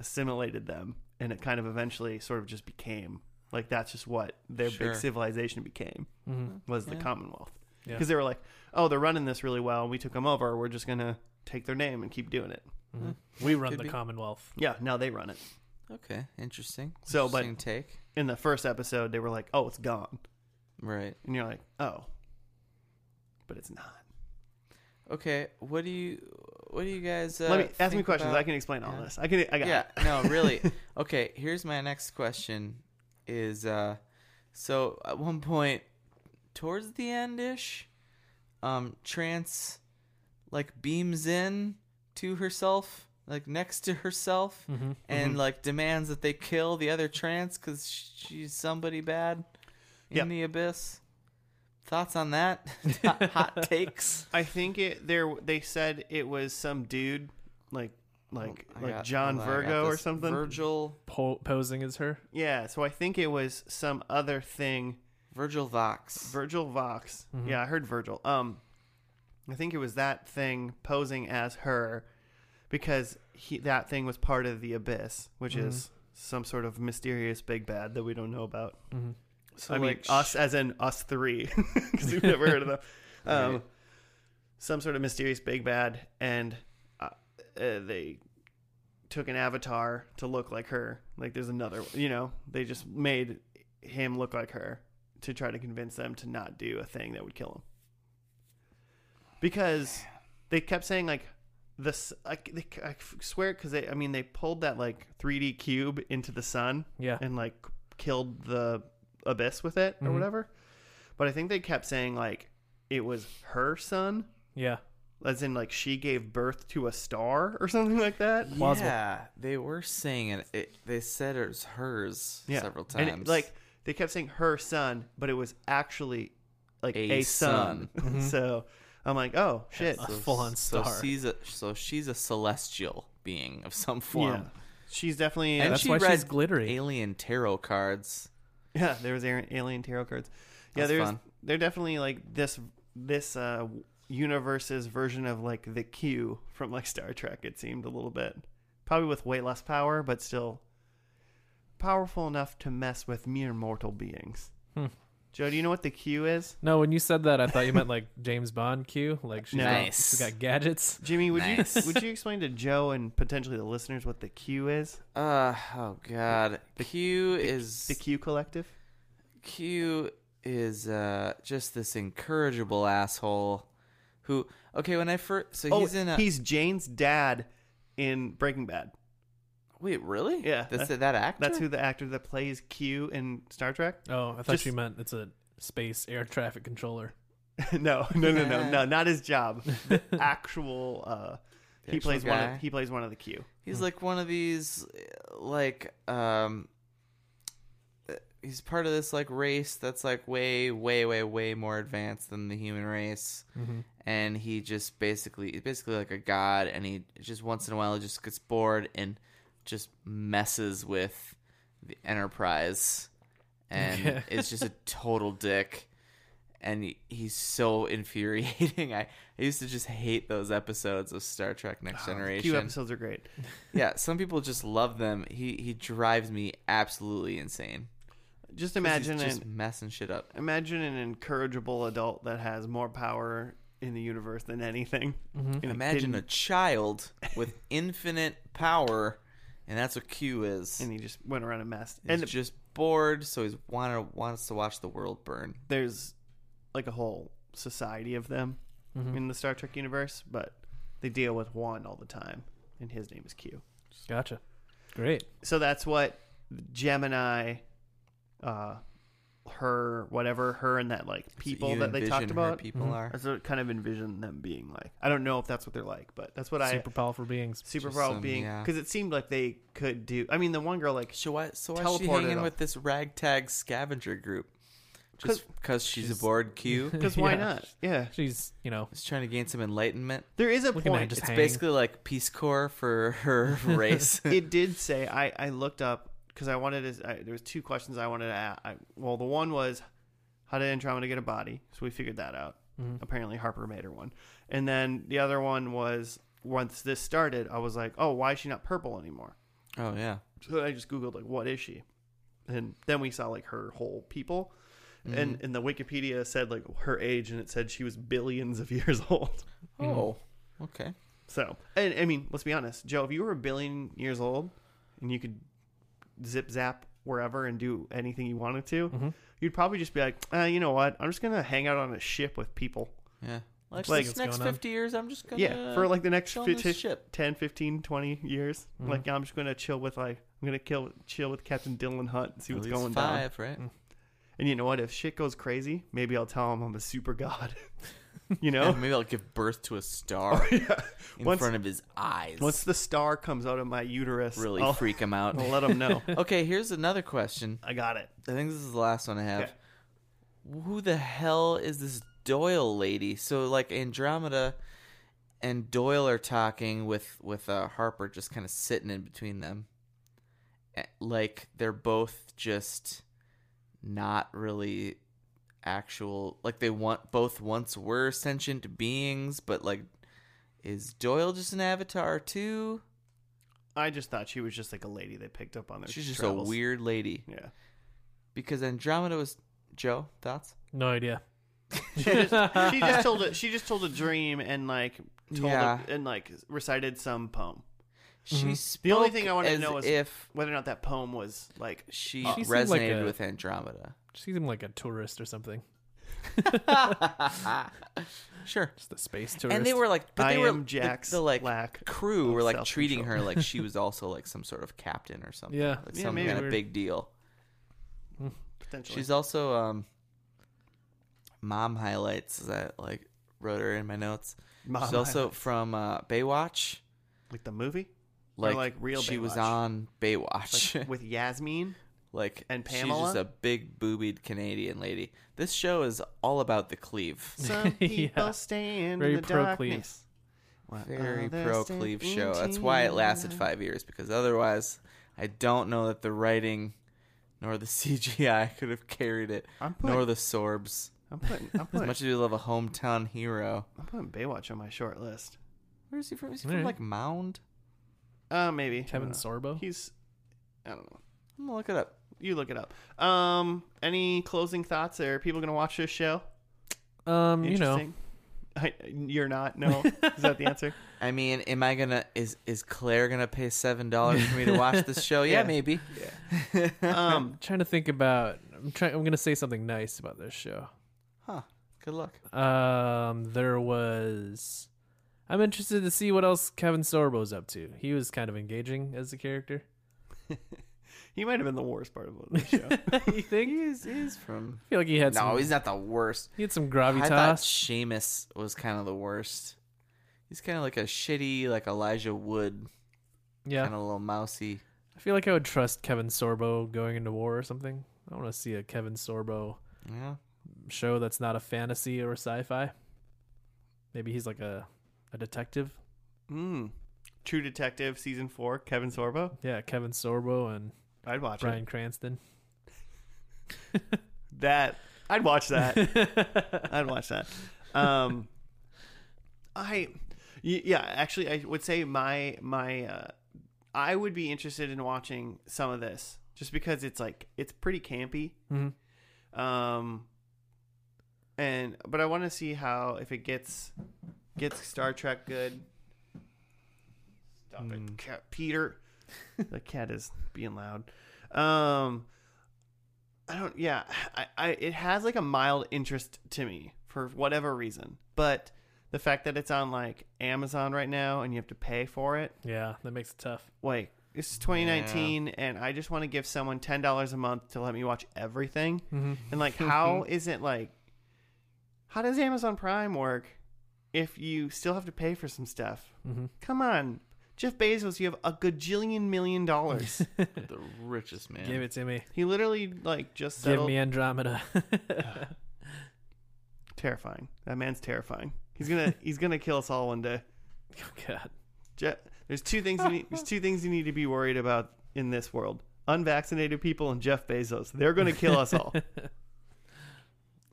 [SPEAKER 1] assimilated them and it kind of eventually sort of just became like that's just what their
[SPEAKER 3] Sure.
[SPEAKER 1] big civilization became
[SPEAKER 2] Mm-hmm.
[SPEAKER 1] was the
[SPEAKER 3] Yeah.
[SPEAKER 1] commonwealth
[SPEAKER 2] Yeah.
[SPEAKER 1] because they were like oh they're running this really well and we took them over we're just gonna take their name and keep doing it
[SPEAKER 2] hmm We run
[SPEAKER 3] Mm-hmm. Could
[SPEAKER 2] the
[SPEAKER 3] be.
[SPEAKER 2] Commonwealth.
[SPEAKER 1] yeah now they run it
[SPEAKER 3] Okay, interesting.
[SPEAKER 1] So, but-
[SPEAKER 3] interesting take.
[SPEAKER 1] in the first episode they were like oh it's gone
[SPEAKER 3] Right.
[SPEAKER 1] and you're like oh but it's not
[SPEAKER 3] Okay. What do you What do you guys? Uh,
[SPEAKER 1] let me ask me
[SPEAKER 3] think
[SPEAKER 1] questions
[SPEAKER 3] about-
[SPEAKER 1] i can explain all
[SPEAKER 3] yeah.
[SPEAKER 1] this i can i got
[SPEAKER 3] yeah.
[SPEAKER 1] it.
[SPEAKER 3] No, really. okay. Here's my next question: Is uh, so at one point, towards the end ish, um, trance like beams in to herself, like next to herself,
[SPEAKER 2] Mm-hmm.
[SPEAKER 3] and like demands that they kill the other trance because she's somebody bad in
[SPEAKER 1] Yep.
[SPEAKER 3] the abyss. Thoughts on that? hot, hot takes.
[SPEAKER 1] I think it there they said it was some dude like like
[SPEAKER 3] Oh, I
[SPEAKER 1] like
[SPEAKER 3] got-
[SPEAKER 1] John
[SPEAKER 3] hold on, I got
[SPEAKER 1] Virgo or
[SPEAKER 3] this.
[SPEAKER 1] something.
[SPEAKER 3] Virgil
[SPEAKER 2] Po- posing as her.
[SPEAKER 1] yeah, so I think it was some other thing.
[SPEAKER 3] Virgil Vox.
[SPEAKER 1] Virgil Vox.
[SPEAKER 3] Mm-hmm.
[SPEAKER 1] Yeah, I heard Virgil. Um I think it was that thing posing as her because he that thing was part of the abyss, which
[SPEAKER 3] Mm-hmm.
[SPEAKER 1] is some sort of mysterious big bad that we don't know about.
[SPEAKER 2] Mhm.
[SPEAKER 1] I mean,
[SPEAKER 3] like,
[SPEAKER 1] us as in us three, because we've never heard of them. Um,
[SPEAKER 3] Right.
[SPEAKER 1] Some sort of mysterious big bad, and uh, uh, they took an avatar to look like her. Like there's another, you know, they just made him look like her to try to convince them to not do a thing that would kill him. Because they kept saying like this, like they, I swear, because they, I mean, they pulled that like 3D cube into the sun
[SPEAKER 2] Yeah.
[SPEAKER 1] and like killed the abyss with it
[SPEAKER 3] Mm-hmm.
[SPEAKER 1] or
[SPEAKER 2] Mhm.
[SPEAKER 1] whatever. But I think they kept saying like it was her son
[SPEAKER 2] Yeah.
[SPEAKER 1] as in like she gave birth to a star or something like that.
[SPEAKER 2] Plausible.
[SPEAKER 3] Yeah, they were saying it. it they said it was hers
[SPEAKER 1] Yeah,
[SPEAKER 3] several
[SPEAKER 1] And it-
[SPEAKER 3] times.
[SPEAKER 1] like they kept saying her son, but it was actually like a,
[SPEAKER 3] A
[SPEAKER 1] son. so I'm like, oh shit,
[SPEAKER 2] A full-on
[SPEAKER 3] So
[SPEAKER 2] star.
[SPEAKER 3] she's a so she's a celestial being of some form.
[SPEAKER 1] yeah, she's definitely
[SPEAKER 3] And
[SPEAKER 2] That's
[SPEAKER 3] she
[SPEAKER 2] why she's
[SPEAKER 3] read
[SPEAKER 2] glittery.
[SPEAKER 3] Alien tarot cards.
[SPEAKER 1] Yeah, there was alien- alien tarot cards. Yeah,
[SPEAKER 3] That's
[SPEAKER 1] there's
[SPEAKER 3] fun.
[SPEAKER 1] they're definitely like this this uh universe's version of like the Q from like Star Trek. It seemed a little bit probably with way less power, but still powerful enough to mess with mere mortal beings.
[SPEAKER 2] Hmm.
[SPEAKER 1] Joe, do you know what the Q is?
[SPEAKER 2] No, when you said that, I thought you meant like James Bond Q. Like she's,
[SPEAKER 3] Nice.
[SPEAKER 2] got, she's got gadgets.
[SPEAKER 1] Jimmy, would you
[SPEAKER 3] Nice.
[SPEAKER 1] would you explain to Joe and potentially the listeners what the Q is?
[SPEAKER 3] Uh oh god. Q is
[SPEAKER 1] The Q Collective.
[SPEAKER 3] Q is uh just this incorrigible asshole who okay, when I first so
[SPEAKER 1] oh,
[SPEAKER 3] he's in a
[SPEAKER 1] he's Jane's dad in Breaking Bad.
[SPEAKER 3] wait, really?
[SPEAKER 1] Yeah,
[SPEAKER 3] That's
[SPEAKER 1] that-
[SPEAKER 3] that, actor?
[SPEAKER 1] That's who the actor that plays Q in Star Trek.
[SPEAKER 2] Oh, I thought
[SPEAKER 1] Just-
[SPEAKER 2] you meant it's a space air traffic controller.
[SPEAKER 1] no, no, no, no, no, not his job. The
[SPEAKER 3] Ah.
[SPEAKER 1] actual uh,
[SPEAKER 3] The
[SPEAKER 1] he
[SPEAKER 3] actual
[SPEAKER 1] plays one.
[SPEAKER 3] guy?
[SPEAKER 1] Of, he plays one of the Q.
[SPEAKER 3] He's like one of these, uh, like, um, uh, he's part of this like race that's like way, way, way, way more advanced than the human race,
[SPEAKER 1] Mm-hmm.
[SPEAKER 3] and he just basically, he's basically like a god, and he just once in a while just gets bored and just messes with the Enterprise, and
[SPEAKER 2] Yeah.
[SPEAKER 3] is just a total dick. And he- he's so infuriating. I, I used to just hate those episodes of Star Trek Next
[SPEAKER 1] Oh, The
[SPEAKER 3] Generation.
[SPEAKER 1] Q episodes are great.
[SPEAKER 3] Yeah, some people just love them. He he drives me absolutely insane.
[SPEAKER 1] Just
[SPEAKER 3] 'Cause
[SPEAKER 1] imagine
[SPEAKER 3] he's just
[SPEAKER 1] an
[SPEAKER 3] messing shit up.
[SPEAKER 1] imagine an incorrigible adult that has more power in the universe than anything. And it
[SPEAKER 3] Mm-hmm. Imagine a
[SPEAKER 1] didn't-
[SPEAKER 3] child with infinite power, and that's what Q is.
[SPEAKER 1] and he just went around and messed.
[SPEAKER 3] he's
[SPEAKER 1] And
[SPEAKER 3] just bored, so he's wanna, wants to watch the world burn.
[SPEAKER 1] there's like a whole society of them
[SPEAKER 3] Mm-hmm.
[SPEAKER 1] in the Star Trek universe, but they deal with one all the time, and his name is Q.
[SPEAKER 2] Gotcha. Great.
[SPEAKER 1] so that's what Gemini, uh, her whatever her and that like people
[SPEAKER 3] You
[SPEAKER 1] that they talked
[SPEAKER 3] envision her
[SPEAKER 1] about. Mm-hmm.
[SPEAKER 3] people are
[SPEAKER 1] That's what kind of envision them being like. I don't know if that's what they're like, but that's what
[SPEAKER 2] Super powerful beings.
[SPEAKER 1] I super
[SPEAKER 3] Just
[SPEAKER 1] proud
[SPEAKER 3] some-
[SPEAKER 1] being
[SPEAKER 3] yeah.
[SPEAKER 1] because it seemed like they could do. I mean, the one girl like
[SPEAKER 3] So why so why is she
[SPEAKER 1] Teleported
[SPEAKER 3] hanging
[SPEAKER 1] up.
[SPEAKER 3] with this ragtag scavenger group? Just because she's,
[SPEAKER 2] she's-
[SPEAKER 3] aboard Q.
[SPEAKER 1] because why
[SPEAKER 2] Yeah.
[SPEAKER 1] not? Yeah,
[SPEAKER 2] She's, you know,
[SPEAKER 3] She's trying to gain some enlightenment.
[SPEAKER 1] there is a
[SPEAKER 2] We can
[SPEAKER 1] point.
[SPEAKER 2] just
[SPEAKER 3] It's
[SPEAKER 2] hang.
[SPEAKER 3] basically like Peace Corps for her race.
[SPEAKER 1] it did say I, I looked up because I wanted to. I, there was two questions I wanted to ask. I, well, the one was how did Andromeda get a body? So we figured that out. Apparently Harper made her one, and then the other one was once this started, I was like, oh, why is she not purple anymore?
[SPEAKER 3] oh yeah.
[SPEAKER 1] So I just googled like, what is she? And then we saw like her whole people. And, and the Wikipedia said like her age, and it said she was billions of years old.
[SPEAKER 3] Oh, okay.
[SPEAKER 1] So, and I mean, let's be honest, Joe. If you were a billion years old and you could zip zap wherever and do anything you wanted to,
[SPEAKER 3] Mm-hmm.
[SPEAKER 1] you'd probably just be like, uh, you know what? I'm just gonna hang out on a ship with people.
[SPEAKER 3] Yeah. Like,
[SPEAKER 1] Like-
[SPEAKER 3] this next
[SPEAKER 2] Going on.
[SPEAKER 3] 50 years, I'm just gonna
[SPEAKER 1] yeah, for like the next
[SPEAKER 3] chill on this
[SPEAKER 1] 15
[SPEAKER 3] ship.
[SPEAKER 1] 10, 15, 20 years.
[SPEAKER 3] Mm-hmm.
[SPEAKER 1] Like, I'm just gonna chill with like, I'm gonna kill chill with Captain Dylan Hunt and see
[SPEAKER 3] at
[SPEAKER 1] what's
[SPEAKER 3] least
[SPEAKER 1] going down.
[SPEAKER 3] five, right?
[SPEAKER 1] And you know what? If shit goes crazy, maybe I'll tell him I'm a super god. you know. Oh,
[SPEAKER 3] And maybe I'll give birth to a star
[SPEAKER 1] yeah.
[SPEAKER 3] in
[SPEAKER 1] Once-
[SPEAKER 3] front of his eyes.
[SPEAKER 1] Once the star comes out of my uterus,
[SPEAKER 3] really
[SPEAKER 1] I'll,
[SPEAKER 3] freak him out.
[SPEAKER 1] I'll let him know.
[SPEAKER 3] okay, here's another question.
[SPEAKER 1] I got it.
[SPEAKER 3] I think this is the last one I have.
[SPEAKER 1] Okay.
[SPEAKER 3] Who the hell is this Doyle lady? So like Andromeda and Doyle are talking with with uh, Harper just kind of sitting in between them. Eh, Like they're both just not really actual like they want both once were sentient beings but like is Doyle just an avatar too?
[SPEAKER 1] I just thought she was just like a lady they picked up on their.
[SPEAKER 3] She's just
[SPEAKER 1] travels.
[SPEAKER 3] a weird lady
[SPEAKER 1] Yeah,
[SPEAKER 3] because Andromeda was Joe thoughts?
[SPEAKER 2] no idea.
[SPEAKER 1] she just told a, she just told a dream and like told
[SPEAKER 3] Yeah.
[SPEAKER 1] a, and like recited some poem.
[SPEAKER 3] She
[SPEAKER 1] Mm-hmm. The only
[SPEAKER 3] spoke
[SPEAKER 1] thing I wanted to
[SPEAKER 3] as
[SPEAKER 1] know is- Oh.
[SPEAKER 3] if
[SPEAKER 1] Whether or not that poem was like
[SPEAKER 3] she
[SPEAKER 2] She seemed
[SPEAKER 3] resonated
[SPEAKER 2] like a-
[SPEAKER 3] with Andromeda.
[SPEAKER 2] She seemed like a tourist or something.
[SPEAKER 3] Sure.
[SPEAKER 2] Just a space tourist.
[SPEAKER 3] And they were like, but
[SPEAKER 1] I
[SPEAKER 3] they were
[SPEAKER 1] am Jack's
[SPEAKER 3] the, the like
[SPEAKER 1] lack
[SPEAKER 3] crew
[SPEAKER 1] of
[SPEAKER 3] were like
[SPEAKER 1] self-control.
[SPEAKER 3] treating her like she was also like some sort of captain or something.
[SPEAKER 2] Yeah.
[SPEAKER 3] like
[SPEAKER 1] Yeah,
[SPEAKER 3] some
[SPEAKER 1] maybe
[SPEAKER 3] kind
[SPEAKER 2] weird.
[SPEAKER 3] of big deal.
[SPEAKER 1] potentially.
[SPEAKER 3] She's also um, mom highlights as I like wrote her in my notes.
[SPEAKER 1] Mom
[SPEAKER 3] She's also from uh, Baywatch.
[SPEAKER 1] like the movie Or,
[SPEAKER 3] Like,
[SPEAKER 1] like, real
[SPEAKER 3] she was
[SPEAKER 1] Baywatch.
[SPEAKER 3] on Baywatch.
[SPEAKER 1] like, with Yasmin.
[SPEAKER 3] Like
[SPEAKER 1] And
[SPEAKER 3] she's
[SPEAKER 1] Pamela?
[SPEAKER 3] just a big boobied Canadian lady. This show is all about the cleave.
[SPEAKER 1] Some
[SPEAKER 2] Yeah.
[SPEAKER 1] people stand
[SPEAKER 2] Very
[SPEAKER 1] in the
[SPEAKER 2] pro-cleave.
[SPEAKER 1] darkness. while
[SPEAKER 3] Very
[SPEAKER 1] others
[SPEAKER 3] pro
[SPEAKER 1] stand
[SPEAKER 3] cleave
[SPEAKER 1] in
[SPEAKER 3] show. That's why it lasted
[SPEAKER 1] tears.
[SPEAKER 3] five years because otherwise, I don't know that the writing nor the CGI could have carried it,
[SPEAKER 1] I'm
[SPEAKER 3] nor
[SPEAKER 1] putting,
[SPEAKER 3] the sorbs.
[SPEAKER 1] I'm putting, I'm
[SPEAKER 3] As
[SPEAKER 1] putting,
[SPEAKER 3] much as we love a hometown hero,
[SPEAKER 1] I'm putting Baywatch on my short list.
[SPEAKER 3] where is he from? Is he
[SPEAKER 2] All
[SPEAKER 3] from
[SPEAKER 2] right.
[SPEAKER 3] like Mound?
[SPEAKER 1] Uh, maybe I don't
[SPEAKER 2] Kevin
[SPEAKER 1] know.
[SPEAKER 2] Sorbo.
[SPEAKER 1] He's, I don't know.
[SPEAKER 3] I'm gonna look it up.
[SPEAKER 1] You look it up. Um, any closing thoughts? Are people gonna watch this show?
[SPEAKER 2] Um, you know,
[SPEAKER 1] Interesting. I, you're not. No, is that the answer?
[SPEAKER 3] I mean, am I gonna is is Claire gonna pay seven dollars for me to watch this show?
[SPEAKER 1] Yeah.
[SPEAKER 3] Yeah, maybe.
[SPEAKER 1] Um,
[SPEAKER 2] trying to think about. I'm trying. I'm gonna say something nice about this show.
[SPEAKER 3] Huh. Good luck.
[SPEAKER 2] Um, there was. I'm interested to see what else Kevin Sorbo's up to. He was kind of engaging as a character.
[SPEAKER 1] he might have been the worst part of the show.
[SPEAKER 2] you think?
[SPEAKER 3] He is, he is from.
[SPEAKER 2] I feel like he had
[SPEAKER 3] No,
[SPEAKER 2] some.
[SPEAKER 3] he's not the worst.
[SPEAKER 2] He had some
[SPEAKER 3] I thought
[SPEAKER 2] gravitas.
[SPEAKER 3] Seamus was kind of the worst. He's kind of like a shitty, like Elijah Wood,
[SPEAKER 2] Yeah,
[SPEAKER 3] kind of a little mousy.
[SPEAKER 2] I feel like I would trust Kevin Sorbo going into war or something. I want to see a Kevin Sorbo
[SPEAKER 3] Yeah.
[SPEAKER 2] show that's not a fantasy or sci-fi. Maybe he's like a a detective.
[SPEAKER 1] mm. True Detective season four. Kevin Sorbo.
[SPEAKER 2] Yeah, Kevin Sorbo and
[SPEAKER 1] I'd watch
[SPEAKER 2] Brian Cranston.
[SPEAKER 1] it. That I'd watch that. I'd watch that. Um, I, y- yeah, actually, I would say my my uh, I would be interested in watching some of this just because it's like it's pretty campy.
[SPEAKER 2] Mhm.
[SPEAKER 1] Um, and but I want to see how if it gets gets Star Trek good. Stop it, cat, Peter. the cat is being loud. Um, I don't. Yeah, I, I. It has like a mild interest to me for whatever reason, but the fact that it's on like Amazon right now and you have to pay for it,
[SPEAKER 2] Yeah, that makes it tough.
[SPEAKER 1] like this is 2019, and I just want to give someone ten dollars a month to let me watch everything.
[SPEAKER 2] Mm-hmm.
[SPEAKER 1] And like, how is it like? How does Amazon Prime work if you still have to pay for some stuff?
[SPEAKER 2] Mm-hmm.
[SPEAKER 1] Come on, Jeff Bezos, you have a gajillion million dollars.
[SPEAKER 3] The richest man.
[SPEAKER 2] Give it to me.
[SPEAKER 1] he literally like just
[SPEAKER 2] Give
[SPEAKER 1] settled.
[SPEAKER 2] me Andromeda. Oh,
[SPEAKER 1] terrifying. That man's terrifying. He's gonna he's gonna kill us all one day.
[SPEAKER 2] oh God.
[SPEAKER 1] Je- there's two things you need, there's two things you need to be worried about in this world: unvaccinated people and Jeff Bezos. They're gonna kill us all.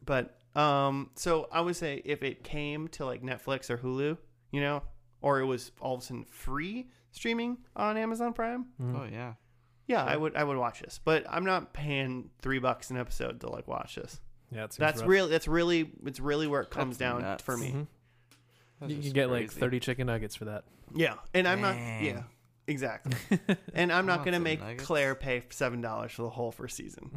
[SPEAKER 1] but um, so I would say if it came to like Netflix or Hulu, you know, or it was all of a sudden free streaming on Amazon Prime,
[SPEAKER 2] Mm-hmm.
[SPEAKER 3] Oh yeah.
[SPEAKER 1] yeah, I would I would watch this. But I'm not paying three bucks an episode to like watch this.
[SPEAKER 2] Yeah, it seems
[SPEAKER 1] That's
[SPEAKER 2] rough.
[SPEAKER 1] really that's really it's really where it comes
[SPEAKER 3] That's
[SPEAKER 1] down
[SPEAKER 3] nuts.
[SPEAKER 1] for me.
[SPEAKER 2] Mhm.
[SPEAKER 3] That's
[SPEAKER 2] You can
[SPEAKER 3] just
[SPEAKER 2] get like
[SPEAKER 3] crazy.
[SPEAKER 2] 30 chicken nuggets for that.
[SPEAKER 1] Yeah, and I'm not.
[SPEAKER 3] Mm-hmm. Dang.
[SPEAKER 1] Yeah, exactly. and I'm not
[SPEAKER 3] want
[SPEAKER 1] gonna
[SPEAKER 3] some
[SPEAKER 1] make
[SPEAKER 3] nuggets.
[SPEAKER 1] Claire pay seven dollars for the whole first season.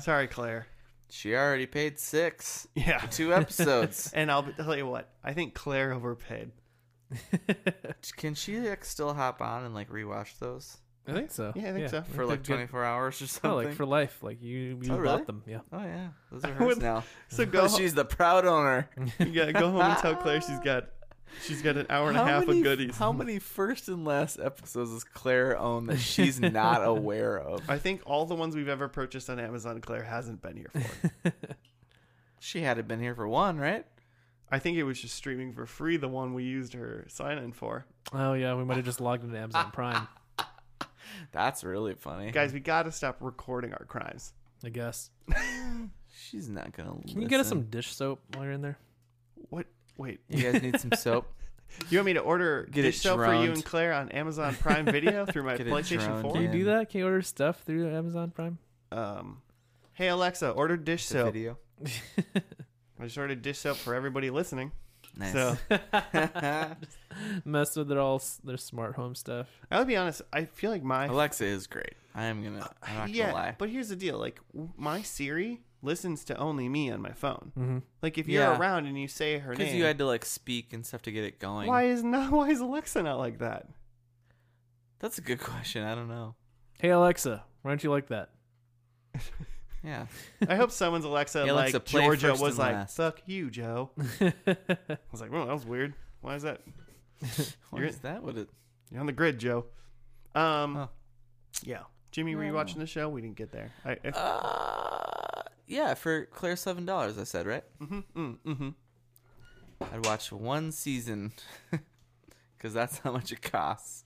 [SPEAKER 1] Sorry, Claire.
[SPEAKER 3] she already paid six.
[SPEAKER 1] Yeah,
[SPEAKER 3] for Two episodes.
[SPEAKER 1] and I'll tell you what. I think Claire overpaid.
[SPEAKER 3] Can she like still hop on and like rewatch those
[SPEAKER 2] I think so.
[SPEAKER 1] Yeah, I think so.
[SPEAKER 3] for like Oh,
[SPEAKER 2] they've got-
[SPEAKER 3] 24 hours or something?
[SPEAKER 2] No, Oh, like for life. Like you, you
[SPEAKER 3] Oh,
[SPEAKER 2] bought
[SPEAKER 3] really?
[SPEAKER 2] them. Yeah.
[SPEAKER 3] oh yeah, those
[SPEAKER 1] I
[SPEAKER 3] are hers
[SPEAKER 1] would-
[SPEAKER 3] now.
[SPEAKER 1] So
[SPEAKER 3] Oh,
[SPEAKER 1] go.
[SPEAKER 3] she's the proud owner.
[SPEAKER 1] you gotta go home and tell Claire she's got she's got an hour and a half
[SPEAKER 3] many,
[SPEAKER 1] of goodies.
[SPEAKER 3] How many first and last episodes does Claire own that she's not aware of?
[SPEAKER 1] I think all the ones we've ever purchased on Amazon, Claire hasn't been here for.
[SPEAKER 3] She had to been here for one, right?
[SPEAKER 1] I think it was just streaming for free. The one we used her sign in for.
[SPEAKER 2] Oh yeah, we might have just logged into Amazon Prime.
[SPEAKER 3] That's really funny.
[SPEAKER 1] Guys, we gotta stop recording our crimes.
[SPEAKER 2] I guess.
[SPEAKER 3] She's not gonna.
[SPEAKER 2] Can you get us some dish soap while you're in there?
[SPEAKER 1] What? Wait,
[SPEAKER 3] You guys need some soap.
[SPEAKER 1] You want me to order
[SPEAKER 3] Get
[SPEAKER 1] dish
[SPEAKER 3] it
[SPEAKER 1] soap for you
[SPEAKER 3] droned.
[SPEAKER 1] and Claire on Amazon Prime Video through my
[SPEAKER 3] Get it
[SPEAKER 1] PlayStation
[SPEAKER 3] droned,
[SPEAKER 1] 4?
[SPEAKER 2] Can you do
[SPEAKER 3] And-
[SPEAKER 2] that? Can you order stuff through Amazon Prime?
[SPEAKER 1] Um, hey Alexa, order dish
[SPEAKER 3] The
[SPEAKER 1] soap.
[SPEAKER 3] video.
[SPEAKER 1] I just ordered dish soap for everybody listening.
[SPEAKER 3] Nice.
[SPEAKER 1] So
[SPEAKER 2] Mess with their all s- their smart home stuff.
[SPEAKER 1] I'll be honest. I feel like my
[SPEAKER 3] Alexa is great. I am gonna. I'm not
[SPEAKER 1] Uh, yeah,
[SPEAKER 3] gonna lie.
[SPEAKER 1] but here's the deal. Like w- my Siri listens to only me on my phone.
[SPEAKER 2] Mhm.
[SPEAKER 1] Like if you're
[SPEAKER 3] Yeah.
[SPEAKER 1] around and you say her
[SPEAKER 3] Because
[SPEAKER 1] name,
[SPEAKER 3] you had to like speak and stuff to get it going.
[SPEAKER 1] why is not why is Alexa not like that?
[SPEAKER 3] That's a good question. I don't know.
[SPEAKER 2] Hey Alexa, why don't you like that?
[SPEAKER 3] Yeah.
[SPEAKER 1] I hope someone's Alexa
[SPEAKER 3] Yeah,
[SPEAKER 1] like
[SPEAKER 3] Alexa, play
[SPEAKER 1] Georgia
[SPEAKER 3] first
[SPEAKER 1] was
[SPEAKER 3] and
[SPEAKER 1] like,
[SPEAKER 3] last.
[SPEAKER 1] "Fuck you, Joe." I was like, "Well, that was weird. Why is that?
[SPEAKER 3] What
[SPEAKER 1] You're-
[SPEAKER 3] is that? What it?
[SPEAKER 1] You're on the grid, Joe." Um,
[SPEAKER 3] Huh.
[SPEAKER 1] yeah. Jimmy, were you
[SPEAKER 3] No.
[SPEAKER 1] watching the show? We didn't get there. I, I,
[SPEAKER 3] Uh, yeah, for Claire seven dollars, I said right.
[SPEAKER 1] mm-hmm, mm, mm-hmm.
[SPEAKER 3] I'd watch one season because that's how much it costs.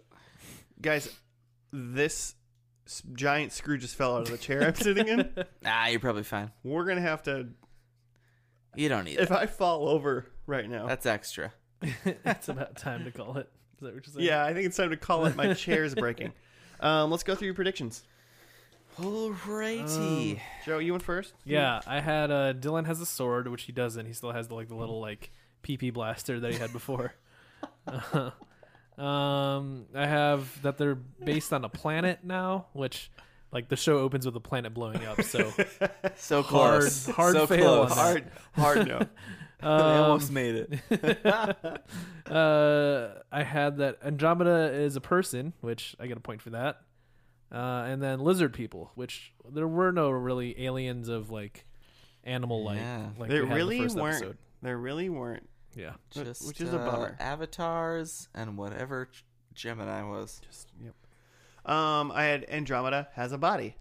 [SPEAKER 1] Guys, this s- giant screw just fell out of the chair I'm sitting in.
[SPEAKER 3] Ah, you're probably fine.
[SPEAKER 1] We're gonna have to.
[SPEAKER 3] You don't need it.
[SPEAKER 1] If I fall over right now,
[SPEAKER 3] That's extra.
[SPEAKER 2] it's about time to call it. Is that what you're saying?
[SPEAKER 1] yeah, I think it's time to call it. My chair's breaking. Um, let's go through your predictions.
[SPEAKER 3] Alrighty.
[SPEAKER 2] Um,
[SPEAKER 1] Joe, you went first.
[SPEAKER 2] Yeah, I had uh Dylan has a sword, which he doesn't. He still has the like the little like PP blaster that he had before. um I have that they're based on a planet now, which like the show opens with a planet blowing up, so
[SPEAKER 3] so
[SPEAKER 2] hard-
[SPEAKER 3] close.
[SPEAKER 2] hard
[SPEAKER 3] so
[SPEAKER 2] fail on
[SPEAKER 3] close.
[SPEAKER 2] that.
[SPEAKER 1] Hard, hard no.
[SPEAKER 3] They
[SPEAKER 2] um,
[SPEAKER 3] almost made it.
[SPEAKER 2] uh I had that Andromeda is a person, which I get a point for that. Uh and then lizard people, which there were no really aliens of like animal like
[SPEAKER 3] Yeah.
[SPEAKER 2] like
[SPEAKER 1] there
[SPEAKER 2] we had in the
[SPEAKER 1] really
[SPEAKER 2] first
[SPEAKER 1] weren't.
[SPEAKER 2] episode.
[SPEAKER 1] There really weren't.
[SPEAKER 2] Yeah.
[SPEAKER 1] Wh-
[SPEAKER 3] Just,
[SPEAKER 1] which is a
[SPEAKER 3] uh,
[SPEAKER 1] bummer.
[SPEAKER 3] avatars and whatever G- Gemini was.
[SPEAKER 1] Just yep. Um, I had Andromeda has a body.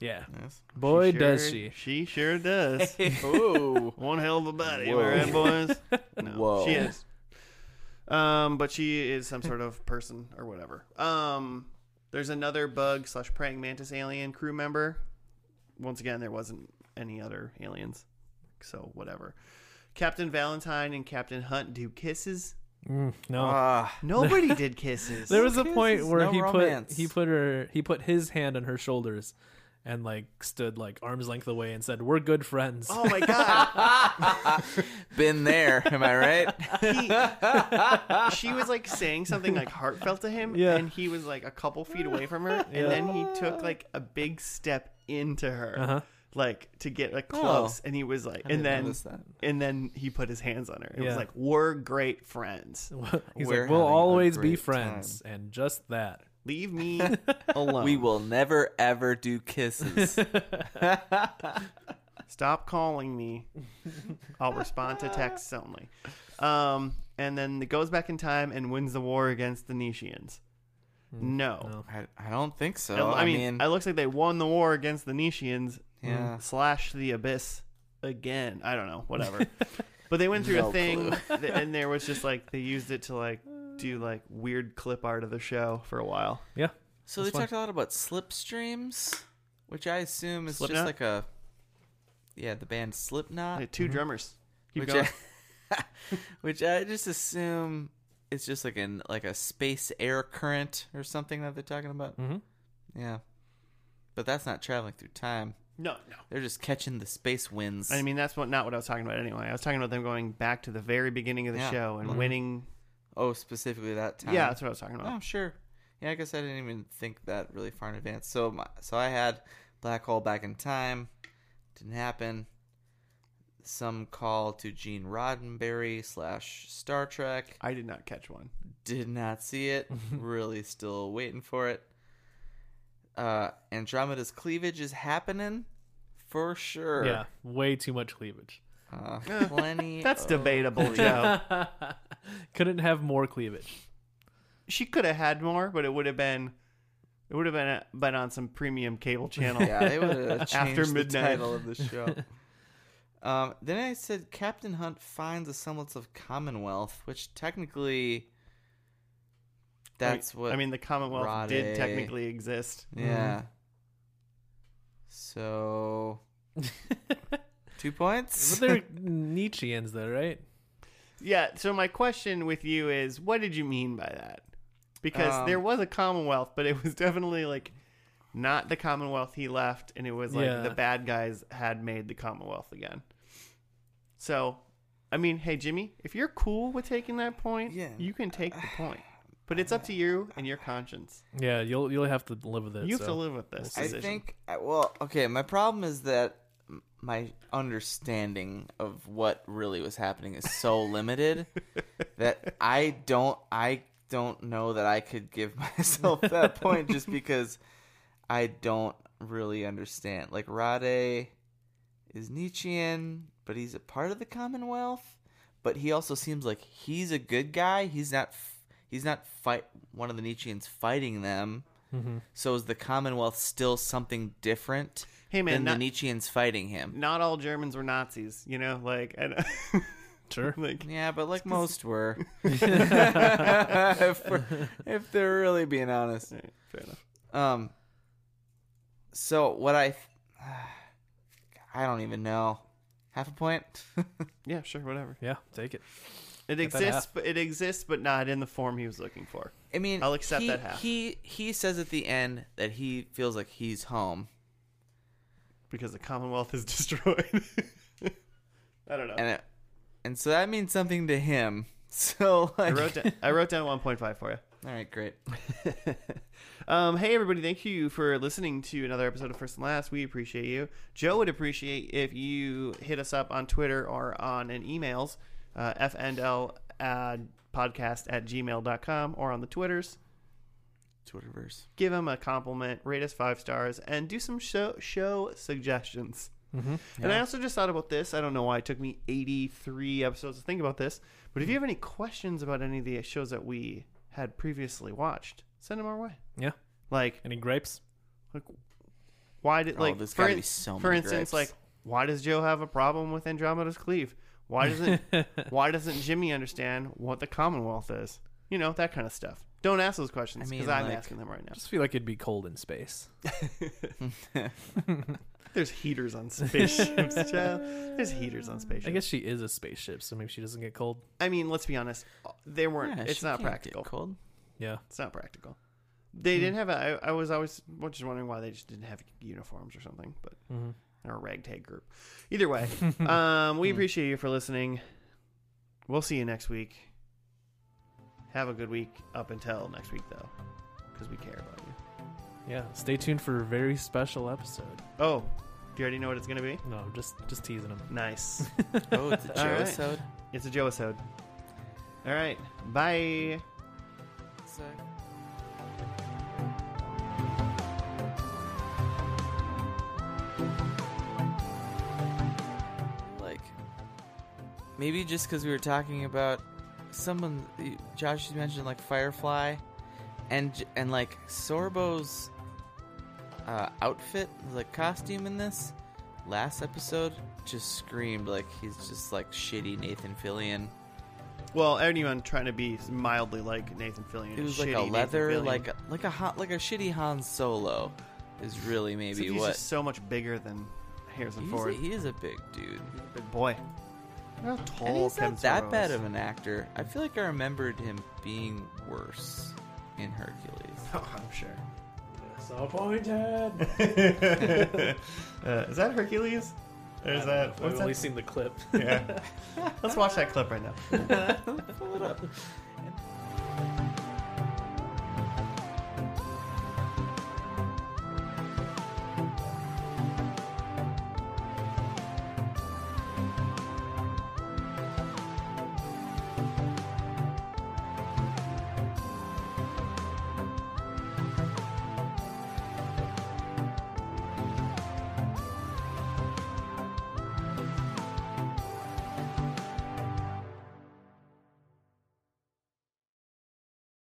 [SPEAKER 2] Yeah.
[SPEAKER 3] Yes.
[SPEAKER 2] Boy
[SPEAKER 1] sure-
[SPEAKER 2] does she.
[SPEAKER 1] She sure does.
[SPEAKER 3] Ooh.
[SPEAKER 1] One hell of a body, am
[SPEAKER 3] Whoa.
[SPEAKER 1] I right, boys? No,
[SPEAKER 3] Whoa.
[SPEAKER 1] she is. Um, but she is some sort of person or whatever. Um, there's another bug slash praying mantis alien crew member. Once again, there wasn't any other aliens, so whatever. Captain Valentine and Captain Hunt do kisses.
[SPEAKER 2] Mm, no.
[SPEAKER 3] Ah.
[SPEAKER 1] Nobody did kisses.
[SPEAKER 2] there was a
[SPEAKER 3] Kiss
[SPEAKER 2] point
[SPEAKER 3] is
[SPEAKER 2] where
[SPEAKER 3] no
[SPEAKER 2] he
[SPEAKER 3] romance.
[SPEAKER 2] put he put her he put his hand on her shoulders and like stood like arm's length away and said, "We're good friends."
[SPEAKER 1] Oh my god.
[SPEAKER 3] Been there, am I right?
[SPEAKER 1] he, she was like saying something like heartfelt to him,
[SPEAKER 2] Yeah.
[SPEAKER 1] and he was like a couple feet away from her,
[SPEAKER 2] Yeah.
[SPEAKER 1] and then he took like a big step into her,
[SPEAKER 2] Uh-huh. Oh.
[SPEAKER 1] like to get like close, and he was like, and
[SPEAKER 3] didn't
[SPEAKER 1] then
[SPEAKER 3] notice that.
[SPEAKER 1] and then he put his hands on her. It was
[SPEAKER 2] Yeah.
[SPEAKER 1] like we're great friends.
[SPEAKER 2] He's
[SPEAKER 3] We're
[SPEAKER 2] like, "We'll
[SPEAKER 3] having a
[SPEAKER 2] always be
[SPEAKER 3] great
[SPEAKER 2] friends," and just that.
[SPEAKER 1] Leave me alone.
[SPEAKER 3] We will never ever do kisses.
[SPEAKER 1] Stop calling me. I'll respond to texts only. Um, and then it goes back in time and wins the war against the Nishians. no.
[SPEAKER 2] Hmm. no.
[SPEAKER 3] I, I don't think so.
[SPEAKER 1] I- I, mean,
[SPEAKER 3] I,
[SPEAKER 1] it looks like they won the war against the Nishians
[SPEAKER 3] yeah.
[SPEAKER 1] slash the Abyss again. I don't know, whatever. but they went through
[SPEAKER 3] No
[SPEAKER 1] a thing, th- and there was just like they used it to like do
[SPEAKER 3] Uh.
[SPEAKER 1] like weird clip art of the show for a while.
[SPEAKER 2] Yeah.
[SPEAKER 3] So they
[SPEAKER 2] That's fine.
[SPEAKER 3] talked a lot about slipstreams, which I assume is just
[SPEAKER 1] Slipknot?
[SPEAKER 3] like a yeah, the band Slipknot,
[SPEAKER 1] They had two drummers. Keep
[SPEAKER 3] Uh, mm-hmm. which
[SPEAKER 1] going.
[SPEAKER 3] I, which I just assume it's just like an like a space air current or something that they're talking about.
[SPEAKER 2] Mm-hmm.
[SPEAKER 3] Yeah, but that's not traveling through time.
[SPEAKER 1] no, no.
[SPEAKER 3] They're just catching the space winds.
[SPEAKER 1] I mean, that's what not what I was talking about anyway. I was talking about them going back to the very beginning of the
[SPEAKER 3] Yeah.
[SPEAKER 1] show and winning.
[SPEAKER 3] oh, specifically that time.
[SPEAKER 1] Yeah, that's what I was talking about.
[SPEAKER 3] Oh, sure. Yeah, I guess I didn't even think that really far in advance. So, my, so I had black hole back in time. Didn't happen. Some call to Gene Roddenberry slash Star Trek.
[SPEAKER 1] I did not catch one.
[SPEAKER 3] Did not see it. really, still waiting for it. Uh, Andromeda's cleavage is happening for sure.
[SPEAKER 2] Yeah. Way too much cleavage.
[SPEAKER 3] Uh, plenty.
[SPEAKER 1] That's
[SPEAKER 3] of-
[SPEAKER 1] debatable, Joe.
[SPEAKER 2] Couldn't have more cleavage.
[SPEAKER 1] she could have had more, but it would have been it would have been uh, been on some premium cable channel.
[SPEAKER 3] Yeah, they would have changed
[SPEAKER 1] After
[SPEAKER 3] the
[SPEAKER 1] midnight.
[SPEAKER 3] title of the show. um, then I said Captain Hunt finds a semblance of Commonwealth, which technically that's
[SPEAKER 1] I mean,
[SPEAKER 3] what
[SPEAKER 1] I mean. mm-hmm. The Commonwealth did
[SPEAKER 3] Rade-
[SPEAKER 1] technically exist.
[SPEAKER 3] Yeah. So two points.
[SPEAKER 2] But they're Nietzscheans, though, right?
[SPEAKER 1] Yeah. So my question with you is, what did you mean by that? Because
[SPEAKER 3] Um,
[SPEAKER 1] there was a Commonwealth, but it was definitely like not the Commonwealth he left, and it was like
[SPEAKER 2] Yeah.
[SPEAKER 1] the bad guys had made the Commonwealth again. So, I mean, hey Jimmy, if you're cool with taking that point,
[SPEAKER 3] Yeah.
[SPEAKER 1] you can take the point. But it's up to you and your conscience.
[SPEAKER 2] Yeah. You'll you'll have to live with it.
[SPEAKER 1] You have
[SPEAKER 2] so.
[SPEAKER 1] to live with this.
[SPEAKER 3] I
[SPEAKER 1] decision.
[SPEAKER 3] think I- well, okay, my problem is that m- my understanding of what really was happening is so limited that I don't I don't know that I could give myself that point just because I don't really understand. Like Rade is Nietzschean, but he's a part of the Commonwealth. But he also seems like he's a good guy. He's not. f- He's not fight one of the Nietzscheans fighting them.
[SPEAKER 2] Mm-hmm.
[SPEAKER 3] So is the Commonwealth still something different
[SPEAKER 1] Hey man,
[SPEAKER 3] than
[SPEAKER 1] not,
[SPEAKER 3] the Nietzscheans fighting him?
[SPEAKER 1] not all Germans were Nazis, you know. Like, and,
[SPEAKER 2] Sure.
[SPEAKER 1] like
[SPEAKER 3] Yeah, but like most were. if, we're- if they're really being honest.
[SPEAKER 1] all right, fair enough.
[SPEAKER 3] Um. So what I, th- I don't even know. Half a point.
[SPEAKER 1] Yeah, sure, whatever.
[SPEAKER 2] Yeah, take it.
[SPEAKER 1] It
[SPEAKER 2] Get that
[SPEAKER 1] exists,
[SPEAKER 2] half.
[SPEAKER 1] but it exists, but not in the form he was looking for.
[SPEAKER 3] I mean,
[SPEAKER 1] I'll accept
[SPEAKER 3] he-
[SPEAKER 1] that half.
[SPEAKER 3] He he says at the end that he feels like he's home,
[SPEAKER 1] because the Commonwealth is destroyed. I don't know.
[SPEAKER 3] and it, and so that means something to him. So
[SPEAKER 1] I
[SPEAKER 3] like,
[SPEAKER 1] wrote down, I wrote down 1.5 for you.
[SPEAKER 3] all right, great.
[SPEAKER 1] Um, hey everybody, thank you for listening to another episode of First and Last. We appreciate you. Joe would appreciate if you hit us up on Twitter or on an emails, uh, fnl uh, podcast at gmail.com or on the Twitters.
[SPEAKER 3] Twitterverse.
[SPEAKER 1] Give him a compliment, rate us five stars, and do some show show suggestions.
[SPEAKER 2] Mm-hmm.
[SPEAKER 1] And I
[SPEAKER 3] Yeah.
[SPEAKER 1] also just thought about this. I don't know why it took me 83 episodes to think about this, but if you have any questions about any of the shows that we had previously watched, send them our way.
[SPEAKER 2] Yeah.
[SPEAKER 1] Like,
[SPEAKER 2] Any gripes?
[SPEAKER 1] like why did
[SPEAKER 3] Oh,
[SPEAKER 1] like
[SPEAKER 3] there's
[SPEAKER 1] for,
[SPEAKER 3] gotta
[SPEAKER 1] in-
[SPEAKER 3] be so
[SPEAKER 1] for
[SPEAKER 3] many
[SPEAKER 1] instance,
[SPEAKER 3] gripes.
[SPEAKER 1] like why does Joe have a problem with Andromeda's cleave? Why doesn't why doesn't Jimmy understand what the Commonwealth is? You know that kind of stuff. Don't ask those questions
[SPEAKER 3] I
[SPEAKER 1] because
[SPEAKER 3] mean,
[SPEAKER 1] I'm
[SPEAKER 3] like-
[SPEAKER 1] asking them right now.
[SPEAKER 2] Just feel like it'd be cold in space.
[SPEAKER 1] There's heaters on spaceships, Joe. There's heaters on spaceships.
[SPEAKER 2] I guess she is a spaceship, so maybe she doesn't get cold.
[SPEAKER 1] I mean, let's be honest. They weren't.
[SPEAKER 3] Yeah,
[SPEAKER 1] it's
[SPEAKER 3] she
[SPEAKER 1] not
[SPEAKER 3] can't get
[SPEAKER 1] practical.
[SPEAKER 3] Cold.
[SPEAKER 2] Yeah.
[SPEAKER 1] It's not practical. They didn't
[SPEAKER 3] Hmm.
[SPEAKER 1] have. A, I, I was always just wondering why they just didn't have uniforms or something, but
[SPEAKER 2] Mm-hmm.
[SPEAKER 1] or a ragtag group. Either way, um,
[SPEAKER 3] Hmm.
[SPEAKER 1] we appreciate you for listening. We'll see you next week. Have a good week up until next week, though, because we care about you.
[SPEAKER 2] Yeah. Stay tuned for a very special episode.
[SPEAKER 1] Oh, do you already know what it's gonna be?
[SPEAKER 2] No, just just teasing him.
[SPEAKER 1] Nice.
[SPEAKER 3] Oh, it's a
[SPEAKER 1] All right.
[SPEAKER 3] Joesode.
[SPEAKER 1] it's a Joe episode. All right. Bye.
[SPEAKER 3] So- like maybe just because we were talking about someone josh you mentioned like firefly and and like sorbo's uh, outfit like costume in this last episode just screamed like he's just like shitty nathan fillion
[SPEAKER 1] Well, anyone trying to be mildly like Nathan Fillion.
[SPEAKER 3] it
[SPEAKER 1] is
[SPEAKER 3] was like
[SPEAKER 1] shitty
[SPEAKER 3] a
[SPEAKER 1] Nathan
[SPEAKER 3] leather
[SPEAKER 1] Fillion.
[SPEAKER 3] like a, like a hot like a shitty han solo is really
[SPEAKER 1] Except
[SPEAKER 3] maybe
[SPEAKER 1] he's
[SPEAKER 3] what
[SPEAKER 1] just so much bigger than Harrison
[SPEAKER 3] he's a,
[SPEAKER 1] Ford.
[SPEAKER 3] he is a big dude
[SPEAKER 1] Big boy. Look how
[SPEAKER 3] and
[SPEAKER 1] tall
[SPEAKER 3] he's
[SPEAKER 1] Kevin
[SPEAKER 3] not that
[SPEAKER 1] Sorbo
[SPEAKER 3] bad
[SPEAKER 1] is.
[SPEAKER 3] of an actor. I feel like I remembered him being worse in Hercules.
[SPEAKER 1] Oh, I'm sure.
[SPEAKER 2] Disappointed.
[SPEAKER 1] Uh, is that Hercules? Or is that
[SPEAKER 2] I've
[SPEAKER 1] what's
[SPEAKER 2] only
[SPEAKER 1] that?
[SPEAKER 2] seen the clip.
[SPEAKER 1] Yeah. Let's watch that clip right now.
[SPEAKER 3] Pull it up.